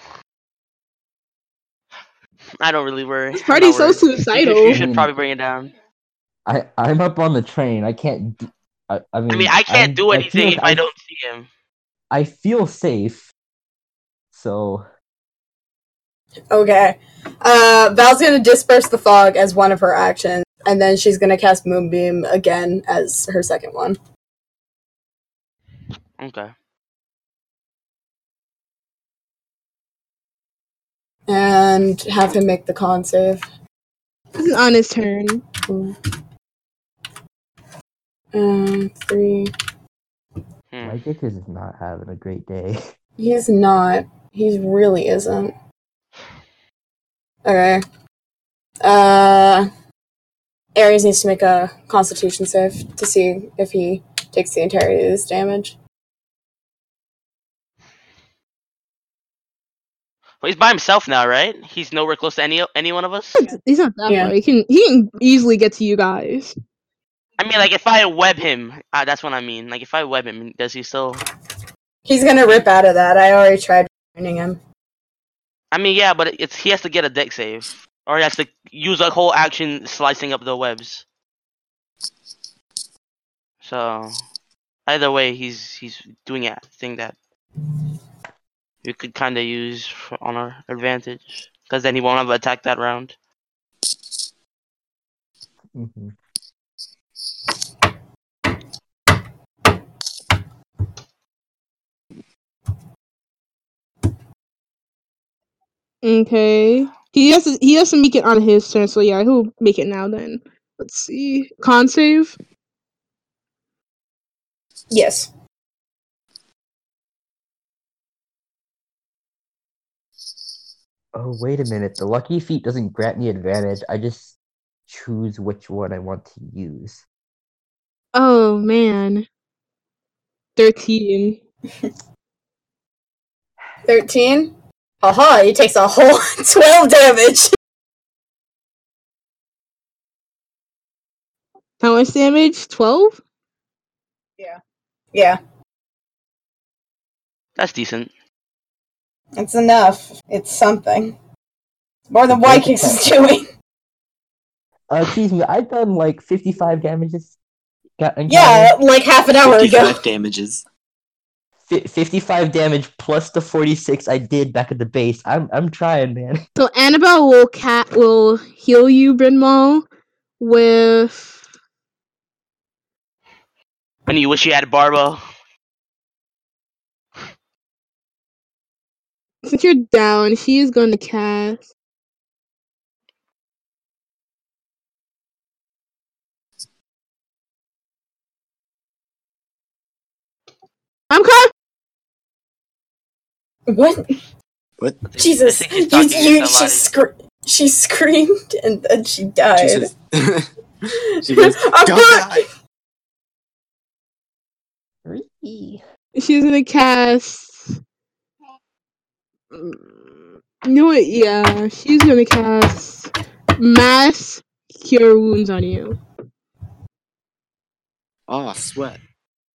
D: I don't really worry.
B: This
D: I'm
B: party's
D: not
B: so
D: worried. You, should- you
B: suicidal.
D: should probably bring it down.
C: I I'm up on the train. I can't. d I I I mean,
D: I mean, I can't
C: I'm-
D: do anything
C: feel,
D: if I don't see him.
C: I feel safe. So
E: Okay. Uh, Val's gonna disperse the fog as one of her actions, and then she's gonna cast Moonbeam again as her second one.
D: Okay.
E: And have him make the con save.
B: This is on his turn.
E: Um, three.
D: Hmm.
C: Lycus is not having a great day.
E: He's not. He really isn't. Okay. Uh, Ares needs to make a Constitution save to see if he takes the entirety of this damage.
D: Well, he's by himself now, right? He's nowhere close to any any one of us.
B: He's not that
E: Yeah.
B: far. He can he can easily get to you guys.
D: I mean, like if I web him, uh, that's what I mean. Like if I web him, does he still?
E: He's gonna rip out of that. I already tried finding him.
D: I mean, yeah, but it's he has to get a deck save, or he has to use a whole action slicing up the webs. So either way, he's he's doing a thing that we could kind of use for, on our advantage, because then he won't have to attack that round.
C: Mhm.
B: Okay. He has to he has to make it on his turn, so yeah, he'll make it now then. Let's see. Con save?
E: Yes.
C: Oh wait a minute. The lucky feat doesn't grant me advantage. I just choose which one I want to use.
B: Oh man. Thirteen.
E: 13? Aha, he takes a whole 12 damage.
B: How much damage? Twelve.
E: Yeah,
D: That's decent.
E: it's enough. It's something. More than White Kicks is doing.
C: Uh, excuse me, I've done like 55 damages. Got,
E: Yeah, like half an hour ago.
G: 55 damages.
C: Fi 55 damage plus the 46 I did back at the base. I'm I'm trying, man.
B: So Annabelle will cat will heal you, Bryn Maw, with
D: And you wish you had Barba.
B: since you're down, she is going to cast. I'm caught.
E: What?
G: What?
D: I think-
E: Jesus!
D: I
E: You,
D: think he's talking to
E: you, she,
D: somebody.
E: scr- she screamed and then she died.
G: Jesus. she goes,
E: I'm
G: don't
E: not-
G: die!
B: She's going to cast. Mm, You know what? Yeah, she's going to cast mass cure wounds on you.
G: Oh, sweat.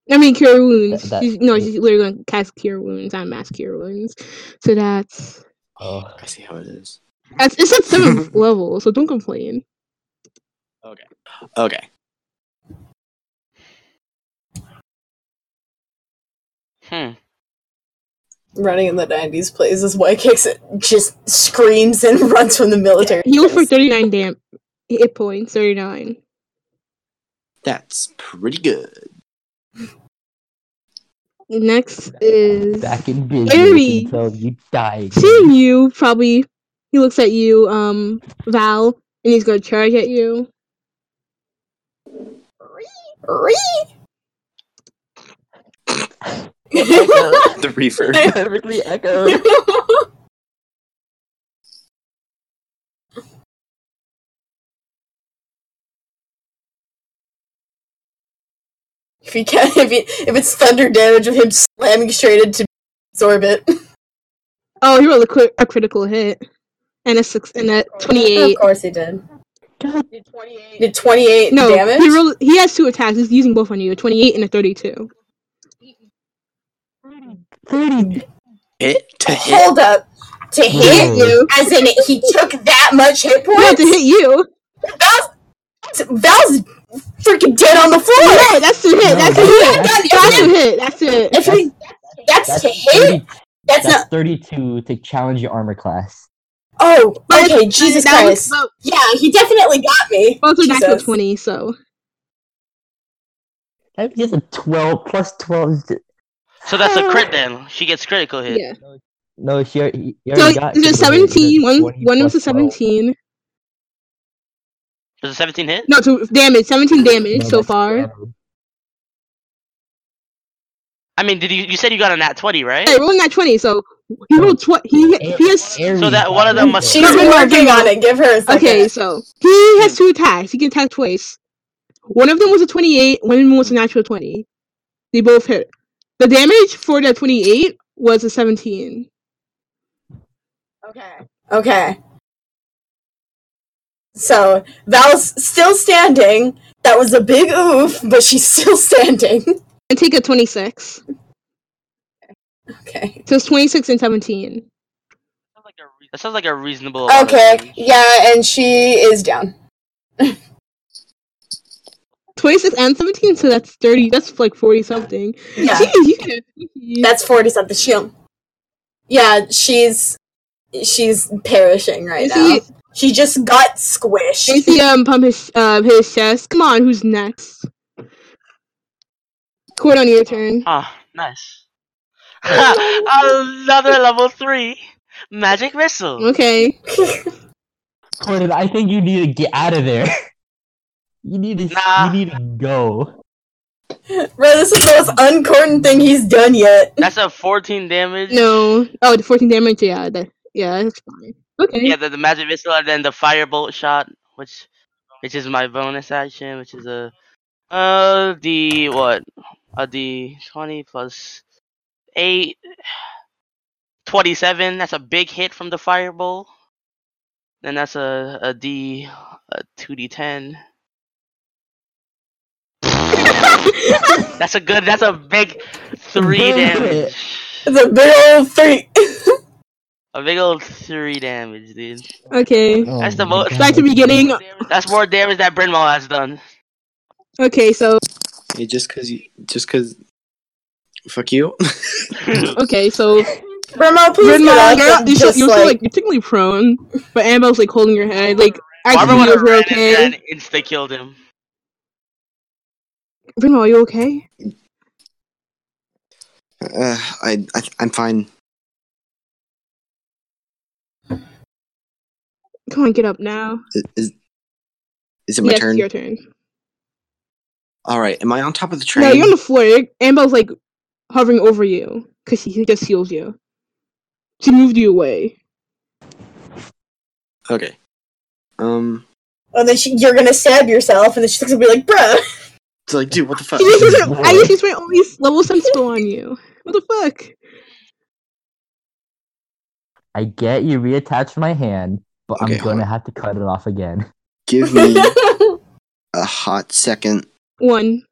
B: I mean, cure wounds.
C: That- that-
B: she's, no, she's literally going to cast cure wounds on mass cure wounds. So that's
C: Oh,
G: I see how it is.
B: that's it's at seventh level, so don't complain.
G: Okay.
D: Hmm.
E: Running in the 90s plays as White Kicks just screams and runs from the military.
B: Heal for thirty nine damn hit points. Thirty nine.
G: That's pretty good.
B: Next is
C: back in business
B: Aries.
C: until you die
B: seeing
C: again.
B: you. Probably he looks at you, um, Val, and he's going to charge at you.
G: uh,
C: Echo,
G: The reefer.
C: perfectly echoed.
E: if you can, if, you, if it's thunder damage of him slamming straight into its orbit.
B: Oh, he rolled a, cri- a critical hit and a six
E: Oh,
B: and a twenty
E: Of
B: eight.
E: course he did.
C: God,
E: Did 28
B: No,
E: damage?
B: he rolled. He has two attacks. He's using both on you, a twenty eight and a thirty two.
C: 30.
G: Hit to hit.
E: Hold up. To hit?
C: Whoa.
B: You.
E: As in, he took that much hit
B: No, to hit
E: points?
B: you.
E: Val's, Val's freaking dead on the floor!
B: No, that's to hit.
C: No,
B: That's to
C: that's-
B: hit. That's
C: that's-
B: to hit. That's to hit.
E: If we, that's,
C: That's
E: to hit?
C: 30,
E: That's
C: that's
E: not.
C: 32 to challenge your armor class.
E: Oh,
B: But
E: okay, Jesus
B: that was-
E: Christ.
B: but
E: yeah, he definitely got me.
B: Both are natural
E: Jesus.
B: twenty, so
C: That gets a 12 plus 12.
D: So that's a crit then. She gets critical hit.
B: yeah.
C: No, she already, he
B: So
C: already got
B: there's
C: critical hit. It's a
B: seventeen. One
C: 20
B: one was
C: plus
B: a
C: 12.
B: seventeen.
D: Does a 17 hit?
B: No, to damage. Seventeen damage
C: No,
B: so
C: that's
B: far.
C: damage.
D: I mean, did you you said you got a nat 20, right?
B: Hey, rolling that twenty. So he rolled twenty. He
C: A-
B: he has.
C: Ares
D: So that one of
C: got
D: them
C: it.
D: must-
E: She's
B: No, no, no,
E: working
B: no.
E: on it. Give her a second.
B: Okay, so he has two attacks. He can attack twice. One of them was a twenty-eight. One of them was a natural twenty. They both hit. The damage for the twenty-eight was a seventeen.
E: Okay. Okay. So Val's still standing. That was a big oof, but she's still standing.
B: And take a twenty-six.
E: Okay.
B: So it's twenty-six and seventeen.
D: That sounds like a reasonable amount of
E: Okay.
D: damage.
E: Yeah, and she is down.
B: Twenty-six and seventeen. So that's thirty. That's like forty something.
E: Yeah.
B: Jeez, you can. you-
E: That's forty something. She. don't- Yeah, she's she's perishing right
B: You
E: now.
B: see,
E: She just got
B: you
E: squished.
B: see um, pump his uh, his chest. Come on, who's next? Cord on your turn.
D: Ah, nice. Another level 3 magic
E: Um,
D: missile.
B: Okay.
C: Corden, I think you need to get out of there. You need to
D: Nah.
C: you need to go.
E: Bro, this is the most uncorn thing he's done yet.
D: That's a 14 damage.
B: No. Oh, the fourteen damage. Yeah. That, yeah. That's fine. Okay.
D: Yeah, the, the magic missile and then the firebolt shot, which which is my bonus action, which is a uh d what a d twenty plus eight. 27 that's a big hit from the fireball then that's a a d a 2d10 That's a good. That's a big three
C: Burn
D: damage.
E: It's a big old three.
D: A big old three damage, dude.
B: Okay.
C: Oh
D: That's the
C: my
D: most.
C: God.
B: Back to beginning.
D: That's more damage that Bryn Maw has done.
B: Okay, so
G: Yeah, just cause you, just cause. Fuck you.
B: okay, so
E: Grandma, please
B: Bryn
E: get
B: Mawr,
E: off
B: you're,
E: of
B: not, you're,
E: just,
B: still, you're still
E: like,
B: like you're technically prone, but Annabelle's like holding your hand. Like
D: Barbara
B: actually,
D: would
B: you
D: have
B: were
D: ran
B: okay.
D: and insta killed him.
B: Bryn Maw, are you okay?
G: Uh, I, I I'm fine.
B: Come on, get up now.
G: Is is, is it my
B: yes,
G: turn?
B: your turn.
G: All right. Am I on top of the train?
B: No, you're on the floor. You're- Annabelle's like hovering over you because she just heals you. She moved you away.
G: okay. Um.
E: and then she, you're gonna stab yourself, and then she looks and be like, "Bruh,
G: It's like, dude, what the fuck?
B: She just used her, I
C: Lord.
B: just used my only s- level sense spell on you. What the fuck?
C: I get you reattached my hand, but
G: Okay,
C: I'm
G: hold
C: gonna
G: on.
C: have to cut it off again.
G: Give me a hot second,
B: One.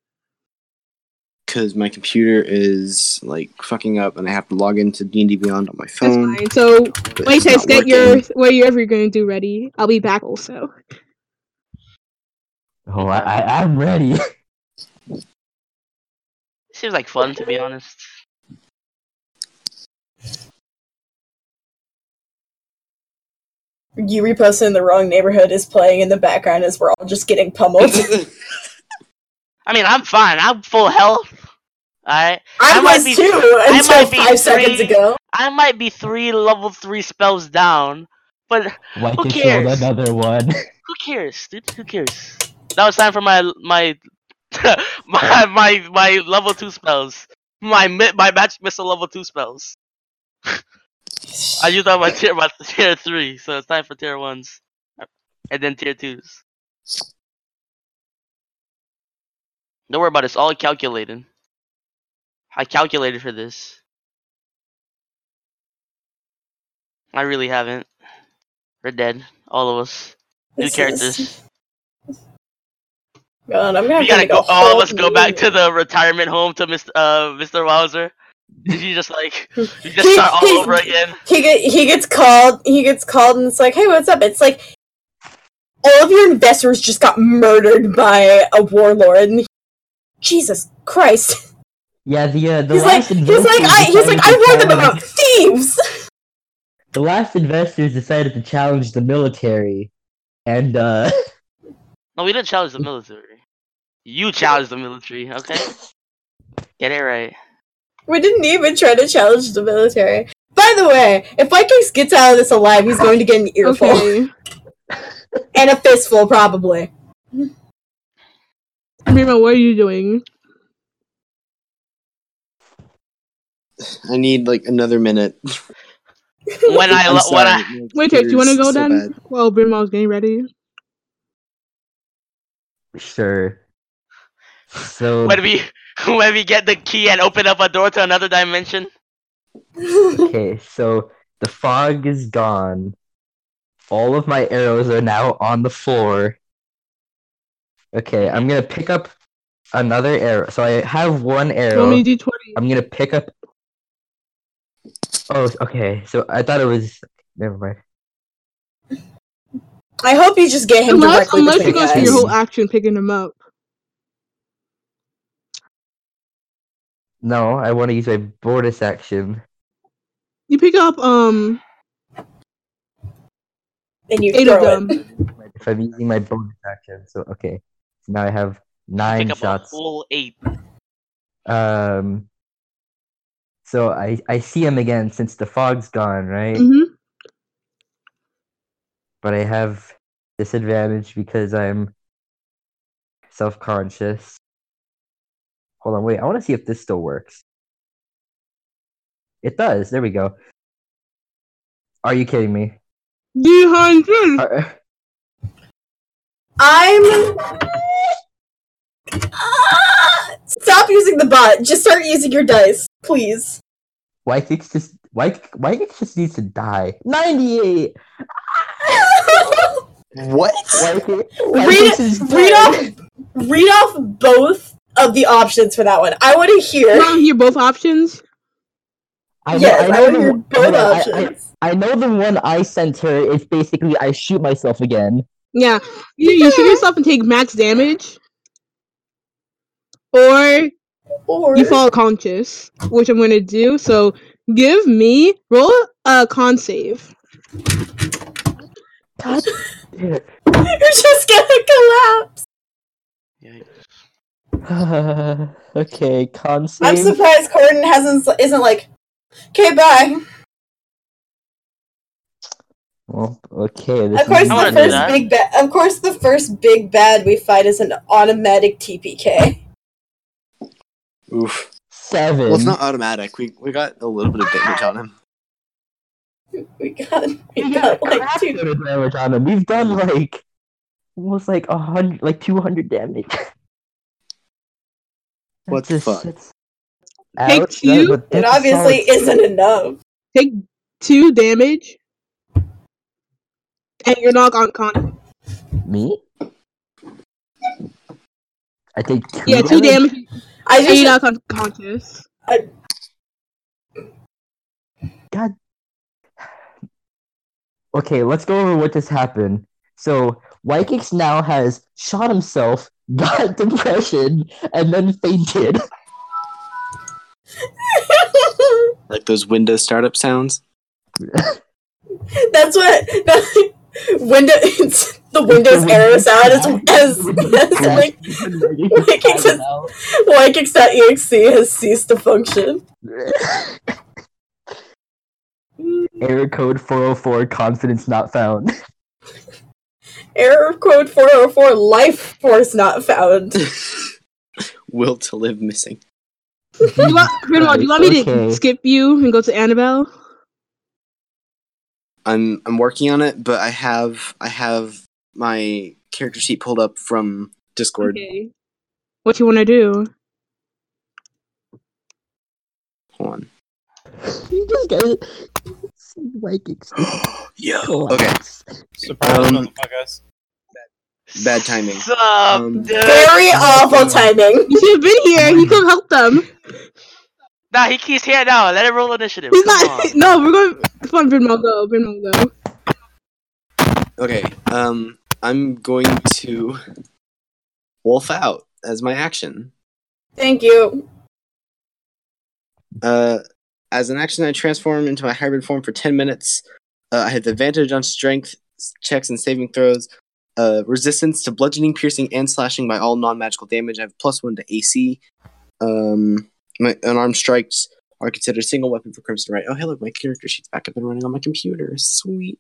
G: cause my computer is like fucking up, and I have to log into D and D Beyond on my
B: That's
G: phone.
B: fine. So
G: but
B: wait,
G: it's not
B: guys, get your
G: working.
B: whatever you're gonna do ready. I'll be back also.
C: Oh, I, I I'm ready.
D: Seems like fun to be honest.
E: you reposted in the wrong neighborhood" is playing in the background as we're all just getting pummeled.
D: I mean, I'm fine. I'm full health. All right.
E: I,
D: I might
E: was
D: be-
E: too
D: I
E: until
D: might be
E: five seconds
D: three.
E: ago.
D: I might be three level three spells down, but
C: Why
D: Who
C: you killed
D: cares?
C: another one?
D: who cares, dude? Who cares? Now it's time for my my my my, my level two spells. My mi- my match missile level two spells. I used all my tier my tier three, so it's time for tier ones, and then tier twos. Don't worry about it. It's all calculated. I calculated for this. I really haven't. We're dead, all of us. New
E: This
D: characters.
E: Is... God, I'm gonna
D: We
E: have to
D: gotta
E: make
D: go.
E: a
D: All
E: whole
D: of us go back to
E: new-
D: the retirement home to Mr. Uh, Mr. Wowzer. Did you just like you just
E: He-
D: start all
E: he-
D: over again?
E: He get, he gets called. He gets called, and it's like, "Hey, what's up?" It's like all of your investors just got murdered by a warlord. And he- Jesus Christ!
C: yeah, the uh, the
E: he's like,
C: last
E: he's
C: investors
E: like, I, he's
C: decided
E: like,
C: to
E: I warned them
C: challenge-
E: about thieves.
C: The last investors decided to challenge the military, and uh,
D: No, we didn't challenge the military. You challenged the military, okay? Get it right.
E: We didn't even try to challenge the military. By the way, if Vikings gets out of this alive, he's going to get an earful
B: Okay.
E: and a fistful, probably.
B: Mima, what are you doing?
G: I need like another minute.
D: When I
G: I'm
D: lo- when
G: sorry.
D: I
G: my
B: Wait, Tiff, do you want to
G: computer's
B: go
G: so
B: then?
G: bad.
B: Well, Brima was getting ready.
C: sure. So
D: when we when we get the key and open up a door to another dimension.
C: okay, so the fog is gone. All of my arrows are now on the floor. Okay, I'm gonna pick up another arrow. So I have one
B: You want
C: arrow.
B: me to do twenty?
C: I'm gonna pick up. Oh, okay. So I thought it was. Never mind.
E: I hope you just get him
B: Unless
E: directly
B: unless
E: between
B: you
E: the
B: go through
E: eyes.
B: your whole action picking him up.
C: No, I want to use my bonus action.
B: You pick up um
E: and you
B: eight
E: throw
B: of them.
E: it.
C: If I'm using my bonus action, so okay. So now I have
D: You
C: nine
D: pick up a
C: shots.
D: whole eight.
C: Um. So I I see him again since the fog's gone, right?
B: Mm-hmm.
C: But I have disadvantage because I'm self-conscious. Hold on, wait. I want to see if this still works. It does. There we go. Are you kidding me?
B: D
E: Mm-hmm.
B: hundred.
C: Are-
E: I'm. Ah! Stop using the bot. Just start using your dice, please.
C: White Kicks just White White Kicks just needs to die. Ninety-eight.
G: What?
C: White Kick- White
E: read,
C: Kicks is
E: read
C: dead.
E: off, read off both of the options for that one. I want to hear.
B: You want to hear both options?
C: I
E: yes, I,
C: know,
E: want
C: the
E: to hear
C: one-
E: both
C: hold on, I-
E: options.
C: I, I know the one I sent her is basically I shoot myself again.
B: Yeah. Either you shoot yourself and take max damage, or
E: or
B: you fall conscious, which I'm gonna do. So give me roll a con save.
C: God damn
E: you're just gonna collapse.
D: Yeah.
C: it. okay, con
E: I'm
C: save.
E: surprised Corden hasn't isn't like, okay, bye.
C: Well, okay, this
E: Of course,
C: is
D: I
E: the
D: wanna do
E: first
D: that.
E: big bad. Of course, the first big bad we fight is an automatic TPK.
A: Oof.
C: seven.
A: Well, it's not automatic. We we got a little bit of damage on him.
E: We got, we
C: We
E: got
C: got
E: like
C: crap
E: two.
C: load of damage on him. We've done like almost like a hundred, like two hundred damage.
A: What the
C: That's
A: fuck?
C: that's
B: Take
C: out,
B: two?
C: but
E: It
C: that's a
E: obviously
C: solid-
E: isn't enough.
B: Take two damage, and you're not unconscious.
C: me. I take two.
B: Yeah, two
C: damage?
B: damage,
E: I
B: and
E: just
B: you're not unconscious.
C: God. Okay, let's go over what just happened. So, Wykix now has shot himself, got depression, and then fainted.
A: Like those Windows startup sounds.
E: That's what that, window it's the Windows error sound is as as like Wykix is- Wykix.exe has ceased to function.
C: Error code 404 confidence not found.
E: Error code 404 life force not found.
A: Will to live missing.
B: Do you want, Grimwald, do you want me
C: Okay.
B: to skip you and go to Annabelle?
A: I'm I'm working on it, but I have I have my character sheet pulled up from Discord.
B: Okay. What you want to do?
A: Hold on.
C: You just gotta see Wykix just
A: yeah. Okay.
C: collapse.
F: Surprise,
A: Um,
F: motherfuckers.
A: Bad timing.
D: Sup, um,
A: Um,
D: dude?
E: Very awful timing.
B: You should have been here. He could have helped them.
D: Nah, he keeps here now. Let it roll initiative.
B: He's
D: Come
B: not.
D: on.
B: No, we're going. Come on, Grimwald, go. Grimwald, go.
A: Okay. Um, I'm going to wolf out as my action.
E: Thank you.
A: Uh, as an action, I transform into my hybrid form for ten minutes. Uh, I have advantage on strength checks and saving throws. Uh, resistance to bludgeoning, piercing, and slashing by all non-magical damage. I have plus one to AC. Um, my unarmed strikes are considered single weapon for Crimson Right. Oh, hey, look, my character sheet's back up and running on my computer. Sweet.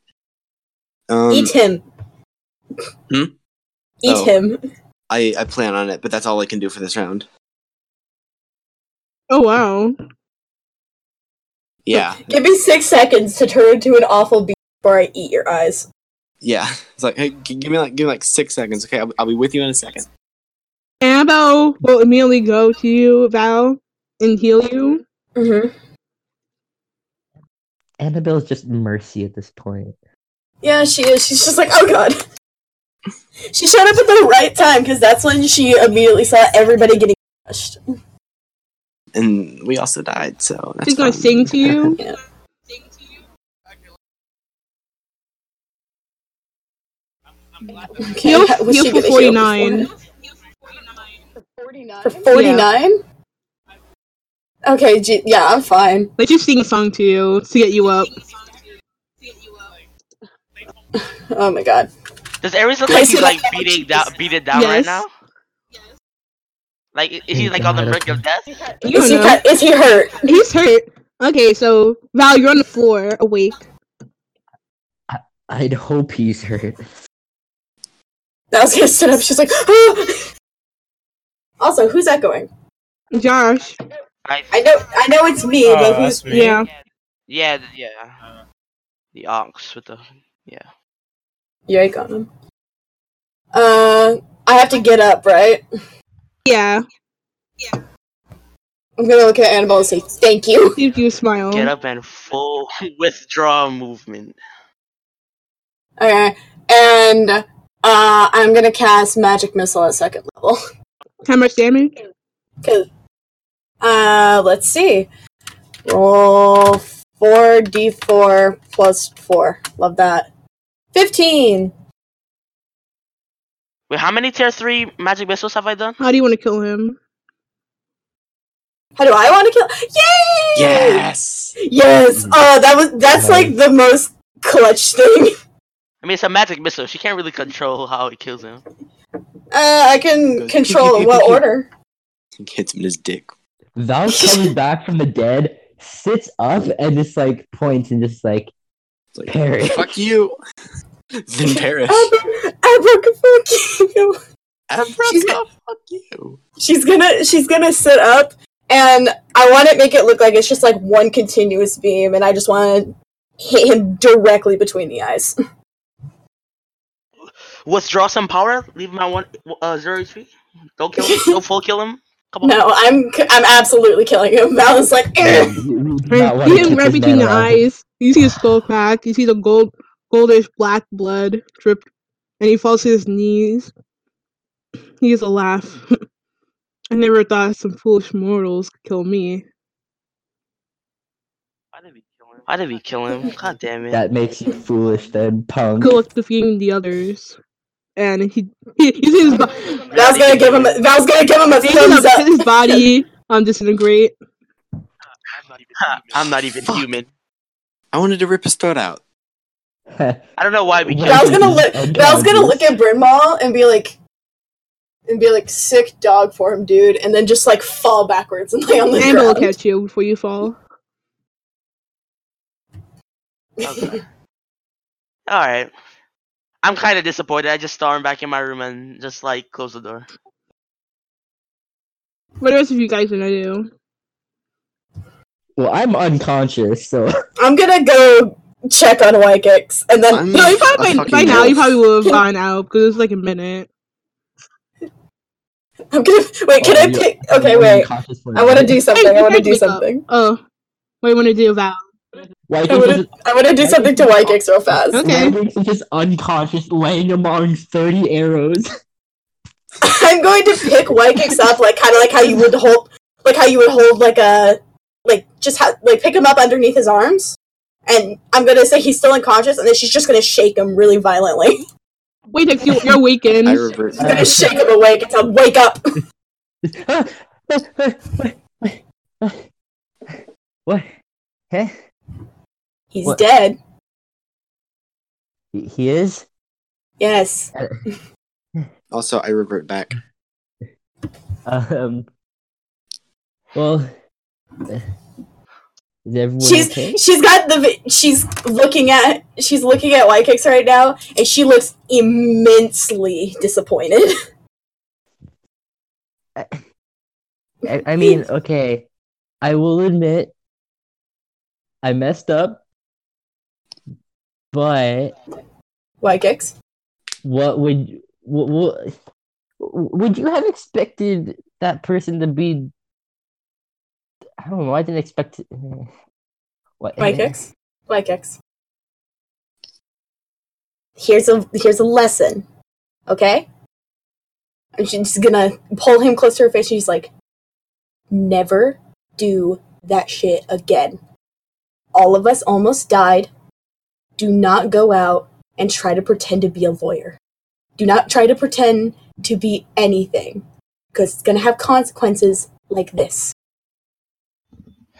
A: Um,
E: Eat him.
A: Hmm?
E: Eat
A: Oh.
E: him.
A: I, I plan on it, but that's all I can do for this round.
B: Oh wow.
A: Yeah,
E: Give me six seconds to turn into an awful beast before I eat your eyes.
A: yeah. It's like, hey, g- give me like, give me like six seconds, okay? I'll, I'll be with you in a second.
B: Annabelle will immediately go to you, Val, and heal you.
E: Mm-hmm.
C: Annabelle's just mercy at this point.
E: Yeah, she is. She's just like, oh god. She showed up at the right time because that's when she immediately saw everybody getting crushed.
A: And we also died, so that's
B: She's gonna
A: fun.
B: sing to you.
E: Yeah. Okay,
B: Heal,
E: how- was
B: heal
E: she
B: for
E: gonna heal
B: forty
E: before?
B: nine.
H: Forty-nine.
E: For forty nine. Okay, gee, yeah, I'm fine.
B: Let you sing a song to you to get you up.
E: Oh my god.
D: Does Ares look
E: I
D: like
E: see
D: he's like
E: that.
D: beating down, beat it down right
B: Yes.
D: now? Like, i- is he
C: Hey,
D: like on the
C: God,
D: brink of
C: okay.
D: death?
B: You don't
E: Is he
B: know.
E: cut? Is he hurt?
B: He's hurt. Okay, so Val, you're on the floor, awake.
C: I'd hope he's hurt.
E: I was gonna sit up. She's like, "Ah!" also, who's echoing?
B: Josh.
D: Like,
E: I know, I know it's me,
F: Oh,
E: but who's?
F: that's me.
B: Yeah.
D: yeah, th- yeah. The ox with the yeah.
E: Yike on him. Uh, I have to get up, right?
B: Yeah.
E: I'm gonna look at Annabelle and say, "Thank you."
B: See if you
E: Oh.
B: smile.
D: Get up and full withdraw movement.
E: Okay, and uh, I'm gonna cast Magic Missile at second level.
B: How much damage?
E: Cause, uh, let's see. Roll four d four plus four. Love that. Fifteen.
D: Wait, how many tier three magic missiles have I done?
B: How do you want to kill him?
E: How do I want to kill? Yay!
G: Yes.
E: Yes. Oh, that was that's like the most clutch thing.
D: I mean, it's a magic missile. She can't really control how it kills him.
E: Uh, I can
G: Goes
E: control
G: pew, pew,
E: in what
G: pew, pew.
E: order.
G: Hits him in his dick.
C: Val comes back from the dead, sits up, and just like points and just like
G: It's like,
C: parry.
G: Fuck you. then perish.
E: Abra- Abracafucking. She's
G: Abraca, oh,
E: got-
G: fuck you.
E: she's gonna she's gonna sit up and i want to make it look like it's just like one continuous beam and i just want to hit him directly between the eyes
D: Withdraw some power. Leave my one uh, zero HP. Don't kill him. Don't full kill him. Come on.
E: no i'm c- i'm absolutely killing him valen's like "Eh."
C: Um, You- you do not
B: Right,
C: wanna
B: hit him
C: kick
B: right
C: this
B: between
C: man
B: the
C: around.
B: eyes. You see his skull crack. You see the gold, goldish black blood drip, and he falls to his knees. He gives a laugh. I never thought some foolish mortals could kill me.
D: Why did we kill him? Why did we kill him? God damn it.
C: That makes you foolish, then punk.
B: Good luck defeating the others. And he, he you see his, bo- you
E: val's gonna give him a, val's gonna give him a
B: see his-
E: thumbs up
B: his body um disintegrate.
D: I'm not even human.
G: I wanted to rip his throat out.
D: I don't know why we
C: Well,
E: val's
D: killed him.
E: gonna look
C: and
E: val's gonna look
C: doggies.
E: at bryn Mawr and be like and be like sick dog form dude and then just like fall backwards and lay on the
B: Amber will
E: ground
B: catch you before you fall.
D: Okay. All right. I'm kind of disappointed. I just stormed back in my room and just like closed the door.
B: What else of you guys gonna do?
E: Mm,
C: well, I'm unconscious, so
E: i'm gonna go check on Wykix and then
G: I'm
B: No, you
G: a
B: probably by,
G: fucking
B: by now you
G: wolf.
B: probably would have gone out because it was like a minute.
E: I'm gonna wait. Can
C: Oh,
E: I
C: you-
E: pick? Okay,
C: I'm
E: wait.
C: unconscious for
E: I want to
C: that.
E: do something.
B: Hey,
E: I want to
B: Wykix,
E: do
B: wake up.
E: something.
B: Oh, what do you want to do, Val?
C: Why
E: I
C: can't
E: want
C: you
E: to. I want to do
C: Wykix
E: something to
C: is-
E: Wykix real fast.
B: Huh?
C: just,
B: Okay.
C: Why can't you just unconscious, laying among thirty arrows?
E: I'm going to pick Wykix up, like kind of like how you would hold, like how you would hold like a, like just ha- like pick him up underneath his arms, and I'm gonna say he's still unconscious, and then she's just gonna shake him really violently.
B: Wait, if you, you're awakened.
G: I revert.
E: She's gonna shake him awake and tell him, "Wake up!"
C: what? Huh?
E: He's
C: What?
E: dead.
C: He- He is.
E: Yes.
G: Also, I revert back.
C: Um. Well, is everyone
E: She's
C: okay?
E: she's got the vi- she's looking at she's looking at Wykix right now, and she looks immensely disappointed.
C: I, I mean, okay. I will admit, I messed up. But
E: Wykix.
C: what would what, what, would you have expected that person to be? I don't know. I didn't expect. What? eh,
E: Wykix. Wykix. Here's a here's a lesson. Okay? And she's gonna pull him close to her face and she's like, Never do that shit again. All of us almost died. Do not go out and try to pretend to be a lawyer. Do not try to pretend to be anything. Because it's gonna have consequences like this.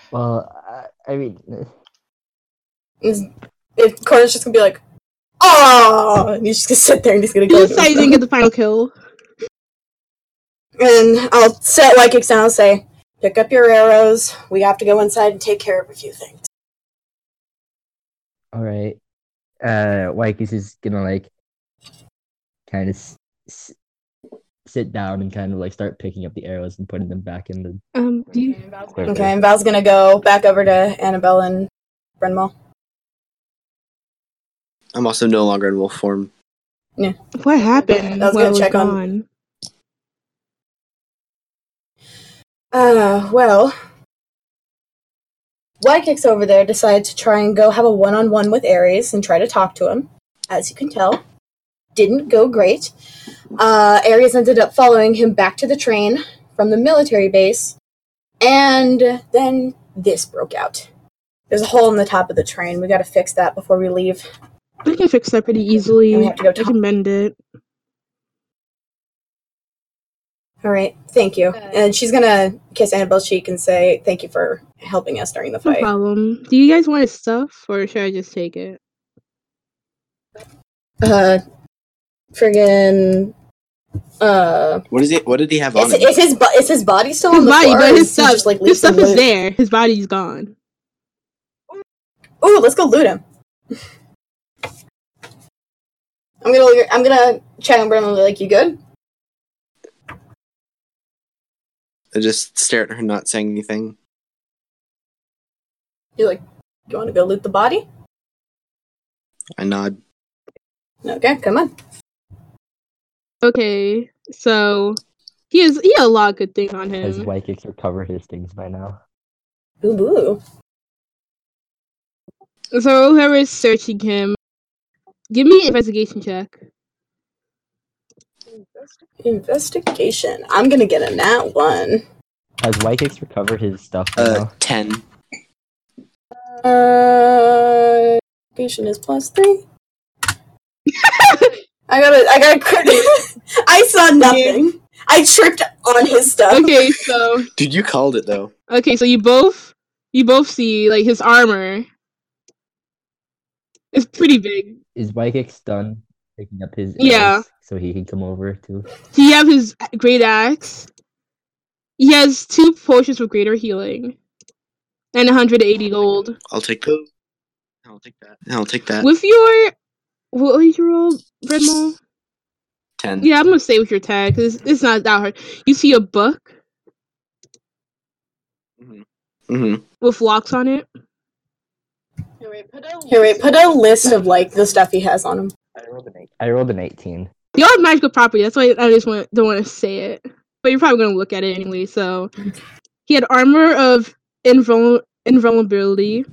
C: Well, I, I mean,
E: And it's- Corner's just gonna be like, Oh, and he's just gonna sit there and he's gonna
B: You
E: go.
B: just
E: into
B: say you
E: his
B: didn't get the final kill.
E: And I'll set like and I'll say, pick up your arrows. We have to go inside and take care of a few things.
C: all right. Uh, Wyke is just gonna like kind of s- s- sit down and kind of like start picking up the arrows and putting them back in the.
B: Um, do you,
C: quiver.
E: Okay, and Val's gonna go back over to Annabelle and Brenmal.
G: I'm also no longer in wolf form.
B: what happened
E: I was
B: while I
E: gonna
B: was
E: check on-
B: gone?
E: Uh, well. Wykix over there decided to try and go have a one on one with Ares and try to talk to him. As you can tell, didn't go great. Uh, Ares ended up following him back to the train from the military base, and then this broke out. There's a hole in the top of the train. We gotta fix that before we leave.
B: We can fix that pretty easily.
E: We have to go
B: I
E: talk-
B: can mend it.
E: All right, thank you. And she's gonna kiss Annabelle's cheek and say, "Thank you for helping us during the
B: No
E: fight."
B: problem. Do you guys want his stuff, or should I just take it?
E: Uh, friggin', uh,
G: What is it? What did he have
E: is,
G: on him?
E: is his bo- is his body still on
B: His
E: the
B: body,
E: floor?
B: but
E: or
B: his
E: is he
B: stuff,
E: just, like,
B: his stuff
E: leaking
B: is
E: loot?
B: there. His body's gone.
E: Ooh, let's go loot him. I'm gonna I'm gonna check on Brendan like you good?
G: I just stare at her, not saying anything.
E: You like you wanna go loot the body?
G: I nod.
E: Okay, come on.
B: Okay, so he has he had a lot of good things on
C: His
E: Mm-hmm.
B: him.
C: white kicks recover his things by now.
E: Ooh boo.
B: So whoever is searching him, give me an investigation check.
E: Investigation. I'm gonna get a nat one.
C: Has white kicks recovered his stuff by
G: Uh,
C: now?
G: ten.
E: Uh investigation is plus three. I got a I got a crit. I saw nothing. I tripped on his stuff.
B: Okay, so
G: Dude, you called it though.
B: okay, so you both you both see like his armor. It's pretty big.
C: Is white kicks done picking up his
B: Yeah.
C: axe so he can come over to?
B: He have his great axe. He has two potions of greater healing, and 180 gold.
G: I'll take those. I'll take that. I'll take
A: Uh,
G: that.
B: With your what was your roll, Redmond?
G: Ten.
B: Yeah, I'm gonna stay with your tag because it's, it's not that hard. You see a book
G: hmm
B: with locks on it.
E: Here, wait, put a list of like the stuff he has on him.
C: I rolled an eight. I rolled an eighteen.
B: They all have magical property. That's why I just want don't want to say it. But you're probably gonna look at it anyway. So he had armor of invul- invulnerability.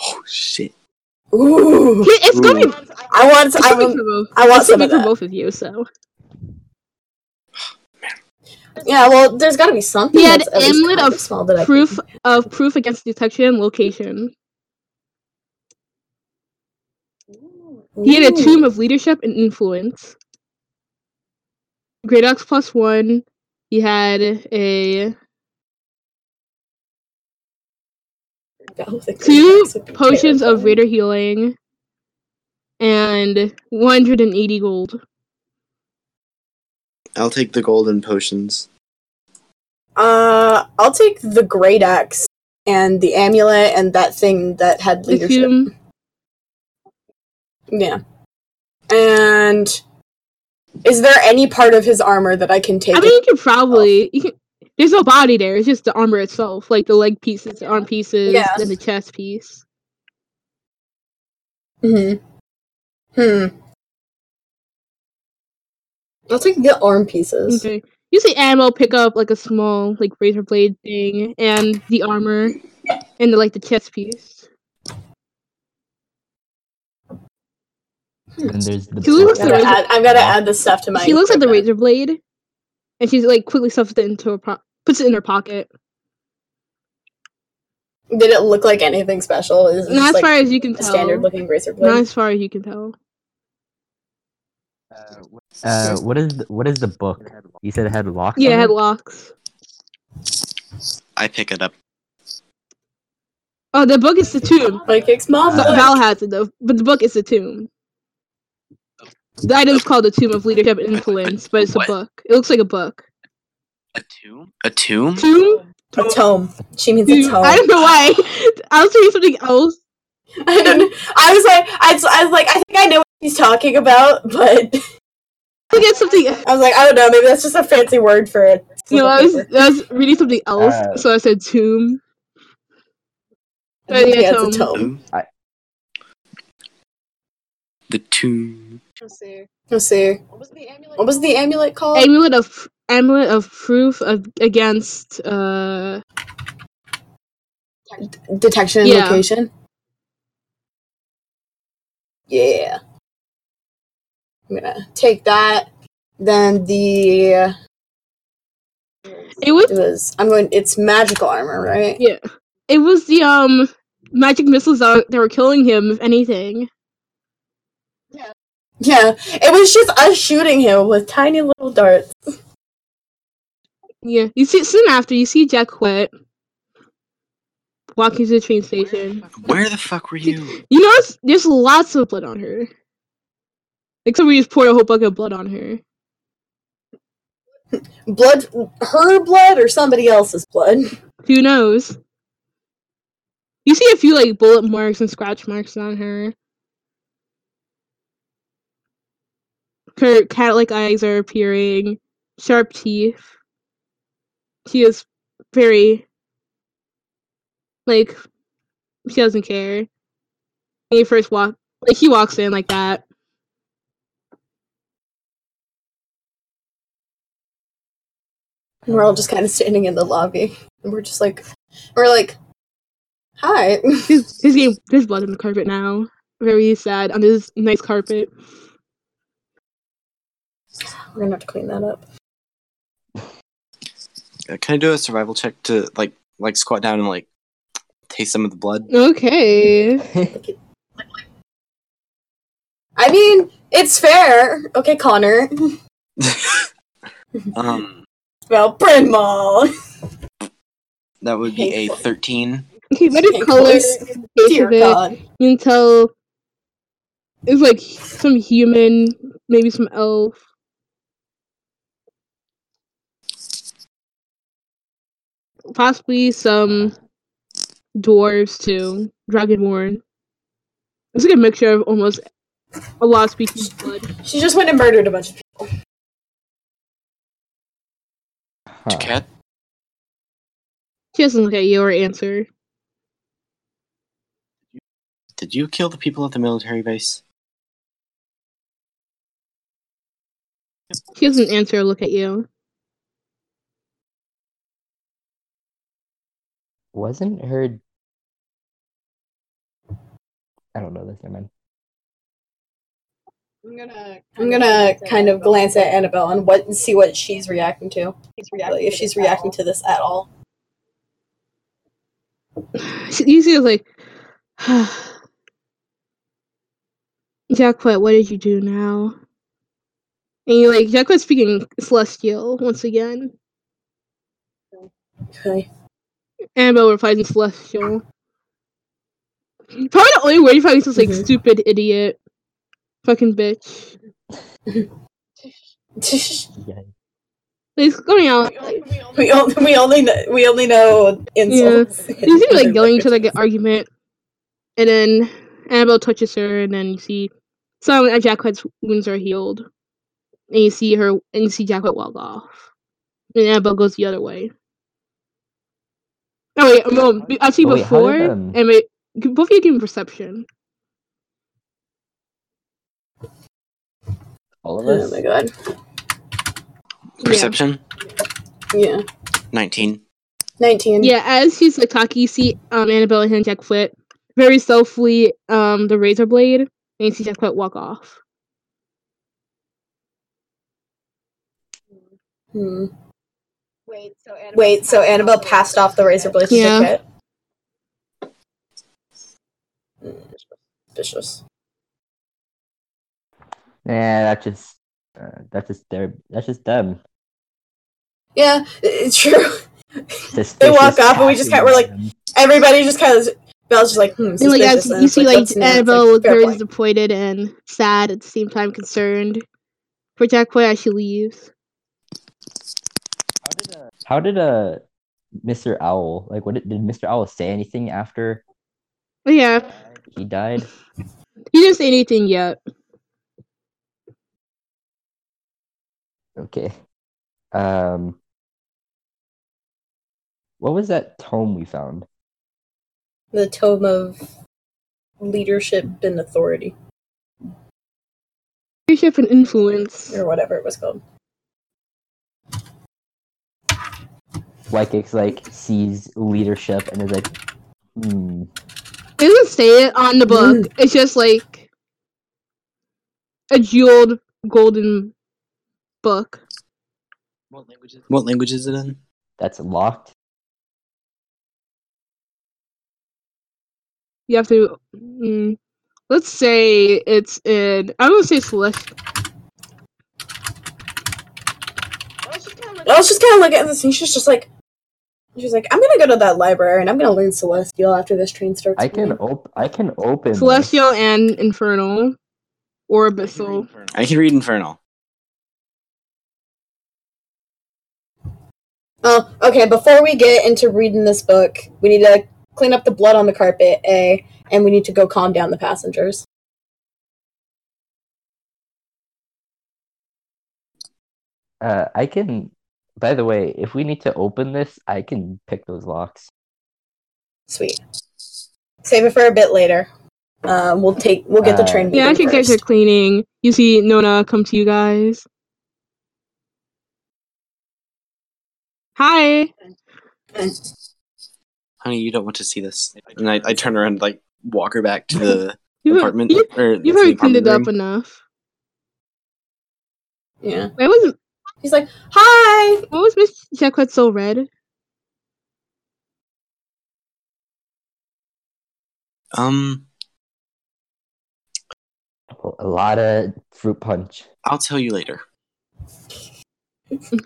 G: Oh shit.
E: Ooh,
B: It's gonna be.
G: Ooh.
E: I want,
B: It's
E: I
B: gonna be
E: want,
B: for both.
E: I want
B: It's
E: some
B: gonna
E: of
B: be for
E: that.
B: both of you. So
E: Yeah, well, there's got to be something.
B: He had
E: that's at least
B: amulet
E: kind
B: of
E: of small that I
B: proof
E: can-
B: of proof against detection and location. He had a tomb of leadership and influence. Great Ox plus one. He had a
E: That was like-
B: two
E: that would be
B: potions of
E: terrifying.
B: greater healing and 180 gold.
G: I'll take the golden potions.
E: Uh, I'll take the great axe and the amulet and that thing that had
B: The
E: leadership.
B: tomb.
E: Yeah, and is there any part of his armor that I can take? Oh.
B: I mean, you could probably. You can, there's no body there. It's just the armor itself, like the leg pieces, the arm pieces,
E: Yeah.
B: then the chest piece.
E: Mhm. Hmm. I'll take the arm pieces.
B: Okay. You see ammo pick up like a small like razor blade thing and the armor and the, like the chest piece.
C: And there's the
B: She looks
E: I'm
B: at
E: gonna,
B: razor-
E: add, I'm gonna add this stuff to my.
B: she looks at the
E: equipment.
B: razor blade and she's like quickly stuffs it into her po- puts it in her pocket.
E: Did it look like anything special? Is
B: Not as far as you can
E: a
B: tell.
E: standard looking razor
B: Not
E: blade?
B: as far as you can tell.
C: Uh, wh- uh, what is the, what is the book? You said it had locks.
B: Yeah,
C: on
B: it had
C: it?
B: locks.
G: I pick it up.
B: Oh, the book is the tomb.
E: Like it's small
B: So
C: Uh,
B: Val has it though, but the book is the tomb. The item's called the Tomb of Leadership and Influence, but it's a
G: What?
B: book. It looks like a book.
G: A tomb? A tomb?
B: Tomb?
E: a tome. She means a
B: Tomb.
E: tome.
B: I don't know why. I was reading something else.
E: I don't. I was like, I was, I was like, I think I know what she's talking about, but
B: I think it's something
E: I was like, I don't know. Maybe that's just a fancy word for it.
B: you know, I was,
E: Paper.
B: I was reading something else,
C: Uh,
B: so I said tomb. But yeah,
E: yeah,
B: tome.
E: it's a tome.
G: Oh,
C: I-
G: the tomb.
E: Let's see. What was the amulet called?
B: Amulet of amulet of proof of against uh
E: Detection and
B: Yeah.
E: location. Yeah. I'm gonna take that. Then the
B: It was
E: It was. I'm going. It's magical armor, right?
B: yeah. It was the um magic missiles that that were killing him, if anything.
E: Yeah. It was just us shooting him with tiny little darts.
B: Yeah. You see soon after you see Jack quit. Walking to the train station.
A: Where the fuck were you?
B: You notice there's lots of blood on her. Like somebody just poured a whole bucket of blood on her.
E: Blood. Her blood or somebody else's blood.
B: Who knows? You see a few like bullet marks and scratch marks on her. Her cat like eyes are appearing, sharp teeth. She is very like she doesn't care. When you first walk like he walks in like that.
E: And we're all just kind of standing in the lobby. And we're just like, we're like, hi.
B: There's, there's, game, there's blood on the carpet now. Very sad on this nice carpet.
E: We're gonna have to clean that up.
G: Uh, Can I do a survival check to like like squat down and like taste some of the blood?
B: Okay.
E: I mean, it's fair. Okay, Connor.
G: um,
E: Well, Bryn Mall.
G: that would be a
E: Painful.
G: thirteen.
B: Okay, what is colors?
E: Dear God.
B: You can tell it's like some human, maybe some elf. Possibly some dwarves too. Dragonborn. It's like a mixture of almost a lot of species of blood.
E: She just went and murdered a bunch of people.
C: Huh.
G: Cat.
B: She doesn't look at you or answer.
G: Did you kill the people at the military base?
B: She doesn't answer or look at you.
C: Wasn't her. I don't know this. Never mind.
F: I'm gonna.
E: I'm gonna kind of glance at Annabelle and what and see what she's reacting to. Like, if she's reacting to this at all.
B: She, you see, it's like, Jacquet, what did you do now? And you're like, Jacquet's speaking celestial once again.
E: Okay.
B: Annabelle replies in celestial. Probably the only word you probably says like
E: Mhm.
B: stupid idiot, fucking bitch.
C: Yeah.
B: Like, It's going out.
E: we, on- we only know, we only know insults.
B: You see, like yelling to like an argument, and then Annabelle touches her, and then you see some of Jacquet's wounds are healed, and you see her, and you see Jacquet walk off, and Annabelle goes the other way. Oh wait, no, be- actually
C: Oh, wait, how
B: before,
C: did, um,
B: and wait, g- both of you give me perception.
C: All of
E: Oh
C: us?
E: my god.
G: Perception.
E: Yeah.
G: Nineteen.
E: Nineteen.
B: Yeah, as she's like talking, you see um Annabelle and him Jacquet very stealthily um the razor blade, and you see Jacquet walk off.
E: Hmm.
F: Wait, so Annabelle,
E: Wait. So Annabelle passed off the razor blade to
B: Yeah.
E: Jaquette? Hmm. Suspicious.
C: Yeah, that's just. Uh, that's just their. That's just them.
E: Yeah, i- it's true.
C: Suspicious
E: walk up and we just kinda-
C: acting
E: we're like-
C: them.
E: Everybody just kind of Belle's just like hmm.
B: And, like
E: suspicious,
B: as
E: and
B: you
E: it's
B: see,
E: like,
B: like,
E: what's new? It's
B: Annabelle was
E: fair
B: very
E: play.
B: disappointed and sad at the same time, concerned for Jacquet as she leaves.
C: How did, uh, how did uh, Mr. Owl. Like, what did, did Mr. Owl say anything after
B: But yeah,
C: he died?
B: he didn't say anything yet.
C: Okay. Um. What was that tome we found?
E: the tome of leadership and authority
B: Leadership and influence.
E: or whatever it was called.
C: Wykex like sees leadership and is like, hmm.
B: It doesn't say it on the book.
E: Mm-hmm.
B: It's just like a jeweled golden book.
G: What language is it in?
C: that's locked.
B: You have to. Mm, let's say it's in. I'm gonna say Celeste.
E: I was just kind of looking at this, and she's just like, she's like, I'm gonna go to that library and I'm gonna learn Celestial after this train starts.
C: I can
E: going."
C: op- I can open this.
B: Celestial and Infernal. Or Abyssal.
G: I can read Infernal.
E: Oh, okay. Before we get into reading this book, we need to clean up the blood on the carpet, a, and we need to go calm down the passengers.
C: Uh, I can. By the way, if we need to open this, I can pick those locks.
E: Sweet. Save it for a bit later. Um, we'll take. We'll get the
C: Uh,
E: train.
B: Yeah, I
E: moving
B: can guys are
E: first.
B: cleaning. You see Nona come to you guys. Hi.
G: Honey, you don't want to see this. And I, I turn around and, like walk her back to the
B: You,
G: apartment.
B: you,
G: or to the
B: you've already
G: apartment
B: cleaned it up
G: room.
B: enough.
E: Yeah.
B: Why was
E: He's like, "Hi."
B: why was Miss Jacquet so red?
G: Um,
C: A lot of fruit punch.
G: I'll tell you later.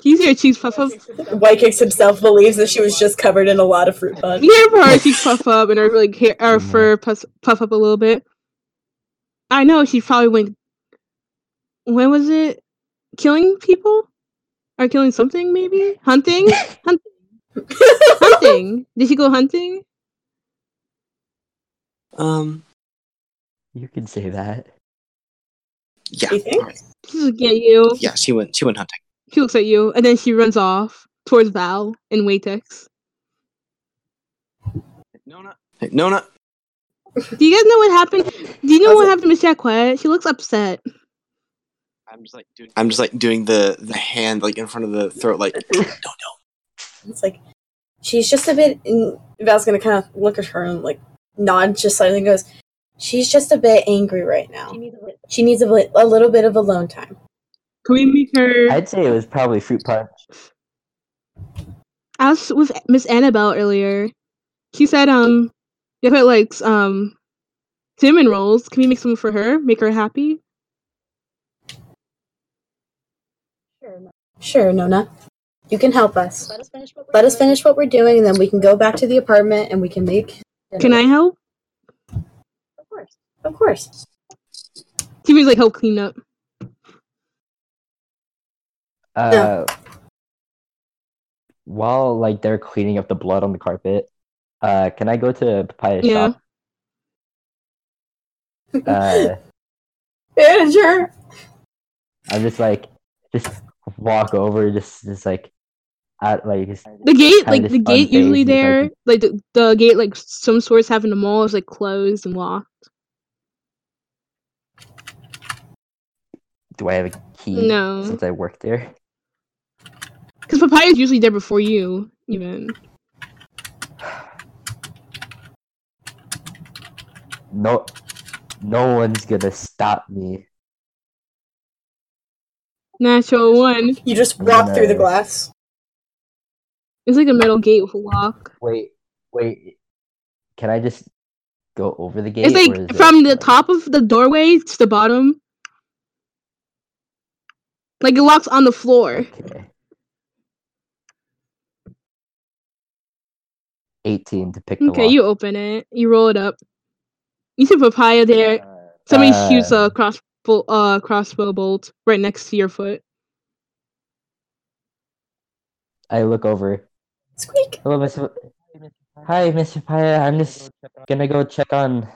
B: He's your cheese puff up.
E: White Kicks himself believes that she was just covered in a lot of fruit punch.
B: We have her cheeks puff up and her like hair, her
C: Mhm.
B: fur puff, puff up a little bit. I know she probably went. When was it? Killing people, or killing something? Maybe hunting, hunting, hunting. Did she go hunting?
G: Um,
C: You can say that.
G: yeah.
E: You think?
G: alright.
B: She's looking at you.
G: Yeah, she went. She went hunting.
B: She looks at you, and then she runs off towards Val and Waitex.
G: Nona. Hey, Nona.
B: Do you guys know what happened? Do you know
E: How's
B: what
E: it-
B: happened to Miss Jacquet? She looks upset.
G: I'm just like doing. I'm just like doing the the hand like in front of the throat. Like
E: It's like she's just a bit. And Val's gonna kind of look at her and like nod just slightly and goes, "She's just a bit angry right now. She needs a, bit, a little bit of alone time."
B: Can we meet her? I,
C: I'd say it was probably fruit punch.
B: was with Miss Annabelle earlier. She said, um, Jacquet likes um cinnamon rolls. Can we make some for her? Make her happy?
E: Sure, Nona, you can help us. Let us finish what we're doing, and then we can go back to the apartment and we can make.
B: Can I help?
F: Of course.
E: Of course.
B: She means like help clean up.
C: Uh, While like they're cleaning up the blood on the carpet, uh, can I go to Papaya's
B: Yeah.
C: shop? Uh,
E: Manager.
C: I'm just like, just walk over, just just like, at like just-
B: The gate,
C: kinda
B: like
C: just
B: the gate,
C: unfazed
B: usually
C: and, like,
B: there, like the, the gate, like some stores have in the mall is like closed and locked.
C: do I have a key?
B: No.
C: Since I work there,
B: Because Papaya's usually there before you, even.
C: no, no one's gonna stop me.
B: Natural one.
E: You just
C: I'm
E: walk
C: gonna-
E: through the glass.
B: It's like a metal gate with a lock.
C: Wait, wait, can I just go over the gate?
B: It's
C: or is
B: like
C: it,
B: from the
C: like-
B: top of the doorway to the bottom. Like it locks on the floor.
C: Okay. 18 to pick the
B: Okay,
C: lock.
B: you open it. You roll it up. You see papaya there. Somebody
C: Uh,
B: shoots a cross bo- uh, crossbow bolt right next to your foot.
C: I look over.
E: Squeak.
C: Hello, Miss. Hi, Miss Paya. I'm just gonna go check on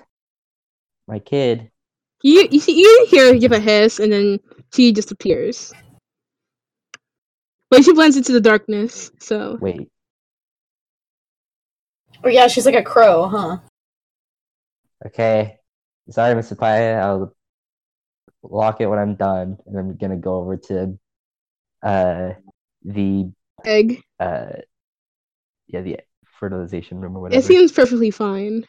C: my kid.
B: You you see you hear her give a hiss and then she disappears. But she blends into the darkness, so
C: Wait,
E: Oh yeah, she's like a crow, huh?
C: okay. Sorry, Miss Paya. I'll lock it when I'm done, and I'm gonna go over to uh the
B: egg.
C: uh yeah the fertilization room or whatever.
B: It seems perfectly fine.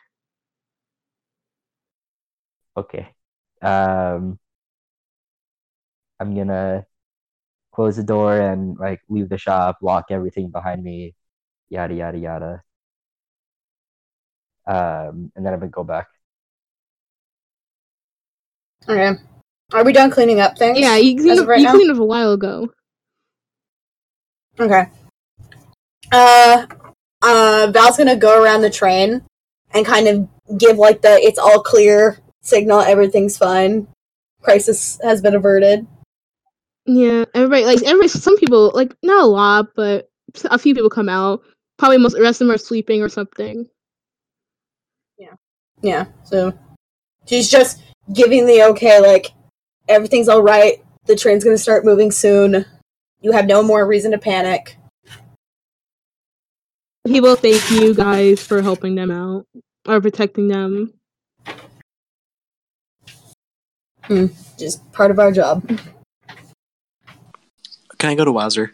C: Okay. Um, I'm gonna close the door and like leave the shop, lock everything behind me, yada yada yada. Um, and then I would go back.
E: Okay. Are we done cleaning up things?
B: Yeah, you
E: As
B: cleaned
E: of
B: up,
E: right
B: you
E: now?
B: cleaned up a while ago.
E: Okay. Uh, uh, Val's gonna go around the train and kind of give like the "it's all clear" signal. Everything's fine. Crisis has been averted.
B: Yeah, everybody like every some people like not a lot, but a few people come out. Probably most the rest of them are sleeping or something.
E: Yeah. So she's just giving the okay, like everything's all right. The train's gonna start moving soon. You have no more reason to panic.
B: People thank you guys for helping them out or protecting them.
E: Just part of our job.
G: Can I go to Wowzer?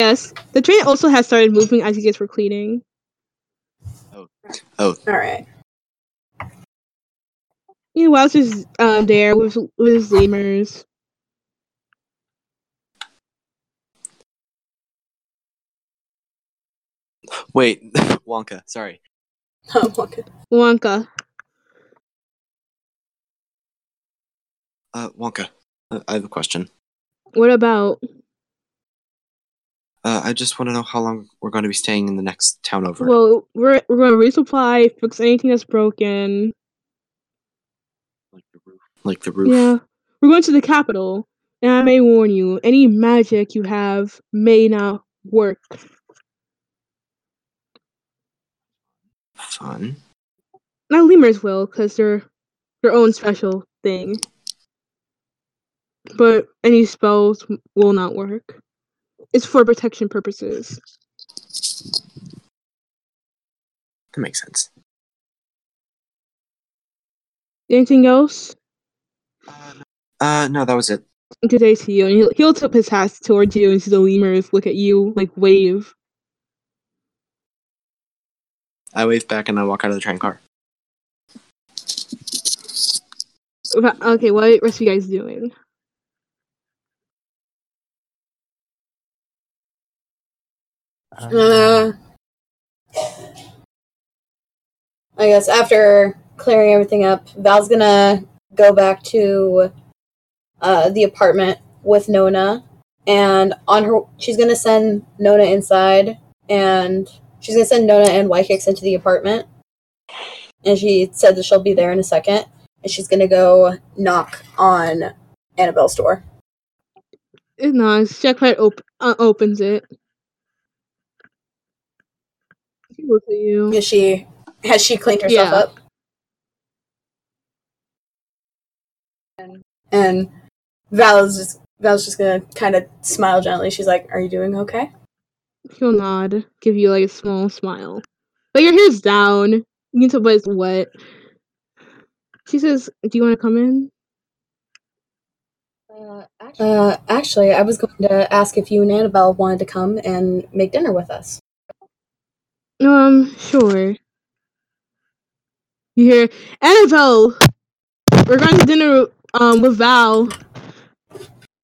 B: Yes, the train also has started moving as you guys were cleaning.
E: All right.
B: You know, Wowzer's uh, there with with his lemurs.
G: Wait, Wonka. Sorry.
E: Okay.
B: Wonka.
G: Uh, Wonka. Uh, I have a question.
B: What about?
G: Uh, I just want to know how long we're going to be staying in the next town over.
B: Well, we're we're gonna resupply, fix anything that's broken.
G: like the roof. Like the roof.
B: Yeah. We're going to the capital. And I may warn you, any magic you have may not work.
G: Fun.
B: Now lemurs will, because they're their own special thing. But any spells will not work. It's for protection purposes.
G: That makes sense.
B: Anything else?
G: Uh, no, that was it.
B: Good day to you. And he'll, he'll tip his hat towards you and see the lemurs look at you, like wave.
G: I wave back and I walk out of the train car.
B: But- Okay, what are the rest of you guys doing?
E: Uh, I guess after clearing everything up, Val's gonna go back to uh, the apartment with Nona, and on her, she's gonna send Nona inside, and she's gonna send Nona and Wykix into the apartment. And she said that she'll be there in a second, and she's gonna go knock on Annabelle's door.
B: It's nice. Jackpot op- uh, opens it. She looks at you.
E: Is she has she cleaned herself
B: Yeah.
E: up? And Val is just Val's just gonna kind of smile gently. She's like, "Are you doing okay?"
B: He'll nod, give you like a small smile. But your hair's down. You can tell by it's wet. She says, Do you want to come in?
F: Uh, actually,
E: Uh, actually, I was going to ask if you and Annabelle wanted to come and make dinner with us.
B: Um, sure. You hear, Annabelle! We're going to dinner um, with Val.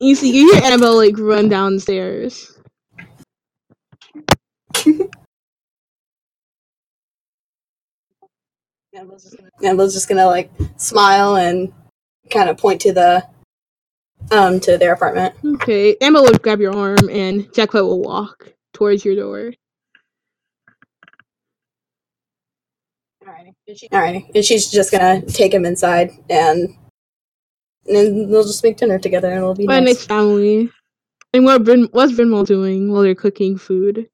B: You see, you hear Annabelle like run downstairs.
F: Annabelle's just gonna
E: Annabelle's just gonna like smile and kind of point to the um to their apartment.
B: Okay, Annabelle would grab your arm and Jackpot will walk towards your door.
F: alrighty. Did she
E: All right, and she's just gonna take him inside and and then they'll just make dinner together and it'll be
B: What a
E: nice.
B: nice family. And what Bryn- what's Brinwell doing while they're cooking food?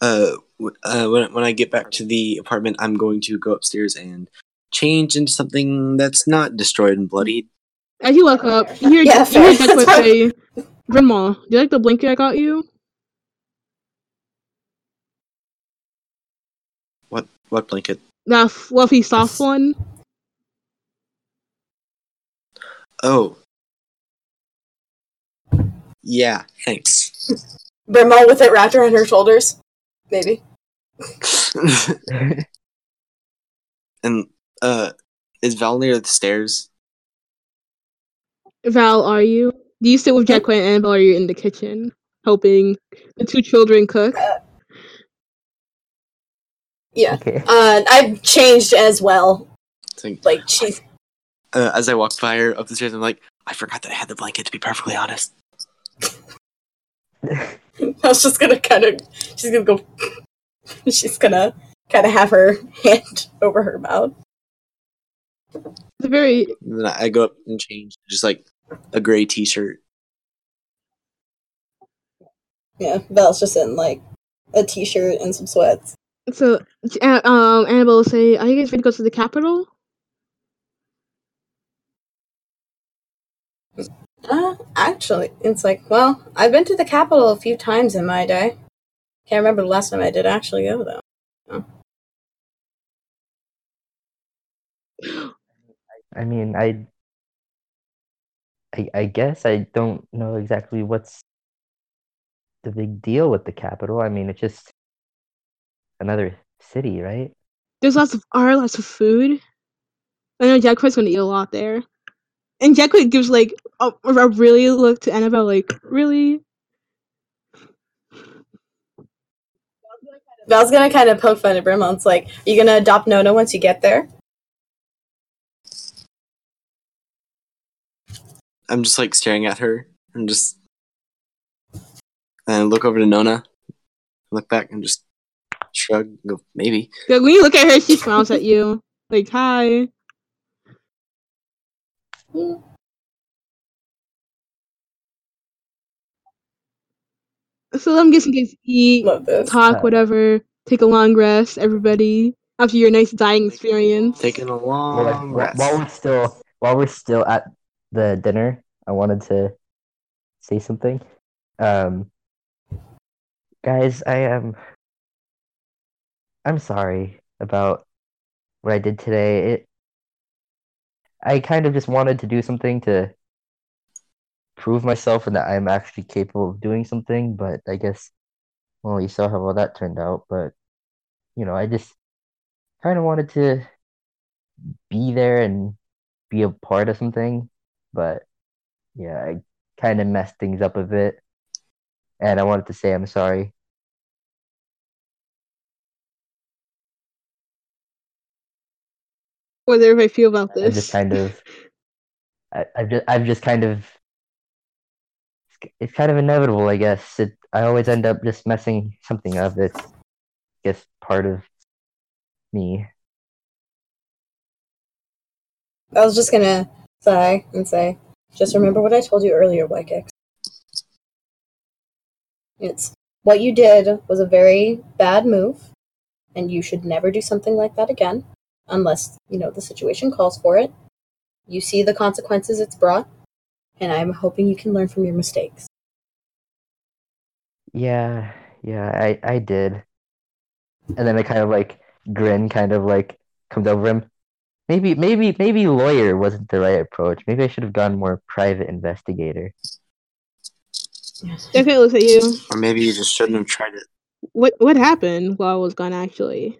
G: Uh, w- uh when, when I get back to the apartment, I'm going to go upstairs and change into something that's not destroyed and bloodied.
B: As you look up, you hear,
E: Yeah,
B: you hear
E: fair.
B: Deadwood say, Grandma, do you like the blanket I got you?
G: What what blanket?
B: That fluffy, soft one?
G: Oh. Yeah, thanks.
E: Brimall with it wrapped around her shoulders, maybe.
G: and uh Is Val near the stairs?
B: Val, are you? Do you sit with Jack and Annabelle? Or are you in the kitchen helping the two children cook?
E: Yeah.
C: Okay.
E: Uh, I've changed as well.
G: I think,
E: Like she's
G: uh, as I walk by her up the stairs, I'm like, I forgot that I had the blanket. To be perfectly honest,
E: I was just gonna kind of. She's gonna go. she's gonna kind of have her hand over her mouth.
B: It's very
G: and then I, I go up and change, just like a gray T-shirt.
E: Yeah, Val's just in like a t-shirt and some sweats.
B: so. uh, Um, Annabelle will say, "Are you guys ready to go to the capital?"
E: Uh, actually, it's like, well, I've been to the capital a few times in my day. Can't remember the last time I did actually go though.
C: I mean, I, I, I guess I don't know exactly what's the big deal with the capital. I mean, it's just another city, right?
B: There's lots of art, lots of food. I know Jack Quaid's gonna eat a lot there, and Jack Quaid gives like a, a really look to Annabelle, like really.
E: Val's gonna kind of poke fun at Brimble. It's like, are you gonna adopt Nona once you get there?
G: I'm just like staring at her and just and I look over to Nona, look back and just shrug and go maybe.
B: Like, when you look at her, she smiles at you, like hi. So let me guess you guys eat,
E: Love this.
B: talk,
C: Uh,
B: whatever, take a long rest, everybody. After your nice dining experience,
G: Taking a
C: Well, like,
G: long
C: wh-
G: rest.
C: while we're still while we're still at the dinner, I wanted to say something. Um, guys, I am I'm sorry about what I did today. It I kind of just wanted to do something to prove myself and that I'm actually capable of doing something, but I guess well, you saw how well that turned out, but you know, I just kind of wanted to be there and be a part of something, but yeah, I kind of messed things up a bit. And I wanted to say I'm sorry.
B: whether if I feel about
C: I'm
B: this.
C: just kind of, I, I've just, I've just kind of, it's, it's kind of inevitable, I guess. It, I always end up just messing something up. It's just part of me.
E: I was just gonna sigh and say, just remember what I told you earlier, Wykex. It's what you did was a very bad move, and you should never do something like that again, unless you know the situation calls for it. You see the consequences it's brought, and I'm hoping you can learn from your mistakes.
C: Yeah, yeah, I, I did. And then I kind of like grin, kind of like comes over him. Maybe, maybe, maybe lawyer wasn't the right approach. Maybe I should have gone more private investigator.
B: Jack Quaid looks at you.
G: Or maybe you just shouldn't have tried it.
B: What what happened while I was gone? Actually,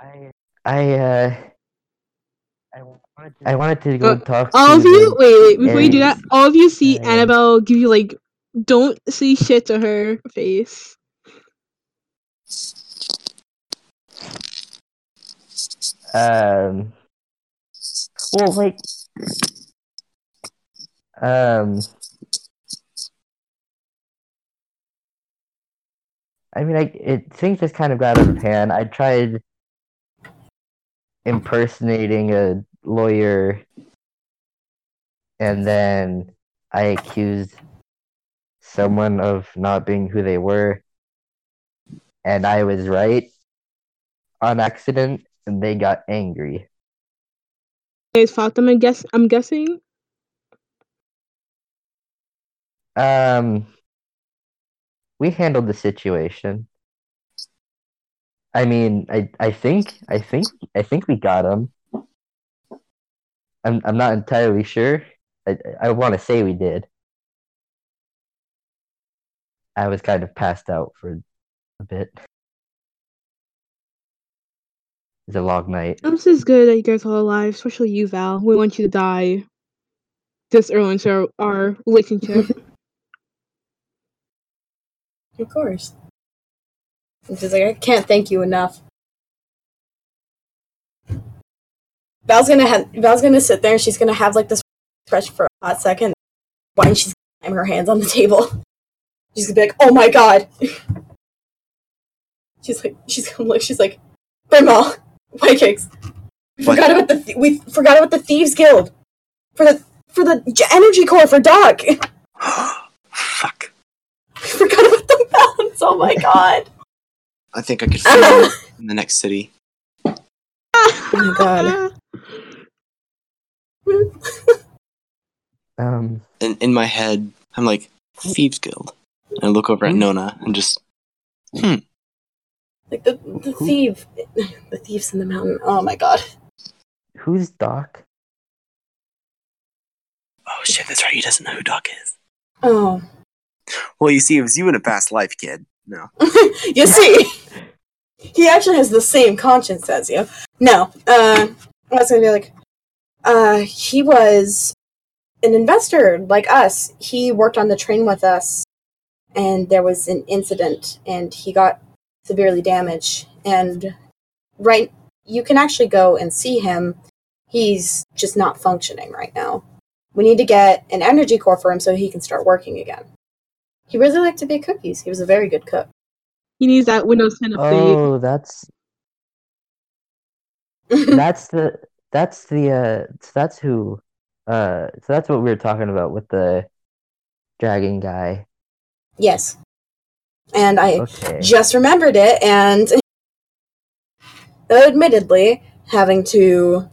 C: I, I, uh, I wanted to, I wanted to go
B: Uh,
C: talk
B: all
C: to
B: of you.
C: the-
B: Wait, wait. Before you do
C: Aries.
B: that, all of you see
C: Aries.
B: Annabelle give you like, don't say shit to her face.
C: Um. Well, like. Um. I mean, I it things just kind of got out of hand. I tried impersonating a lawyer, and then I accused someone of not being who they were, and I was right on accident, and they got angry.
B: You guys fought them. I guess I'm guessing.
C: Um, we handled the situation. I mean, I I think I think I think we got him. I'm I'm not entirely sure. I I want to say we did. I was kind of passed out for a bit. is a long night.
B: I'm just good that you guys are alive, especially you, Val. We want you to die this early into our, our relationship.
E: Of course. It's just like I can't thank you enough. Val's gonna have Val's gonna sit there and she's gonna have like this fresh for a hot second. Why and she's gonna slam her hands on the table. She's gonna be like, "Oh my god!" she's like, she's gonna look. She's like, "Grandma, white cakes. We
G: What?
E: forgot about the th- we forgot about the thieves guild for the for the J- energy core for Doc. we
G: Fuck.
E: forgot about the balance. Oh my god!
G: I think I could find it in the next city.
E: my God.
C: Um,
G: And in my head, I'm like, Thieves Guild. And I look over at Nona and just,
E: like the the thief, the thieves in the mountain. Oh my god!
C: who's Doc?
G: oh shit, that's right, he doesn't know who Doc is.
E: Oh,
G: Well, you see, it was you in a past life, kid. No.
E: you see, he actually has the same conscience as you. No, uh, I was gonna be like, uh, he was an investor like us. He worked on the train with us, and there was an incident, and he got severely damaged. And right, you can actually go and see him. He's just not functioning right now. We need to get an energy core for him so he can start working again. He really liked to bake cookies. He was a very good cook.
B: he needs that Windows 10 update.
C: Oh, that's that's the that's the uh so that's who uh so that's what we were talking about with the dragon guy.
E: Yes. And I
C: Okay.
E: just remembered it, and though admittedly, having to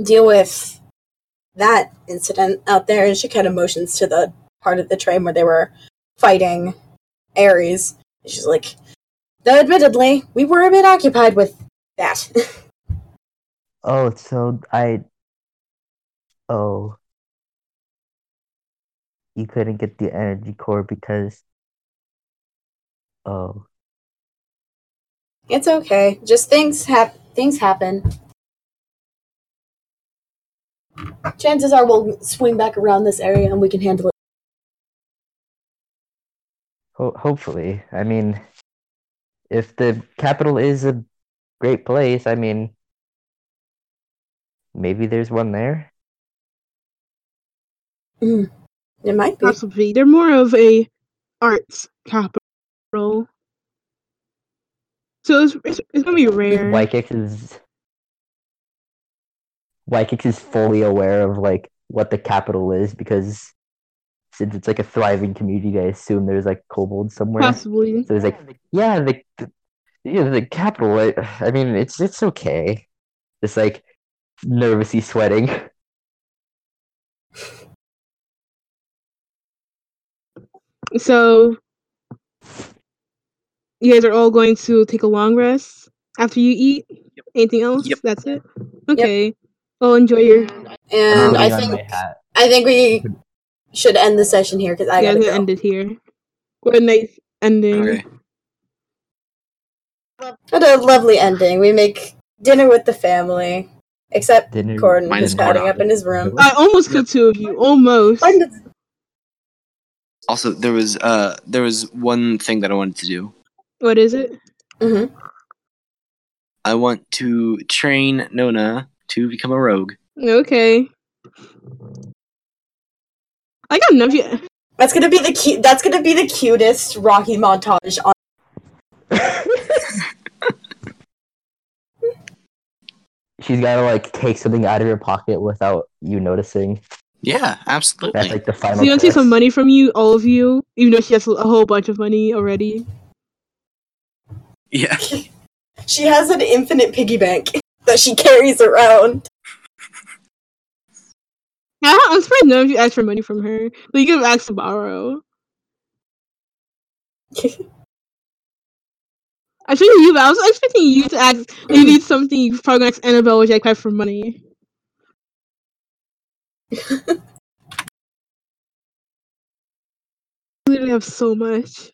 E: deal with that incident out there and she had emotions to the part of the train where they were fighting Ares. She's like, though admittedly, we were a bit occupied with that.
C: Oh, so I oh you couldn't get the energy core because oh
E: it's okay. Just things hap- things happen. Chances are we'll swing back around this area and we can handle it.
C: ho- hopefully I mean if the capital is a great place, I mean maybe there's one there.
E: It might be.
B: Possibly. They're more of a arts capital. So it's, it's, it's gonna be rare.
C: Wykix is Wykix is fully aware of like what the capital is because since it's like a thriving community, I assume there's like kobolds somewhere.
B: Possibly.
C: So he's like, yeah, the, the yeah the capital. I, I mean, it's it's okay. Just like nervously sweating.
B: So you guys are all going to take a long rest after you eat. Anything else?
A: Yep.
B: That's it. Okay. Well, enjoy your.
E: And
C: Putting
E: I
C: on my
E: think
C: hat.
E: I think we should end the session here because I
B: You
E: gotta
B: guys
E: go.
B: are ended here. What a nice ending.
G: Okay.
E: What a lovely ending. We make dinner with the family, except
C: Dinner
E: Corden
G: Minus
E: who's hiding
G: Corden.
E: up in his room.
B: I almost killed two of you. Almost.
G: Also, there was uh, there was one thing that I wanted to do.
B: What is it?
E: hmm
G: I want to train Nona to become a rogue.
B: Okay. I got enough. Yeah.
E: That's gonna be the cu- that's gonna be the cutest Rocky montage on.
C: She's gotta like take something out of your pocket without you noticing.
G: Yeah, absolutely.
C: That's like the final.
B: So you want to take
C: twist.
B: some money from you, all of you, even though she has a whole bunch of money already.
G: yeah.
E: She has an infinite piggy bank that she carries around.
B: Yeah, I'm surprised none of you asked for money from her. But you could have asked to borrow. I should you. I was expecting you to ask. You need something. You probably gonna ask Annabelle or Jack Pipe for money. I literally have so much.